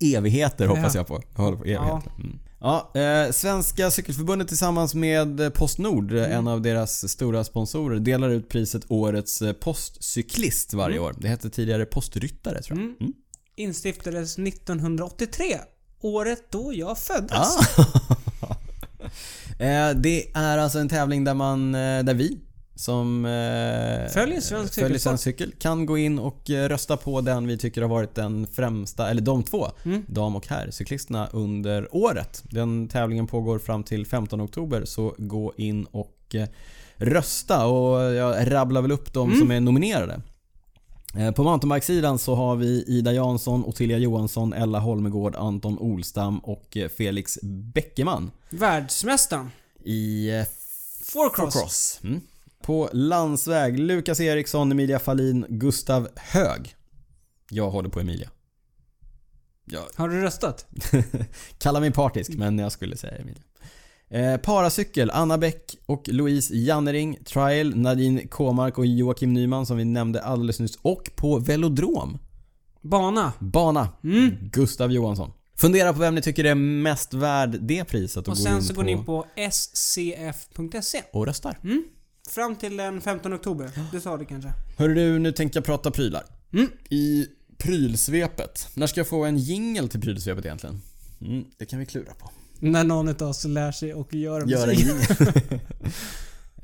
[SPEAKER 1] evigheter hoppas jag på. Jag håller på evigheter. Mm. Ja, eh, Svenska Cykelförbundet tillsammans med eh, Postnord, eh, en av deras stora sponsorer, delar ut priset Årets eh, postcyklist varje år. Det hette tidigare Postryttare tror jag. Mm.
[SPEAKER 2] Instiftades 1983. Året då jag föddes.
[SPEAKER 1] Ah. Eh, det är alltså en tävling där man, eh, där vi som eh,
[SPEAKER 2] Följer svensk
[SPEAKER 1] följer
[SPEAKER 2] cykelsport.
[SPEAKER 1] svensk cykel kan gå in och eh, rösta på den vi tycker har varit den främsta, eller de två,
[SPEAKER 2] Mm.
[SPEAKER 1] dam och herr, cyklisterna under året. Den tävlingen pågår fram till 15 oktober så gå in och eh, rösta och jag rabblar väl upp de
[SPEAKER 2] Mm.
[SPEAKER 1] som är nominerade. Eh, På mountainbikesidan så har vi Ida Jansson, Ottilia Johansson, Ella Holmegård, Anton Olstam och eh, Felix Bäckeman
[SPEAKER 2] Världsmästaren.
[SPEAKER 1] i eh,
[SPEAKER 2] Fourcross.
[SPEAKER 1] Cross. Mm. På landsväg, Lukas Eriksson, Emilia Fahlin, Gustav Hög. Jag håller på Emilia. Jag
[SPEAKER 2] Har du röstat?
[SPEAKER 1] kallar mig partisk men jag skulle säga Emilia. Eh, paracykel, Anna Bäck och Louise Jannering. Trial, Nadine Kåmark och Joakim Nyman som vi nämnde alldeles nyss. Och på velodrom.
[SPEAKER 2] Bana.
[SPEAKER 1] Bana.
[SPEAKER 2] Mm.
[SPEAKER 1] Gustav Johansson. Fundera på vem ni tycker är mest värd det priset och,
[SPEAKER 2] Och
[SPEAKER 1] gå
[SPEAKER 2] sen
[SPEAKER 1] in
[SPEAKER 2] så
[SPEAKER 1] på
[SPEAKER 2] går ni in på scf.se.
[SPEAKER 1] och röstar.
[SPEAKER 2] E. Fram till den 15 oktober. Du sa det kanske?
[SPEAKER 1] Hörru du, nu tänker jag prata prylar. I prylsvepet. När ska jag få en jingel till prylsvepet egentligen? Mm, det kan vi klura på.
[SPEAKER 2] När någon av oss lär sig och gör
[SPEAKER 1] Gör en
[SPEAKER 2] musik.
[SPEAKER 1] jingel.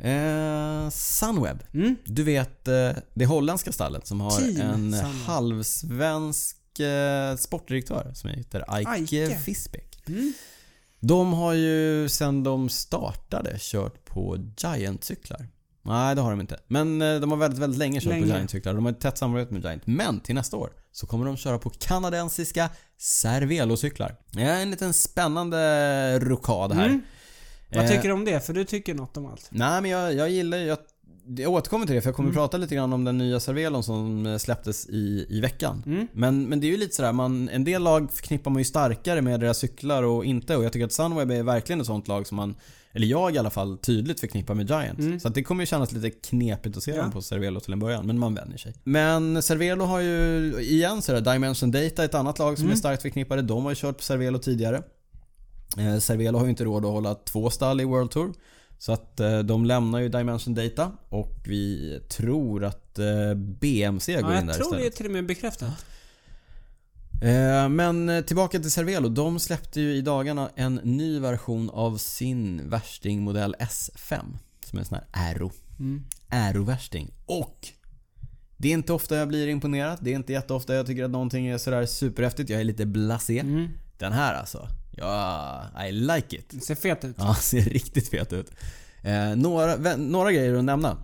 [SPEAKER 1] eh, Sunweb.
[SPEAKER 2] Mm.
[SPEAKER 1] Du vet eh, det holländska stallet som har
[SPEAKER 2] Team
[SPEAKER 1] en
[SPEAKER 2] Sunweb.
[SPEAKER 1] halvsvensk eh, sportdirektör som heter Eike
[SPEAKER 2] Eike. Mm.
[SPEAKER 1] Fisbeck. De har ju sedan de startade kört på Giant-cyklar. Nej, det har de inte. Men eh, de har väldigt, väldigt länge kört på
[SPEAKER 2] Länge.
[SPEAKER 1] Giant-cyklar. De har ett tätt samarbete med Giant. Men till nästa år så kommer de köra på kanadensiska Cervelo-cyklar. Ja, en liten spännande rokad här.
[SPEAKER 2] Mm. Vad
[SPEAKER 1] Eh,
[SPEAKER 2] tycker du om det? För du tycker något om allt.
[SPEAKER 1] Nej, men jag, jag gillar ju... Jag, jag återkommer till det för jag kommer prata lite grann om den nya Cervelon som eh, släpptes i, i veckan. Men, men det är ju lite sådär, man, en del lag förknippar man ju starkare med deras cyklar och inte. Och jag tycker att Sunweb är verkligen ett sånt lag som man, eller jag i alla fall, tydligt förknippar med Giant.
[SPEAKER 2] Mm.
[SPEAKER 1] Så att det kommer ju kännas lite knepigt att se dem på Cervelo till en början, men man vänjer sig. Men Cervelo har ju, igen sådär, Dimension Data, ett annat lag som
[SPEAKER 2] Mm.
[SPEAKER 1] är starkt förknippade. De har ju kört på Cervelo tidigare. Eh, Cervelo har ju inte råd att hålla två stall i World Tour. Så att eh, de lämnar ju Dimension Data och vi tror att eh, BMC går
[SPEAKER 2] Ja,
[SPEAKER 1] in
[SPEAKER 2] jag
[SPEAKER 1] där
[SPEAKER 2] tror det är
[SPEAKER 1] istället. Ah.
[SPEAKER 2] till och med bekräftat.
[SPEAKER 1] Eh, men eh, tillbaka till Cervelo. De släppte ju i dagarna en ny version av sin värsting modell S5. Som är en sån här Aero. Aero-värsting. Och det är inte ofta jag blir imponerad. Det är inte jätteofta jag tycker att någonting är sådär superhäftigt. Jag är lite blasé. Den här alltså. Ja, I like it.
[SPEAKER 2] Den ser fet ut.
[SPEAKER 1] Ja, ser riktigt fet ut. Eh, några, vä- några grejer att nämna.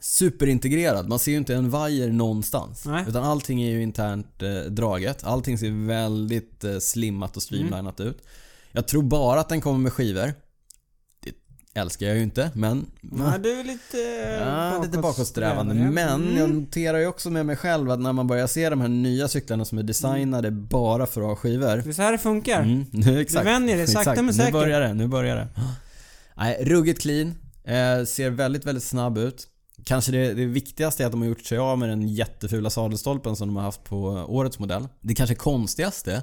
[SPEAKER 1] Superintegrerad. Man ser ju inte en vajer någonstans.
[SPEAKER 2] Nej.
[SPEAKER 1] Utan allting är ju internt eh, draget. Allting ser väldigt eh, slimmat och streamlinat ut. Jag tror bara att den kommer med skivor. Det älskar jag ju inte, men...
[SPEAKER 2] Ja, du är lite...
[SPEAKER 1] Ja, lite bakåtsträvande.
[SPEAKER 2] ja.
[SPEAKER 1] Men jag noterar ju också med mig själv att när man börjar se de här nya cyklarna som är designade bara för att ha skivor.
[SPEAKER 2] Det är så här det funkar.
[SPEAKER 1] Mm, exakt.
[SPEAKER 2] Du vänjer dig, sakta
[SPEAKER 1] Exakt.
[SPEAKER 2] men säkert.
[SPEAKER 1] Nu börjar det, nu börjar det. Nej, ruggigt clean. Eh, ser väldigt, väldigt snabb ut. Kanske det, det viktigaste är att de har gjort sig av med den jättefula sadelstolpen som de har haft på årets modell. Det kanske konstigaste,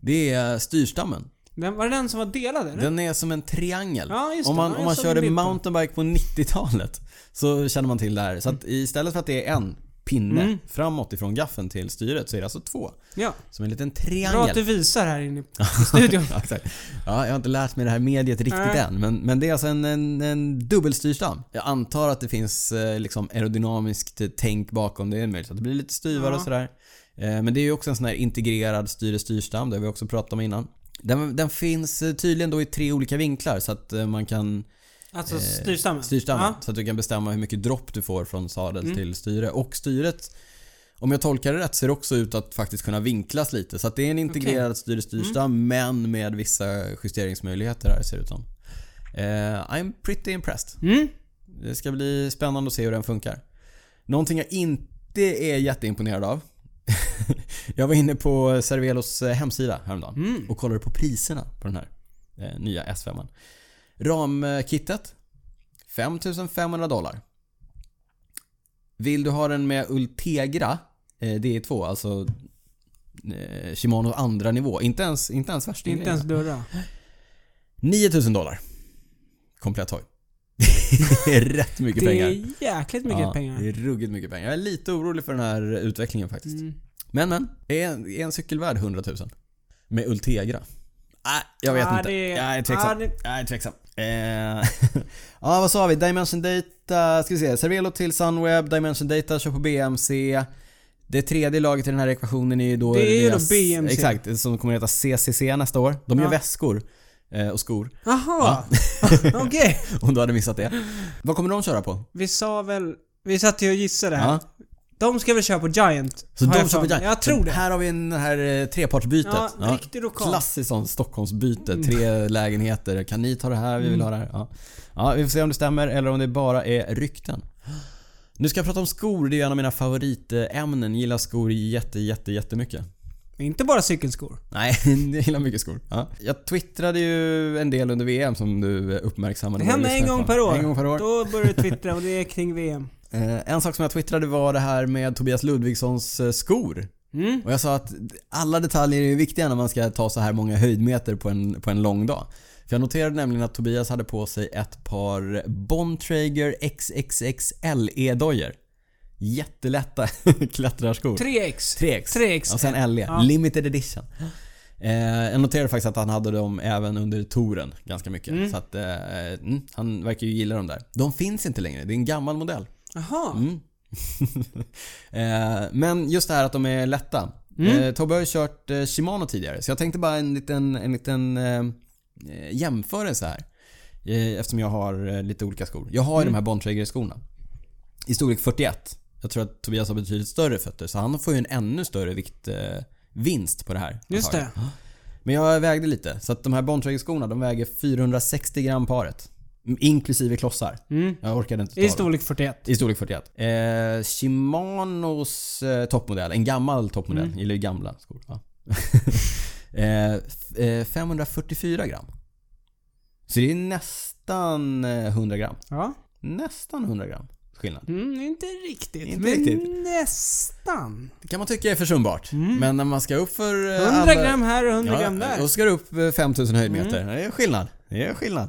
[SPEAKER 1] det är styrstammen.
[SPEAKER 2] Den, var det den som var delad eller?
[SPEAKER 1] Den är som en triangel.
[SPEAKER 2] Ja, just det.
[SPEAKER 1] om man,
[SPEAKER 2] Ja, jag
[SPEAKER 1] om man
[SPEAKER 2] såg
[SPEAKER 1] körde
[SPEAKER 2] en bild på den.
[SPEAKER 1] mountainbike på 90-talet så känner man till det här. Så att
[SPEAKER 2] Mm.
[SPEAKER 1] istället för att det är en pinne framåt ifrån gaffeln till styret så är det alltså två.
[SPEAKER 2] Ja.
[SPEAKER 1] Som en liten
[SPEAKER 2] Bra
[SPEAKER 1] triangel.
[SPEAKER 2] att du visar här inne i studion.
[SPEAKER 1] Ja, exakt. Ja, jag har inte lärt mig det här mediet riktigt
[SPEAKER 2] Nej.
[SPEAKER 1] än. Men, men det är alltså en, en, en dubbelstyrstam. Jag antar att det finns eh, liksom aerodynamiskt tänk bakom det. Det är möjligt att det blir lite styvare och
[SPEAKER 2] Ja.
[SPEAKER 1] sådär. Eh, men det är ju också en sån här integrerad styr och styrstam. Det har vi också pratat om innan. Den, den finns eh, tydligen då i tre olika vinklar så att eh, man kan
[SPEAKER 2] Alltså styrstammen?
[SPEAKER 1] Eh, styrstammen.
[SPEAKER 2] Ja. Mm.
[SPEAKER 1] Så att du kan bestämma hur mycket dropp du får från sadel till styre. Och styret, om jag tolkar det rätt, ser också ut att faktiskt kunna vinklas lite. Så att det är en integrerad
[SPEAKER 2] Mm.
[SPEAKER 1] styre-styrstam men med vissa justeringsmöjligheter här ser det ut som. Eh, I'm pretty impressed.
[SPEAKER 2] Mm.
[SPEAKER 1] Det ska bli spännande att se hur den funkar. Någonting jag inte är jätteimponerad av. jag var inne på Cervelos eh, hemsida häromdagen och kollade på priserna på den här eh, nya S5. Ramkittet 5500 dollar. Vill du ha den med Ultegra eh, DE2, alltså eh, Shimano andra nivå. Inte ens, inte ens
[SPEAKER 2] Det är inte
[SPEAKER 1] värstingrejerna.
[SPEAKER 2] ens dörra.
[SPEAKER 1] 9000 dollar. Komplett hoj. det är rätt mycket
[SPEAKER 2] Det
[SPEAKER 1] pengar.
[SPEAKER 2] är jäkligt mycket
[SPEAKER 1] Ja, Det
[SPEAKER 2] pengar.
[SPEAKER 1] är ruggigt mycket pengar. Jag är lite orolig för den här utvecklingen faktiskt.
[SPEAKER 2] Mm.
[SPEAKER 1] Men men, är en, är en cykel värd 100 000? Med Ultegra? Nej, jag vet
[SPEAKER 2] Ja,
[SPEAKER 1] inte.
[SPEAKER 2] det-
[SPEAKER 1] Jag är tveksam.
[SPEAKER 2] ja, det-
[SPEAKER 1] Jag är tveksam. Eh, ja, vad sa vi? Dimension Data, ska vi se. Cervelo till Sunweb, Dimension Data kör på BMC. Det tredje laget i den här ekvationen är ju då...
[SPEAKER 2] Det är ju då
[SPEAKER 1] deras-
[SPEAKER 2] BMC.
[SPEAKER 1] Exakt, som kommer att heta CCC nästa år. De gör
[SPEAKER 2] Ja.
[SPEAKER 1] väskor eh, och skor.
[SPEAKER 2] Jaha, okej.
[SPEAKER 1] Om du hade missat det. Vad kommer de köra på?
[SPEAKER 2] Vi sa väl... Vi satt ju och gissade här.
[SPEAKER 1] Ja.
[SPEAKER 2] De ska väl köra på Giant?
[SPEAKER 1] Så
[SPEAKER 2] har
[SPEAKER 1] de
[SPEAKER 2] jag
[SPEAKER 1] kör på
[SPEAKER 2] för mig.
[SPEAKER 1] Giant.
[SPEAKER 2] Jag tror
[SPEAKER 1] Så
[SPEAKER 2] det.
[SPEAKER 1] Här har vi en det här eh, trepartsbytet.
[SPEAKER 2] Ja, riktig lokal.
[SPEAKER 1] Klassiskt sånt Stockholmsbyte.
[SPEAKER 2] Mm.
[SPEAKER 1] Tre lägenheter. Kan ni ta det här? Vi vill ha det här. Ja. ja, vi får se om det stämmer eller om det bara är rykten. Nu ska jag prata om skor. Det är ju en av mina favoritämnen. Jag gillar skor jätte, jätte, jättemycket.
[SPEAKER 2] Inte bara cykelskor.
[SPEAKER 1] Nej, jag gillar mycket skor. Ja. Jag twittrade ju en del under VM som du eh, uppmärksammade.
[SPEAKER 2] Det
[SPEAKER 1] våra
[SPEAKER 2] händer en
[SPEAKER 1] lyssnare
[SPEAKER 2] gång
[SPEAKER 1] på.
[SPEAKER 2] per år.
[SPEAKER 1] En gång per år.
[SPEAKER 2] Då börjar du twittra och det är kring VM.
[SPEAKER 1] Eh, En sak som jag twittrade var det här med Tobias Ludvigssons eh, skor.
[SPEAKER 2] Mm.
[SPEAKER 1] Och jag sa att alla detaljer är ju viktiga när man ska ta så här många höjdmeter på en, på en lång dag. För jag noterade nämligen att Tobias hade på sig ett par Bontrager XXXLE dojor Jättelätta klättrarskor.
[SPEAKER 2] 3X.
[SPEAKER 1] 3X.
[SPEAKER 2] 3X.
[SPEAKER 1] Och sen LE.
[SPEAKER 2] Ja.
[SPEAKER 1] Limited edition. Eh, jag noterade faktiskt att han hade dem även under touren ganska mycket. Så att, eh, mm, han verkar ju gilla dem där. De finns inte längre. Det är en gammal modell.
[SPEAKER 2] Jaha.
[SPEAKER 1] Mm. eh, men just det här att de är lätta.
[SPEAKER 2] Mm.
[SPEAKER 1] Eh, Tobbe har ju kört eh, Shimano tidigare så jag tänkte bara en liten, en liten eh, eh, jämförelse här. Eh, eftersom jag har eh, lite olika skor. Jag har ju
[SPEAKER 2] Mm.
[SPEAKER 1] de här Bontrager skorna. I storlek 41. Jag tror att Tobias har betydligt större fötter så han får ju en ännu större vikt, eh, vinst på det här.
[SPEAKER 2] Just
[SPEAKER 1] antagligen.
[SPEAKER 2] det.
[SPEAKER 1] Men jag vägde lite så att de här Bontrager skorna de väger 460 gram paret. Inklusive klossar.
[SPEAKER 2] Mm.
[SPEAKER 1] Jag orkade inte ta
[SPEAKER 2] I
[SPEAKER 1] dem.
[SPEAKER 2] storlek 41.
[SPEAKER 1] I storlek 41. Eh, Shimanos eh, toppmodell, en gammal toppmodell,
[SPEAKER 2] Mm.
[SPEAKER 1] gillar ju gamla skor. Ja. eh, f- eh, 544 gram. Så det är nästan eh, 100 gram.
[SPEAKER 2] Ja.
[SPEAKER 1] Nästan 100 gram skillnad.
[SPEAKER 2] Mm, inte riktigt.
[SPEAKER 1] Inte
[SPEAKER 2] men
[SPEAKER 1] riktigt.
[SPEAKER 2] nästan.
[SPEAKER 1] Det kan man tycka är försumbart. Men när man ska upp för... eh,
[SPEAKER 2] 100
[SPEAKER 1] alla-
[SPEAKER 2] Mm. gram här och 100 gram
[SPEAKER 1] Ja,
[SPEAKER 2] där. Mm.
[SPEAKER 1] och ska du upp eh, 5000 höjdmeter. Det är skillnad. Det är skillnad.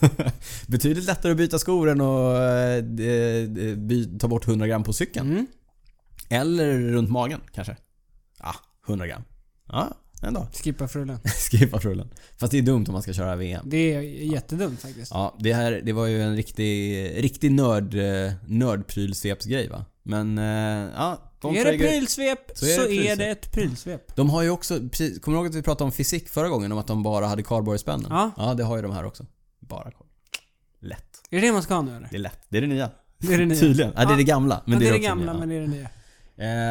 [SPEAKER 1] Betydligt lättare att byta skor än att eh, d- d- by- ta bort 100 gram på cykeln.
[SPEAKER 2] Mm.
[SPEAKER 1] Eller runt magen kanske. Ja, 100 gram. Ja, en dag.
[SPEAKER 2] Skippa frullen.
[SPEAKER 1] Skippa rullen. Fast det är dumt om man ska köra VM.
[SPEAKER 2] Det är jättedumt faktiskt.
[SPEAKER 1] Ja, det här det var ju en riktig, riktig nörd, eh, nördprylsvepsgrej va? Men eh, ja, de
[SPEAKER 2] är det
[SPEAKER 1] Traeger-
[SPEAKER 2] prylsvep så, är, det ett prylsvep.
[SPEAKER 1] De har ju också, precis, kommer du ihåg att vi pratade om fysik förra gången? Om att de bara hade kardborrespännen?
[SPEAKER 2] Ja.
[SPEAKER 1] ja, det har ju de här också. Bara kard. Lätt.
[SPEAKER 2] Är det det man ska ha nu eller?
[SPEAKER 1] Det är lätt. Det är det nya.
[SPEAKER 2] Det är det nya.
[SPEAKER 1] Tydligen. Ja, det är
[SPEAKER 2] Ja.
[SPEAKER 1] det gamla. Men
[SPEAKER 2] Men det är det
[SPEAKER 1] också
[SPEAKER 2] gamla
[SPEAKER 1] nya.
[SPEAKER 2] men det är det nya.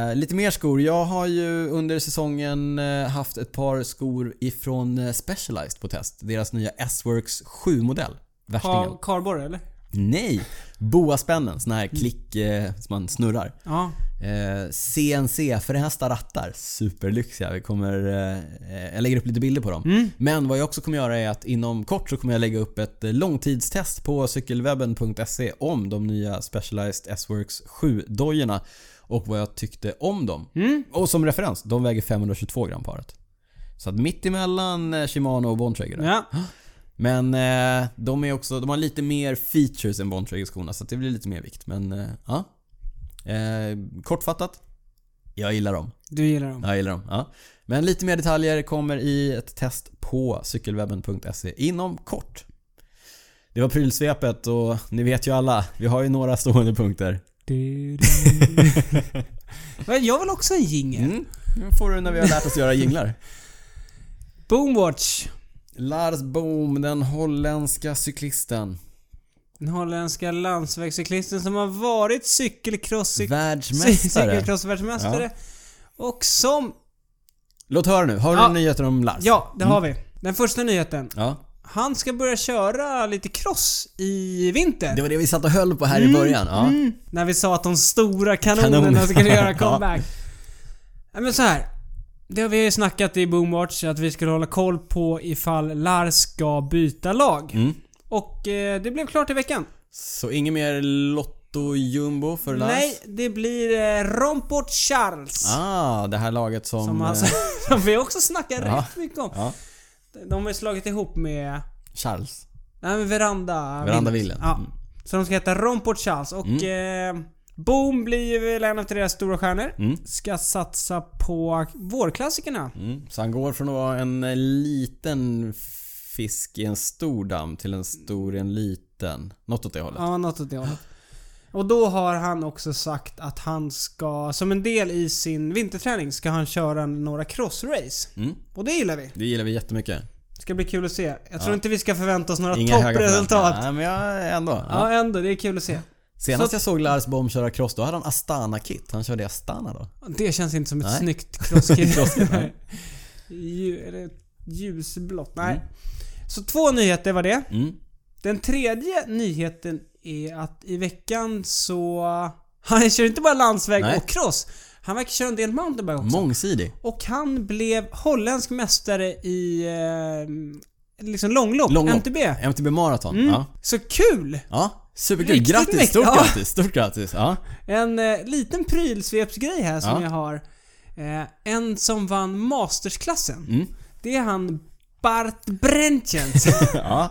[SPEAKER 1] Eh, lite mer skor. Jag har ju under säsongen eh, haft ett par skor ifrån eh, Specialized på test. Deras nya S-Works 7-modell. Värstingen.
[SPEAKER 2] Ka- Karborre eller?
[SPEAKER 1] Nej! Boaspännen. Sån här klick eh, som man snurrar.
[SPEAKER 2] Ja.
[SPEAKER 1] Eh, CNC förhästa rattar. Superlyxiga. Vi kommer, eh, eh, jag lägger upp lite bilder på dem.
[SPEAKER 2] Mm.
[SPEAKER 1] Men vad jag också kommer göra är att inom kort så kommer jag lägga upp ett eh, långtidstest på cykelwebben.se om de nya Specialized S-Works 7-dojorna och vad jag tyckte om dem. Och som referens, de väger 522 gram paret. Så att mitt emellan eh, Shimano och Bontrager. där.
[SPEAKER 2] ja.
[SPEAKER 1] Men eh, de, är också, de har lite mer features än Bontrager-skorna så att det blir lite mer vikt. Men eh, ja. Eh, kortfattat. Jag gillar dem.
[SPEAKER 2] Du gillar dem.
[SPEAKER 1] Jag gillar dem. Ja. Men lite mer detaljer kommer i ett test på cykelwebben.se inom kort. Det var prylsvepet och ni vet ju alla, vi har ju några stående punkter.
[SPEAKER 2] Du, du. Men Jag vill också ha en jingel.
[SPEAKER 1] Mm. Nu får du när vi har lärt oss göra jinglar.
[SPEAKER 2] Boomwatch.
[SPEAKER 1] Lars Boom, den holländska cyklisten.
[SPEAKER 2] Den holländska landsvägscyklisten som har varit cykelcross...
[SPEAKER 1] Världsmästare.
[SPEAKER 2] Cykelcrossvärldsmästare. Och som...
[SPEAKER 1] Låt höra nu, har du
[SPEAKER 2] Ja.
[SPEAKER 1] några nyheter om Lars?
[SPEAKER 2] Ja, det
[SPEAKER 1] Mm.
[SPEAKER 2] har vi. Den första nyheten.
[SPEAKER 1] Ja.
[SPEAKER 2] Han ska börja köra lite cross i vinter.
[SPEAKER 1] Det var det vi satt och höll på
[SPEAKER 2] Mm.
[SPEAKER 1] här i början. Ja.
[SPEAKER 2] När vi sa att de stora kanonerna
[SPEAKER 1] Kanoner.
[SPEAKER 2] skulle göra
[SPEAKER 1] Ja.
[SPEAKER 2] comeback. Nej men så här. Det har vi ju snackat i Boomwatch att vi skulle hålla koll på ifall Lars ska byta lag.
[SPEAKER 1] Mm.
[SPEAKER 2] Och eh, det blev klart i veckan.
[SPEAKER 1] Så inget mer Lotto Jumbo för Lars?
[SPEAKER 2] Nej, det blir eh, Romport Charles.
[SPEAKER 1] Ah, det här laget som...
[SPEAKER 2] Som, alltså,
[SPEAKER 1] eh,
[SPEAKER 2] som vi också snackar
[SPEAKER 1] Ja.
[SPEAKER 2] rätt mycket om.
[SPEAKER 1] ja,
[SPEAKER 2] De har ju slagit ihop med...
[SPEAKER 1] eh, Charles.
[SPEAKER 2] Nej men Veranda...
[SPEAKER 1] Veranda
[SPEAKER 2] Villas.
[SPEAKER 1] Villen.
[SPEAKER 2] Ja.
[SPEAKER 1] Mm.
[SPEAKER 2] Så de ska heta Romport Charles och... Eh, Boom blir ju väl en av deras stora stjärnor.
[SPEAKER 1] Mm.
[SPEAKER 2] Ska satsa på vårklassikerna.
[SPEAKER 1] Mm. Så han går från att vara en eh, liten fisk i en stor damm till en stor i en liten. Något åt det hållet.
[SPEAKER 2] Ja, något åt det hållet. Och då har han också sagt att han ska, som en del i sin vinterträning, ska han köra några crossrace.
[SPEAKER 1] Mm.
[SPEAKER 2] Och det gillar vi.
[SPEAKER 1] Det gillar vi jättemycket.
[SPEAKER 2] Ska bli kul att se. Jag tror inte vi ska förvänta oss några
[SPEAKER 1] Inga höga
[SPEAKER 2] toppresultat.
[SPEAKER 1] förväntningar. Nej, men jag, ändå. Ja.
[SPEAKER 2] Ja, ändå. Det är kul att se.
[SPEAKER 1] Senast jag såg Lars Bohm köra cross, då hade han Astana-kit. Han körde i Astana då.
[SPEAKER 2] Det känns inte som ett
[SPEAKER 1] Nej.
[SPEAKER 2] snyggt crosskit.
[SPEAKER 1] Crosskit, nej.
[SPEAKER 2] Lju- eller Ljusblått. Nej. Så två nyheter var det.
[SPEAKER 1] Mm.
[SPEAKER 2] Den tredje nyheten är att i veckan så... Han kör inte bara landsväg
[SPEAKER 1] Nej.
[SPEAKER 2] och cross. Han verkar köra en del mountainbike också.
[SPEAKER 1] Mångsidig.
[SPEAKER 2] Och han blev holländsk mästare i eh, liksom långlopp,
[SPEAKER 1] Långlopp.
[SPEAKER 2] MTB.
[SPEAKER 1] MTB Marathon.
[SPEAKER 2] Mm.
[SPEAKER 1] Ja.
[SPEAKER 2] Så kul!
[SPEAKER 1] ja. Superkul.
[SPEAKER 2] Riktigt
[SPEAKER 1] Grattis.
[SPEAKER 2] mäktigt.
[SPEAKER 1] Stort
[SPEAKER 2] Ja.
[SPEAKER 1] grattis. Stort grattis. Ja.
[SPEAKER 2] En eh, liten prylsvepsgrej här som
[SPEAKER 1] Ja.
[SPEAKER 2] jag har. Eh, en som vann mastersklassen.
[SPEAKER 1] Mm.
[SPEAKER 2] Det är han Bart Brentjens.
[SPEAKER 1] ja.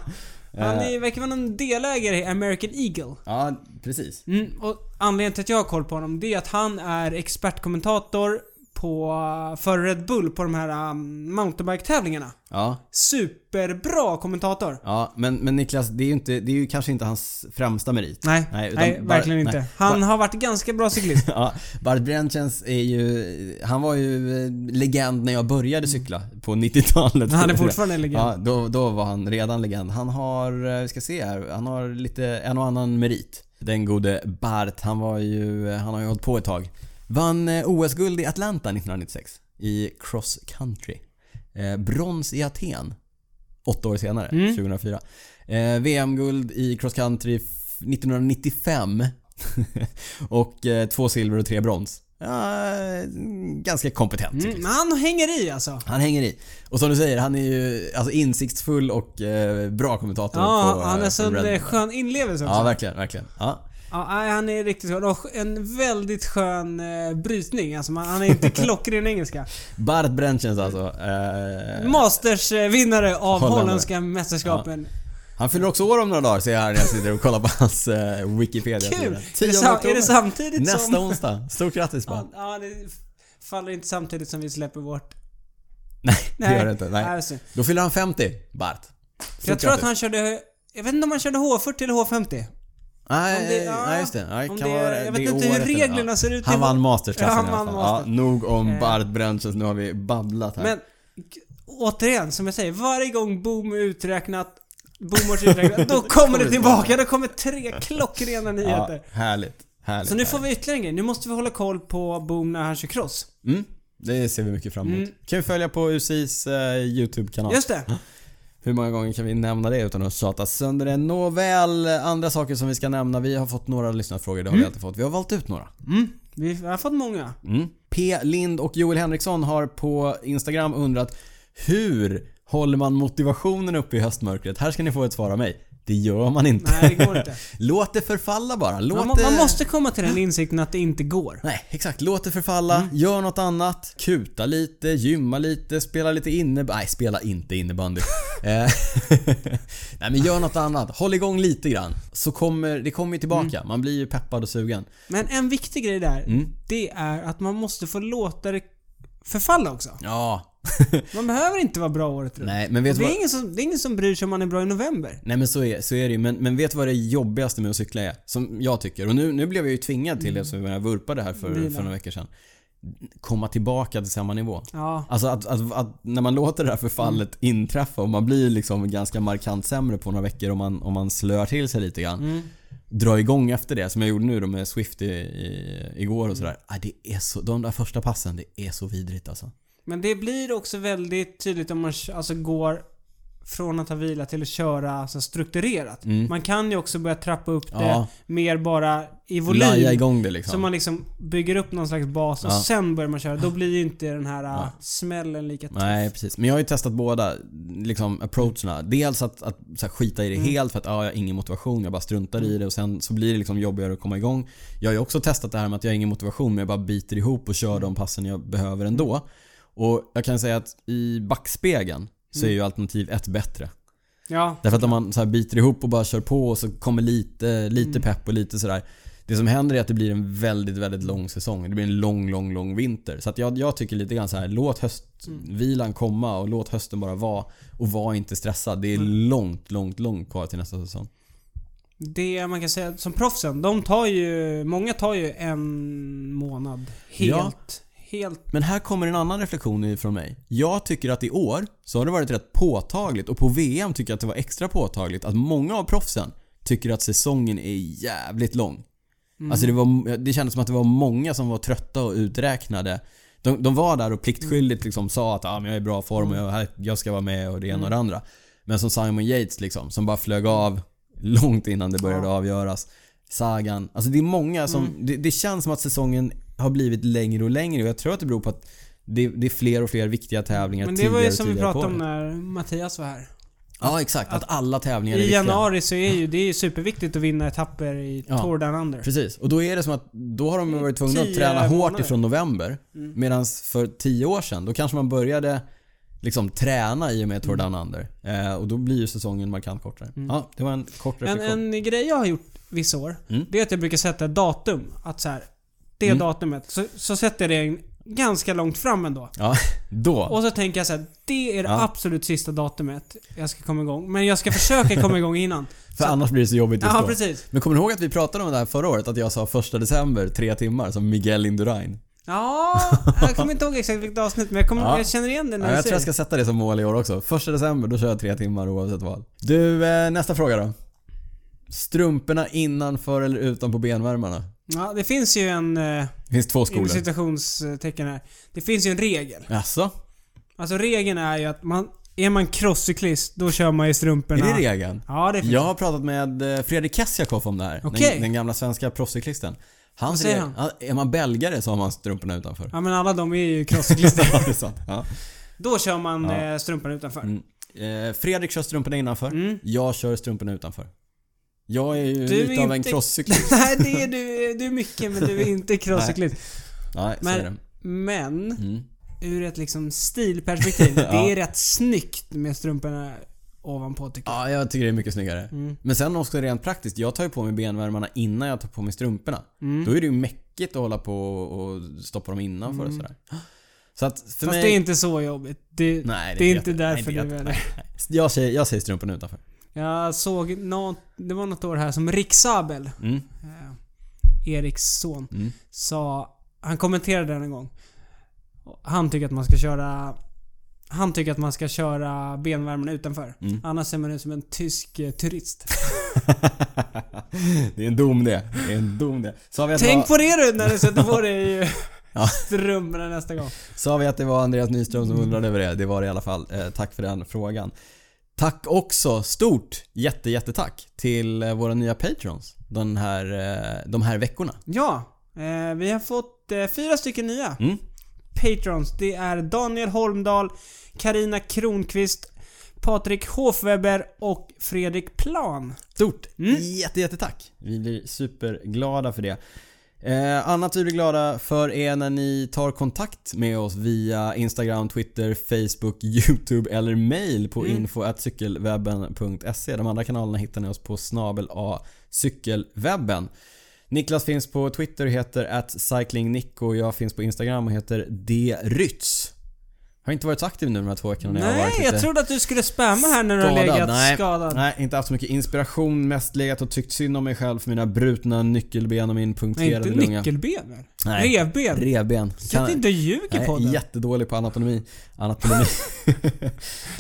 [SPEAKER 2] han är,
[SPEAKER 1] Eh.
[SPEAKER 2] verkar vara en delägare i American Eagle.
[SPEAKER 1] ja, precis.
[SPEAKER 2] Mm, och anledningen till att jag har koll på honom det är att han är expertkommentator på, för Red Bull på de här um, mountainbike-tävlingarna.
[SPEAKER 1] Ja.
[SPEAKER 2] Superbra kommentator.
[SPEAKER 1] Ja, men, men Niklas, det är, ju inte, det är ju kanske inte hans främsta merit.
[SPEAKER 2] Nej,
[SPEAKER 1] Nej,
[SPEAKER 2] nej,
[SPEAKER 1] utan bara-
[SPEAKER 2] verkligen inte.
[SPEAKER 1] nej.
[SPEAKER 2] Han har varit ganska bra cyklist.
[SPEAKER 1] Ja, Bart Brentjens är ju, han var ju eh, legend när jag började cykla på 90-talet.
[SPEAKER 2] Mm. Han är fortfarande en legend.
[SPEAKER 1] Ja, då, då var han redan legend. Han har, eh, vi ska se här, han har lite en och annan merit. Den gode Bart, han var ju, eh, han har ju hållit på ett tag. Vann eh, OS-guld i Atlanta 1996 i cross country. Eh, brons i Aten åtta år senare,
[SPEAKER 2] Mm.
[SPEAKER 1] 2004. Eh, VM-guld i cross country f- 1995. och eh, två silver och tre brons. Ja, eh, ganska kompetent tycker jag.
[SPEAKER 2] Mm, men han hänger i alltså.
[SPEAKER 1] Han hänger i. Och som du säger, han är ju alltså, insiktsfull och eh, bra kommentator
[SPEAKER 2] Ja,
[SPEAKER 1] på,
[SPEAKER 2] han
[SPEAKER 1] eh,
[SPEAKER 2] är
[SPEAKER 1] på
[SPEAKER 2] sån
[SPEAKER 1] Red Bull.
[SPEAKER 2] eh, skön inlevelse också.
[SPEAKER 1] Ja,
[SPEAKER 2] Ja,
[SPEAKER 1] verkligen, verkligen. Ja.
[SPEAKER 2] nej, han är riktigt skön. Och en väldigt skön eh, brytning. Alltså, man, han är inte klockren i engelska.
[SPEAKER 1] Bart Brentjens alltså. Eh,
[SPEAKER 2] Masters-vinnare av
[SPEAKER 1] Holländare.
[SPEAKER 2] holländska mästerskapen.
[SPEAKER 1] han fyller också år om några dagar ser jag här när jag sitter och kollar på hans eh, Wikipedia.
[SPEAKER 2] Kul! Är
[SPEAKER 1] 10
[SPEAKER 2] det, sam- är
[SPEAKER 1] oktober.
[SPEAKER 2] det samtidigt
[SPEAKER 1] Nästa
[SPEAKER 2] som...
[SPEAKER 1] onsdag. Stort grattis Bart.
[SPEAKER 2] Ja, ja, det f- faller inte samtidigt som vi släpper vårt...
[SPEAKER 1] Nej, det gör det inte. Nej.
[SPEAKER 2] alltså.
[SPEAKER 1] Då fyller han 50, Bart. Stort
[SPEAKER 2] Jag tror att
[SPEAKER 1] grattis.
[SPEAKER 2] han körde... Jag vet inte om han körde H40 eller H50.
[SPEAKER 1] Nej,
[SPEAKER 2] Om det-
[SPEAKER 1] eh, nej just det. Nej,
[SPEAKER 2] om
[SPEAKER 1] kan
[SPEAKER 2] det-
[SPEAKER 1] vara
[SPEAKER 2] jag
[SPEAKER 1] det
[SPEAKER 2] vet inte hur
[SPEAKER 1] året eller-
[SPEAKER 2] reglerna
[SPEAKER 1] ja.
[SPEAKER 2] ser ut i
[SPEAKER 1] Han
[SPEAKER 2] vår-
[SPEAKER 1] vann mastersklassen
[SPEAKER 2] Ja, han
[SPEAKER 1] i alla
[SPEAKER 2] vann
[SPEAKER 1] fall. Ja,
[SPEAKER 2] master.
[SPEAKER 1] nog om
[SPEAKER 2] Eh.
[SPEAKER 1] Bart Brentjens. Nu har vi babblat här.
[SPEAKER 2] Men k- återigen, som jag säger, varje gång boom är uträknat, boom har uträknat, då kommer det tillbaka. Då kommer tre klockrena nyheter.
[SPEAKER 1] Ja, härligt. Härligt.
[SPEAKER 2] Så nu får vi ytterligare en grej. Nu måste vi hålla koll på boom när han kör cross.
[SPEAKER 1] Mm, det ser vi mycket fram emot. Kan vi följa på UCIs eh, YouTube-kanal?
[SPEAKER 2] Mm. Just det.
[SPEAKER 1] Hur många gånger kan vi nämna det utan att tjata sönder det? Nåväl, eh, andra saker som vi ska nämna. Vi har fått några lyssnarfrågor, det har vi alltid fått. Vi har valt ut några.
[SPEAKER 2] Mm. Vi har fått många.
[SPEAKER 1] Mm. P. Lind och Joel Henriksson har på Instagram undrat Hur håller man motivationen uppe i höstmörkret? Här ska ni få ett svar av mig. Det gör man inte.
[SPEAKER 2] Nej, det går inte.
[SPEAKER 1] Låt det förfalla bara. Låt
[SPEAKER 2] Man, må- man
[SPEAKER 1] det-
[SPEAKER 2] måste komma till den insikten att det inte går.
[SPEAKER 1] Nej, exakt. Låt det förfalla.
[SPEAKER 2] Mm.
[SPEAKER 1] Gör något annat. Kuta lite, gymma lite, spela lite innebandy. Nej, spela inte innebandy. Eh, Nej, men gör något annat. Håll igång lite grann. Så kommer det kommer ju tillbaka.
[SPEAKER 2] Mm.
[SPEAKER 1] Man blir ju peppad och sugen.
[SPEAKER 2] Men en viktig grej där,
[SPEAKER 1] Mm.
[SPEAKER 2] det är att man måste få låta det förfalla också.
[SPEAKER 1] Ja.
[SPEAKER 2] Man behöver inte vara bra året runt.
[SPEAKER 1] Nej, men vet du
[SPEAKER 2] Det
[SPEAKER 1] vad?
[SPEAKER 2] är, ingen som, det är ingen som bryr sig om man är bra i november.
[SPEAKER 1] Nej men så är, så är det ju. Men, men vet du vad det jobbigaste
[SPEAKER 2] Mm.
[SPEAKER 1] med att cykla är? Som jag tycker. Och nu, nu blev jag ju tvingad till det eftersom jag vurpade här för,
[SPEAKER 2] Bilar.
[SPEAKER 1] för några veckor sedan. komma tillbaka till samma nivå.
[SPEAKER 2] Ja. Mm.
[SPEAKER 1] Alltså att, att, att när man låter det här förfallet inträffa och man blir liksom ganska markant sämre på några veckor om man, om man slör till sig lite grann.
[SPEAKER 2] Mm.
[SPEAKER 1] Dra igång efter det som jag gjorde nu då med Swift i, i, igår
[SPEAKER 2] Mm.
[SPEAKER 1] och sådär. Ah, det är så, de där första passen, det är så vidrigt alltså.
[SPEAKER 2] Men det blir också väldigt tydligt om man k- alltså går från att ha vila till att köra alltså, strukturerat. Man kan ju också börja trappa upp det
[SPEAKER 1] Mm. Ja.
[SPEAKER 2] mer bara i volym.
[SPEAKER 1] Laja igång det
[SPEAKER 2] Så
[SPEAKER 1] liksom.
[SPEAKER 2] man liksom bygger upp någon slags bas och
[SPEAKER 1] Ja.
[SPEAKER 2] sen börjar man köra. Då blir ju inte den här äh, smällen lika tuff.
[SPEAKER 1] Nej precis. Men jag har ju testat båda liksom, approacherna. Dels att, att så här, skita i det helt för att ah, jag har ingen motivation, jag bara struntar i det och sen så blir det liksom jobbigare att komma igång. Jag har ju också testat det här med att jag har ingen motivation men jag bara biter ihop och kör de passen jag behöver ändå. Och jag kan säga att i backspegeln så är ju alternativ ett bättre.
[SPEAKER 2] Ja.
[SPEAKER 1] Därför att om man så här biter ihop och bara kör på och så kommer lite, lite pepp och lite sådär. Det som händer är att det blir en väldigt, väldigt lång säsong. Det blir en lång, lång, lång vinter. Så att jag, jag tycker lite grann så här: låt höstvilan komma och låt hösten bara vara. Och var inte stressad. Det är långt, långt, långt kvar till nästa säsong.
[SPEAKER 2] Det man kan säga som proffsen, de tar ju... Många tar ju en månad. Helt. Helt.
[SPEAKER 1] Men här kommer en annan reflektion från mig. Jag tycker att i år så har det varit rätt påtagligt och på VM tycker jag att det var extra påtagligt att många av proffsen tycker att säsongen är jävligt lång.
[SPEAKER 2] Mm.
[SPEAKER 1] Alltså det, var, det kändes som att det var många som var trötta och uträknade. De, de var där och pliktskyldigt liksom sa att ah, men jag är i bra form och
[SPEAKER 2] Mm.
[SPEAKER 1] jag, här- jag ska vara med och det ena och det andra. Men som Simon Yates liksom, som bara flög av långt innan det började avgöras. Sagan. Alltså det är många som...
[SPEAKER 2] Mm.
[SPEAKER 1] Det, det känns som att säsongen har blivit längre och längre och jag tror att det beror på att det, det är fler och fler viktiga tävlingar
[SPEAKER 2] Men det var ju
[SPEAKER 1] tidigare
[SPEAKER 2] som
[SPEAKER 1] och
[SPEAKER 2] vi
[SPEAKER 1] tidigare på
[SPEAKER 2] pratade om
[SPEAKER 1] året.
[SPEAKER 2] när Mattias var här.
[SPEAKER 1] Ja exakt, att alla tävlingar är
[SPEAKER 2] I
[SPEAKER 1] viktiga.
[SPEAKER 2] januari så är ju det är ju superviktigt att vinna etapper i
[SPEAKER 1] Ja.
[SPEAKER 2] Tour Down Under.
[SPEAKER 1] Precis, och då är det som att då har de varit tvungna att
[SPEAKER 2] Tio
[SPEAKER 1] träna hårt
[SPEAKER 2] månader. Mm.
[SPEAKER 1] ifrån november. Medan för tio år sedan, då kanske man började liksom träna i och med Tour
[SPEAKER 2] Mm.
[SPEAKER 1] Down Under. Eh, och då blir ju säsongen markant kortare. Ja, det var en kort
[SPEAKER 2] En,
[SPEAKER 1] reflektion.
[SPEAKER 2] en grej jag har gjort vissa år,
[SPEAKER 1] Mm.
[SPEAKER 2] det är att jag brukar sätta ett datum. Att så här, det datumet. Så, så sätter jag det en- ganska långt fram ändå.
[SPEAKER 1] Ja, då.
[SPEAKER 2] Och så tänker jag så här, det är det
[SPEAKER 1] Ja.
[SPEAKER 2] absolut sista datumet jag ska komma igång. Men jag ska försöka komma igång innan.
[SPEAKER 1] För annars blir det så jobbigt just
[SPEAKER 2] Ja,
[SPEAKER 1] då.
[SPEAKER 2] precis.
[SPEAKER 1] Men kommer du ihåg att vi pratade om det här förra året? Att jag sa första december, tre timmar, som Miguel Indurain.
[SPEAKER 2] Ja, jag kommer inte ihåg exakt vilket avsnitt men jag, kommer,
[SPEAKER 1] Ja.
[SPEAKER 2] jag känner igen det
[SPEAKER 1] Ja,
[SPEAKER 2] när
[SPEAKER 1] jag
[SPEAKER 2] du
[SPEAKER 1] tror jag
[SPEAKER 2] säger
[SPEAKER 1] ska
[SPEAKER 2] det.
[SPEAKER 1] sätta det som mål i år också. Första december, då kör jag tre timmar oavsett vad. Du, eh, nästa fråga då. Strumporna innanför eller utanpå benvärmarna?
[SPEAKER 2] Ja, det finns ju en... Eh,
[SPEAKER 1] Det finns två skolor.
[SPEAKER 2] inom citationstecken här. Det finns ju en regel.
[SPEAKER 1] Jaså?
[SPEAKER 2] Alltså regeln är ju att man... Är man crosscyklist, då kör man i
[SPEAKER 1] Är
[SPEAKER 2] strumporna.
[SPEAKER 1] det regeln?
[SPEAKER 2] Ja, det finns.
[SPEAKER 1] Jag har pratat med eh, Fredrik Kessiakoff om det här.
[SPEAKER 2] Okej.
[SPEAKER 1] Den, den gamla svenska proffscyklisten. Han
[SPEAKER 2] säger
[SPEAKER 1] säger,
[SPEAKER 2] han?
[SPEAKER 1] han? är man belgare så har man strumporna utanför.
[SPEAKER 2] Ja men alla de är ju crosscyklister.
[SPEAKER 1] Ja, det är sant. Ja.
[SPEAKER 2] då kör man
[SPEAKER 1] Ja.
[SPEAKER 2] eh, strumporna utanför.
[SPEAKER 1] Mm. Eh, Fredrik kör strumporna innanför. Jag kör strumporna utanför. Jag är ju
[SPEAKER 2] Mm. Du är
[SPEAKER 1] lite av en
[SPEAKER 2] inte-
[SPEAKER 1] crosscyklist.
[SPEAKER 2] Nej, det är du. Du är mycket men du är inte crosscyklist.
[SPEAKER 1] Nej, så är det.
[SPEAKER 2] men, men
[SPEAKER 1] Mm.
[SPEAKER 2] ur ett liksom stilperspektiv,
[SPEAKER 1] Ja.
[SPEAKER 2] det är rätt snyggt med strumporna ovanpå tycker jag.
[SPEAKER 1] Ja, jag tycker det är mycket snyggare.
[SPEAKER 2] Mm.
[SPEAKER 1] Men sen också rent praktiskt. Jag tar ju på mig benvärmarna innan jag tar på mig strumporna.
[SPEAKER 2] Mm.
[SPEAKER 1] Då är det ju mäckigt att hålla på och stoppa dem innanför och sådär. Så att för
[SPEAKER 2] Mm. Fast
[SPEAKER 1] mig...
[SPEAKER 2] det är inte så jobbigt. Det,
[SPEAKER 1] Nej,
[SPEAKER 2] det är
[SPEAKER 1] vet
[SPEAKER 2] inte
[SPEAKER 1] jag. Nej,
[SPEAKER 2] därför
[SPEAKER 1] vet
[SPEAKER 2] du
[SPEAKER 1] jag.
[SPEAKER 2] är
[SPEAKER 1] Nej, nej. Jag säger, jag säger strumporna utanför.
[SPEAKER 2] Jag såg något, det var något år här som Rick Sabel,
[SPEAKER 1] Mm.
[SPEAKER 2] eh, Eriks son,
[SPEAKER 1] Mm.
[SPEAKER 2] sa... Han kommenterade den en gång. Och Han tycker att man ska köra... Han tycker att man ska köra benvärmen utanför.
[SPEAKER 1] Mm.
[SPEAKER 2] Annars ser man ut som en tysk eh, turist.
[SPEAKER 1] det är en dom det. Det är en dom det. Sa vi att, det
[SPEAKER 2] Tänk
[SPEAKER 1] var,
[SPEAKER 2] på det du när du sätter på dig
[SPEAKER 1] Ja.
[SPEAKER 2] strumporna nästa gång.
[SPEAKER 1] sa vi att det var Andreas Nyström som undrade över det? Det var det i alla fall. Eh, tack för den frågan. Tack också, stort jätte, jättetack till eh, våra nya patrons den här, eh, de här veckorna.
[SPEAKER 2] Ja, eh, vi har fått eh, fyra stycken nya.
[SPEAKER 1] Mm.
[SPEAKER 2] Patrons. Det är Daniel Holmdahl, Karina Kronqvist, Patrik Hofweber och Fredrik Plan.
[SPEAKER 1] Stort jätte, jättetack. Mm. Vi blir superglada för det. Eh, annat vi blir glada för är när ni tar kontakt med oss via Instagram, Twitter, Facebook, YouTube eller mail på info.cykelwebben.se. De andra kanalerna hittar ni oss på snabel a cykelwebben. Niklas finns på Twitter och heter @cyclingnick och jag finns på Instagram och heter drytz. Har inte varit så aktiv nu de här två veckorna när jag har
[SPEAKER 2] Nej,
[SPEAKER 1] varit
[SPEAKER 2] jag,
[SPEAKER 1] lite...
[SPEAKER 2] trodde att du skulle spamma här när du har
[SPEAKER 1] Skadad?
[SPEAKER 2] legat
[SPEAKER 1] Nej.
[SPEAKER 2] skadad.
[SPEAKER 1] Nej, inte haft så mycket inspiration. Mest legat och tyckt synd om mig själv för mina brutna nyckelben och min
[SPEAKER 2] Nej,
[SPEAKER 1] punkterade
[SPEAKER 2] inte
[SPEAKER 1] lunga.
[SPEAKER 2] nyckelben väl? Revben.
[SPEAKER 1] Revben.
[SPEAKER 2] Sitt inte och ljug i
[SPEAKER 1] Nej,
[SPEAKER 2] podden.
[SPEAKER 1] jättedålig på anatomi. Anatomi.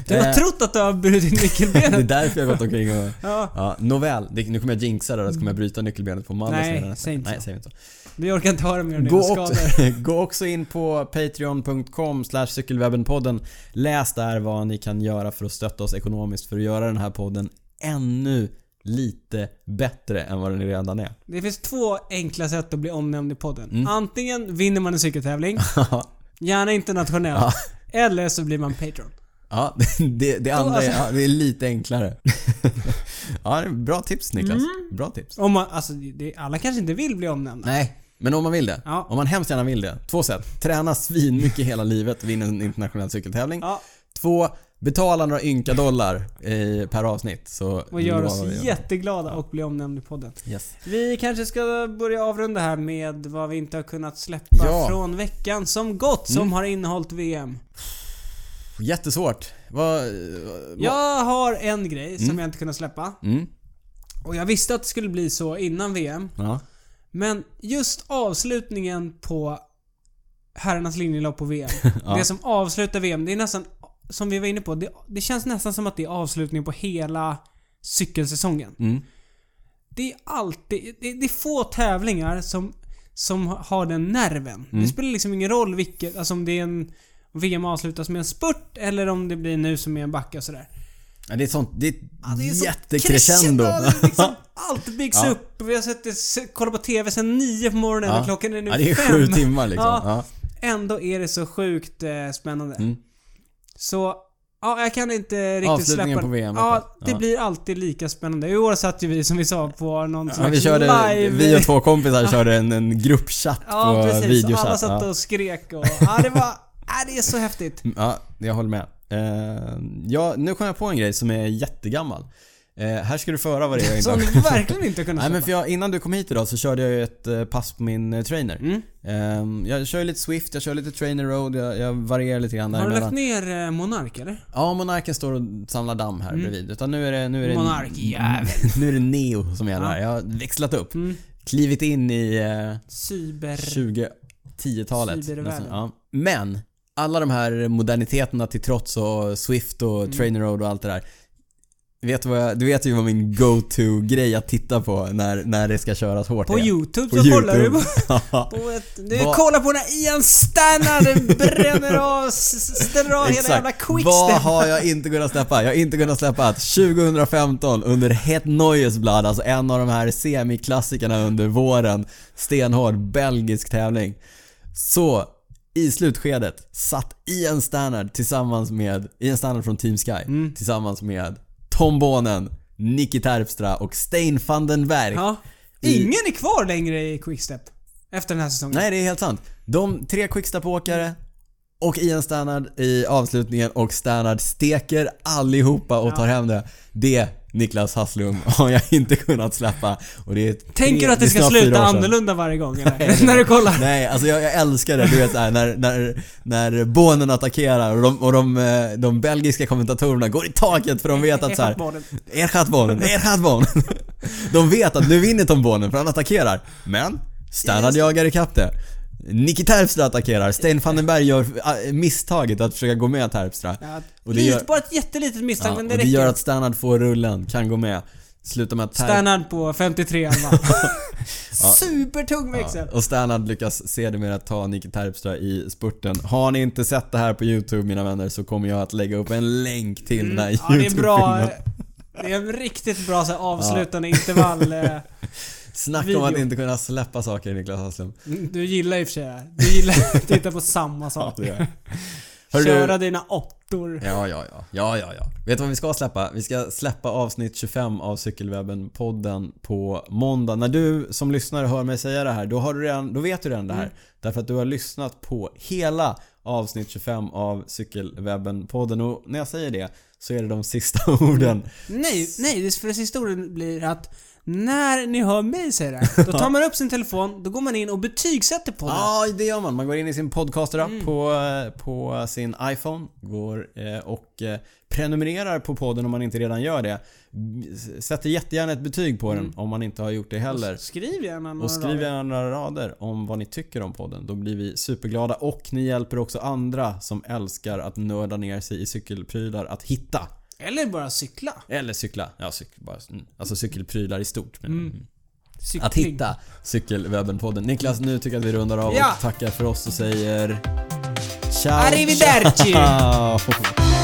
[SPEAKER 2] Du har
[SPEAKER 1] Eh,
[SPEAKER 2] trott att du har brutit
[SPEAKER 1] det är
[SPEAKER 2] nyckelbenet.
[SPEAKER 1] därför jag har gått omkring och...
[SPEAKER 2] Ja,
[SPEAKER 1] Ja, nåväl. Det, nu kommer jag jinxa det och så kommer jag bryta nyckelbenet på Mallis.
[SPEAKER 2] Nej,
[SPEAKER 1] redan nästa-
[SPEAKER 2] säg inte
[SPEAKER 1] Nej,
[SPEAKER 2] så.
[SPEAKER 1] säg inte så.
[SPEAKER 2] vi orkar inte höra mer om dina
[SPEAKER 1] Gå också,
[SPEAKER 2] skador.
[SPEAKER 1] gå också in på patreon.com slash cykelwebbenpodden. Läs där vad ni kan göra för att stötta oss ekonomiskt för att göra den här podden ännu lite bättre än vad den redan är.
[SPEAKER 2] Det finns två enkla sätt att bli omnämnd i podden.
[SPEAKER 1] Mm.
[SPEAKER 2] Antingen vinner man en cykeltävling, gärna internationell.
[SPEAKER 1] Ja.
[SPEAKER 2] Eller så blir man Patreon.
[SPEAKER 1] Ja, det, det andra
[SPEAKER 2] alltså-
[SPEAKER 1] är, ja, det är lite enklare. Ja, det är bra tips Niklas.
[SPEAKER 2] Mm.
[SPEAKER 1] Bra tips.
[SPEAKER 2] Om man, alltså, det, alla kanske inte vill bli omnämnda.
[SPEAKER 1] Nej, men om man vill det.
[SPEAKER 2] Ja.
[SPEAKER 1] Om man hemskt gärna vill det. Två sätt. Träna svin mycket hela livet, vinna en internationell cykeltävling.
[SPEAKER 2] Ja,
[SPEAKER 1] Två, betala några ynka dollar eh, per avsnitt. Så
[SPEAKER 2] och gör
[SPEAKER 1] lovar vi
[SPEAKER 2] oss
[SPEAKER 1] att-
[SPEAKER 2] jätteglada och bli omnämnd i podden.
[SPEAKER 1] Yes.
[SPEAKER 2] Vi kanske ska börja avrunda här med vad vi inte har kunnat släppa
[SPEAKER 1] Ja. Mm.
[SPEAKER 2] från veckan som gått, som har innehållit VM.
[SPEAKER 1] Jättesvårt. Vad... vad-
[SPEAKER 2] Jag har en grej som jag inte kunnat släppa.
[SPEAKER 1] Mm.
[SPEAKER 2] Och jag visste att det skulle bli så innan VM.
[SPEAKER 1] Ja.
[SPEAKER 2] Men just avslutningen på herrarnas linjelopp på VM.
[SPEAKER 1] Ja.
[SPEAKER 2] Det som avslutar VM, det är nästan, som vi var inne på, det, det känns nästan som att det är avslutningen på hela cykelsäsongen.
[SPEAKER 1] Mm.
[SPEAKER 2] Det är alltid, det, det är få tävlingar som, som har den nerven.
[SPEAKER 1] Mm.
[SPEAKER 2] Det spelar liksom ingen roll vilket, alltså om det är en om VM avslutas med en spurt eller om det blir nu som är en backe och sådär.
[SPEAKER 1] Ja, Det är ett sånt... Det är ett
[SPEAKER 2] Ja, det är sånt
[SPEAKER 1] jättecrescendo.
[SPEAKER 2] crescendo, det är Liksom, allt byggs
[SPEAKER 1] Ja.
[SPEAKER 2] upp. Vi har sett det, se- kollat på TV sedan nio på morgonen
[SPEAKER 1] Ja.
[SPEAKER 2] och klockan är nu
[SPEAKER 1] ja, det är
[SPEAKER 2] fem.
[SPEAKER 1] sju timmar liksom.
[SPEAKER 2] Ja.
[SPEAKER 1] Ja.
[SPEAKER 2] Ändå är det så sjukt eh, spännande.
[SPEAKER 1] Mm.
[SPEAKER 2] Så, ja jag kan inte riktigt
[SPEAKER 1] Avslutningen
[SPEAKER 2] släppa
[SPEAKER 1] på VM,
[SPEAKER 2] Ja,
[SPEAKER 1] alltså.
[SPEAKER 2] det
[SPEAKER 1] Ja.
[SPEAKER 2] blir alltid lika spännande. I år satt ju vi som vi sa på någon
[SPEAKER 1] Ja,
[SPEAKER 2] slags
[SPEAKER 1] vi, körde,
[SPEAKER 2] live...
[SPEAKER 1] vi och två kompisar körde en, en gruppchatt
[SPEAKER 2] ja
[SPEAKER 1] på
[SPEAKER 2] precis,
[SPEAKER 1] videochatt.
[SPEAKER 2] och alla satt
[SPEAKER 1] ja.
[SPEAKER 2] och skrek och... Ja det var... Ja, det är så häftigt.
[SPEAKER 1] Mm, Ja, jag håller med. Eh, ja, nu kom jag på en grej som är jättegammal. Eh, här ska du föra vad det är jag inte
[SPEAKER 2] Som
[SPEAKER 1] har-
[SPEAKER 2] vi verkligen inte kunnat
[SPEAKER 1] Nej men
[SPEAKER 2] släppa.
[SPEAKER 1] för jag, innan du kom hit idag så körde jag ju ett eh, pass på min eh, trainer.
[SPEAKER 2] Mm.
[SPEAKER 1] Eh, jag kör ju lite Swift, jag kör lite trainer road, jag, jag varierar lite grann
[SPEAKER 2] Har du lagt
[SPEAKER 1] däremellan.
[SPEAKER 2] ner eh, Monark eller?
[SPEAKER 1] Ja, monarken står och samlar damm
[SPEAKER 2] Mm.
[SPEAKER 1] här bredvid. Utan nu är det... Nu är det
[SPEAKER 2] Monark, jävel.
[SPEAKER 1] Nu är det neo som gäller
[SPEAKER 2] Ja.
[SPEAKER 1] här. Jag har växlat upp.
[SPEAKER 2] Mm.
[SPEAKER 1] Klivit in i... Eh,
[SPEAKER 2] Cyber...
[SPEAKER 1] 2010-talet.
[SPEAKER 2] Cybervärlden.
[SPEAKER 1] nästan, Ja. Men alla de här moderniteterna till trots och Swift och
[SPEAKER 2] Mm.
[SPEAKER 1] Trainer Road och allt det där. Vet du, vad jag, du vet ju vad min go-to-grej att titta på när, när det ska köras hårt
[SPEAKER 2] På
[SPEAKER 1] är.
[SPEAKER 2] YouTube
[SPEAKER 1] På
[SPEAKER 2] så kollar du på...
[SPEAKER 1] Ja,
[SPEAKER 2] på ett, du
[SPEAKER 1] Vad-
[SPEAKER 2] kollar på när Ian Stannard bränner av, s- s- ställer av hela jävla
[SPEAKER 1] Vad
[SPEAKER 2] quickstep.
[SPEAKER 1] har jag inte kunnat släppa? Jag har inte kunnat släppa att 2015 under Het Neues Blad, alltså en av de här semiklassikerna under våren, stenhård belgisk tävling. Så i slutskedet satt Ian Stannard tillsammans med, Ian Stannard från Team Sky,
[SPEAKER 2] Mm.
[SPEAKER 1] tillsammans med Tom Bonen, Nicky Terpstra och Stein van den Berg.
[SPEAKER 2] Ja.
[SPEAKER 1] I-
[SPEAKER 2] Ingen är kvar längre i quickstep. Efter den här säsongen.
[SPEAKER 1] Nej, det är helt sant. De tre quickstepåkare och Ian Stannard i avslutningen och Stannard steker allihopa och tar hem det. Det, Niklas Hasslum, har jag inte kunnat släppa. Och det är
[SPEAKER 2] Tänker du att det ska
[SPEAKER 1] snart fyra
[SPEAKER 2] sluta
[SPEAKER 1] år sedan.
[SPEAKER 2] annorlunda varje gång eller? När du kollar?
[SPEAKER 1] Nej, alltså jag, jag älskar det. Du vet såhär när, när, när bonen attackerar och, de, och de, eh, de belgiska kommentatorerna går i taket för de vet att såhär
[SPEAKER 2] Ekhatbarnen.
[SPEAKER 1] Erhat Bonen, Erhat Bonen. De vet att nu vinner Tom Bonen för han attackerar. Men Stannard jagar ikapp det. Nicky Terpstra attackerar. Sten van den Berg gör äh, misstaget att försöka gå med Terpstra.
[SPEAKER 2] Ja,
[SPEAKER 1] Och det gör-
[SPEAKER 2] lite- bara ett jättelitet misstag
[SPEAKER 1] Ja, och
[SPEAKER 2] men det
[SPEAKER 1] det gör
[SPEAKER 2] räcker.
[SPEAKER 1] att Stannard får rullen, kan gå med. Slutar med att Terpstra
[SPEAKER 2] Stannard på 53 va? Supertung växel.
[SPEAKER 1] Ja, och Stannard lyckas sedermera ta Nicky Terpstra i spurten. Har ni inte sett det här på YouTube mina vänner så kommer jag att lägga upp en länk till den här
[SPEAKER 2] Mm. Ja, det är bra.
[SPEAKER 1] YouTube-filmen.
[SPEAKER 2] Det är en riktigt bra så här, avslutande intervall. eh.
[SPEAKER 1] Snacka
[SPEAKER 2] video.
[SPEAKER 1] om att inte kunna släppa saker Niklas Hasslum.
[SPEAKER 2] Du gillar i och för sig det här. Du gillar att titta på samma
[SPEAKER 1] Ja,
[SPEAKER 2] sak.
[SPEAKER 1] det gör jag. Hör
[SPEAKER 2] Köra
[SPEAKER 1] du,
[SPEAKER 2] dina åttor.
[SPEAKER 1] Ja, ja, ja. Ja, ja, ja. Vet du vad vi ska släppa? Vi ska släppa avsnitt 25 av Cykelwebben-podden på måndag. När du som lyssnare hör mig säga det här, då, har du redan, då vet du redan det här. Därför att du har lyssnat på hela avsnitt 25 av Cykelwebben-podden. Och när jag säger det så är det de sista orden.
[SPEAKER 2] Nej, nej, det- för det sista ordet blir att När ni hör mig säga det, då tar man upp sin telefon, då går man in och betygsätter podden.
[SPEAKER 1] Ja, det gör man. Man går in i sin podcast-app på, eh, på sin iPhone. Går eh, och eh, prenumererar på podden om man inte redan gör det. S- Sätter jättegärna ett betyg på den om man inte har gjort det heller.
[SPEAKER 2] Skriv gärna några
[SPEAKER 1] Och skriv
[SPEAKER 2] rader.
[SPEAKER 1] gärna några rader om vad ni tycker om podden. Då blir vi superglada och ni hjälper också andra som älskar att nörda ner sig i cykelprylar att hitta.
[SPEAKER 2] Eller bara cykla.
[SPEAKER 1] Eller cykla. Ja, cykel, bara, mm. alltså cykelprylar i stort. Men,
[SPEAKER 2] Cykling.
[SPEAKER 1] Att hitta Cykelwebben-podden. Niklas, nu tycker jag att vi rundar av
[SPEAKER 2] Ja.
[SPEAKER 1] och tackar för oss och säger... Ciao!
[SPEAKER 2] Arrivederci!
[SPEAKER 1] Ciao.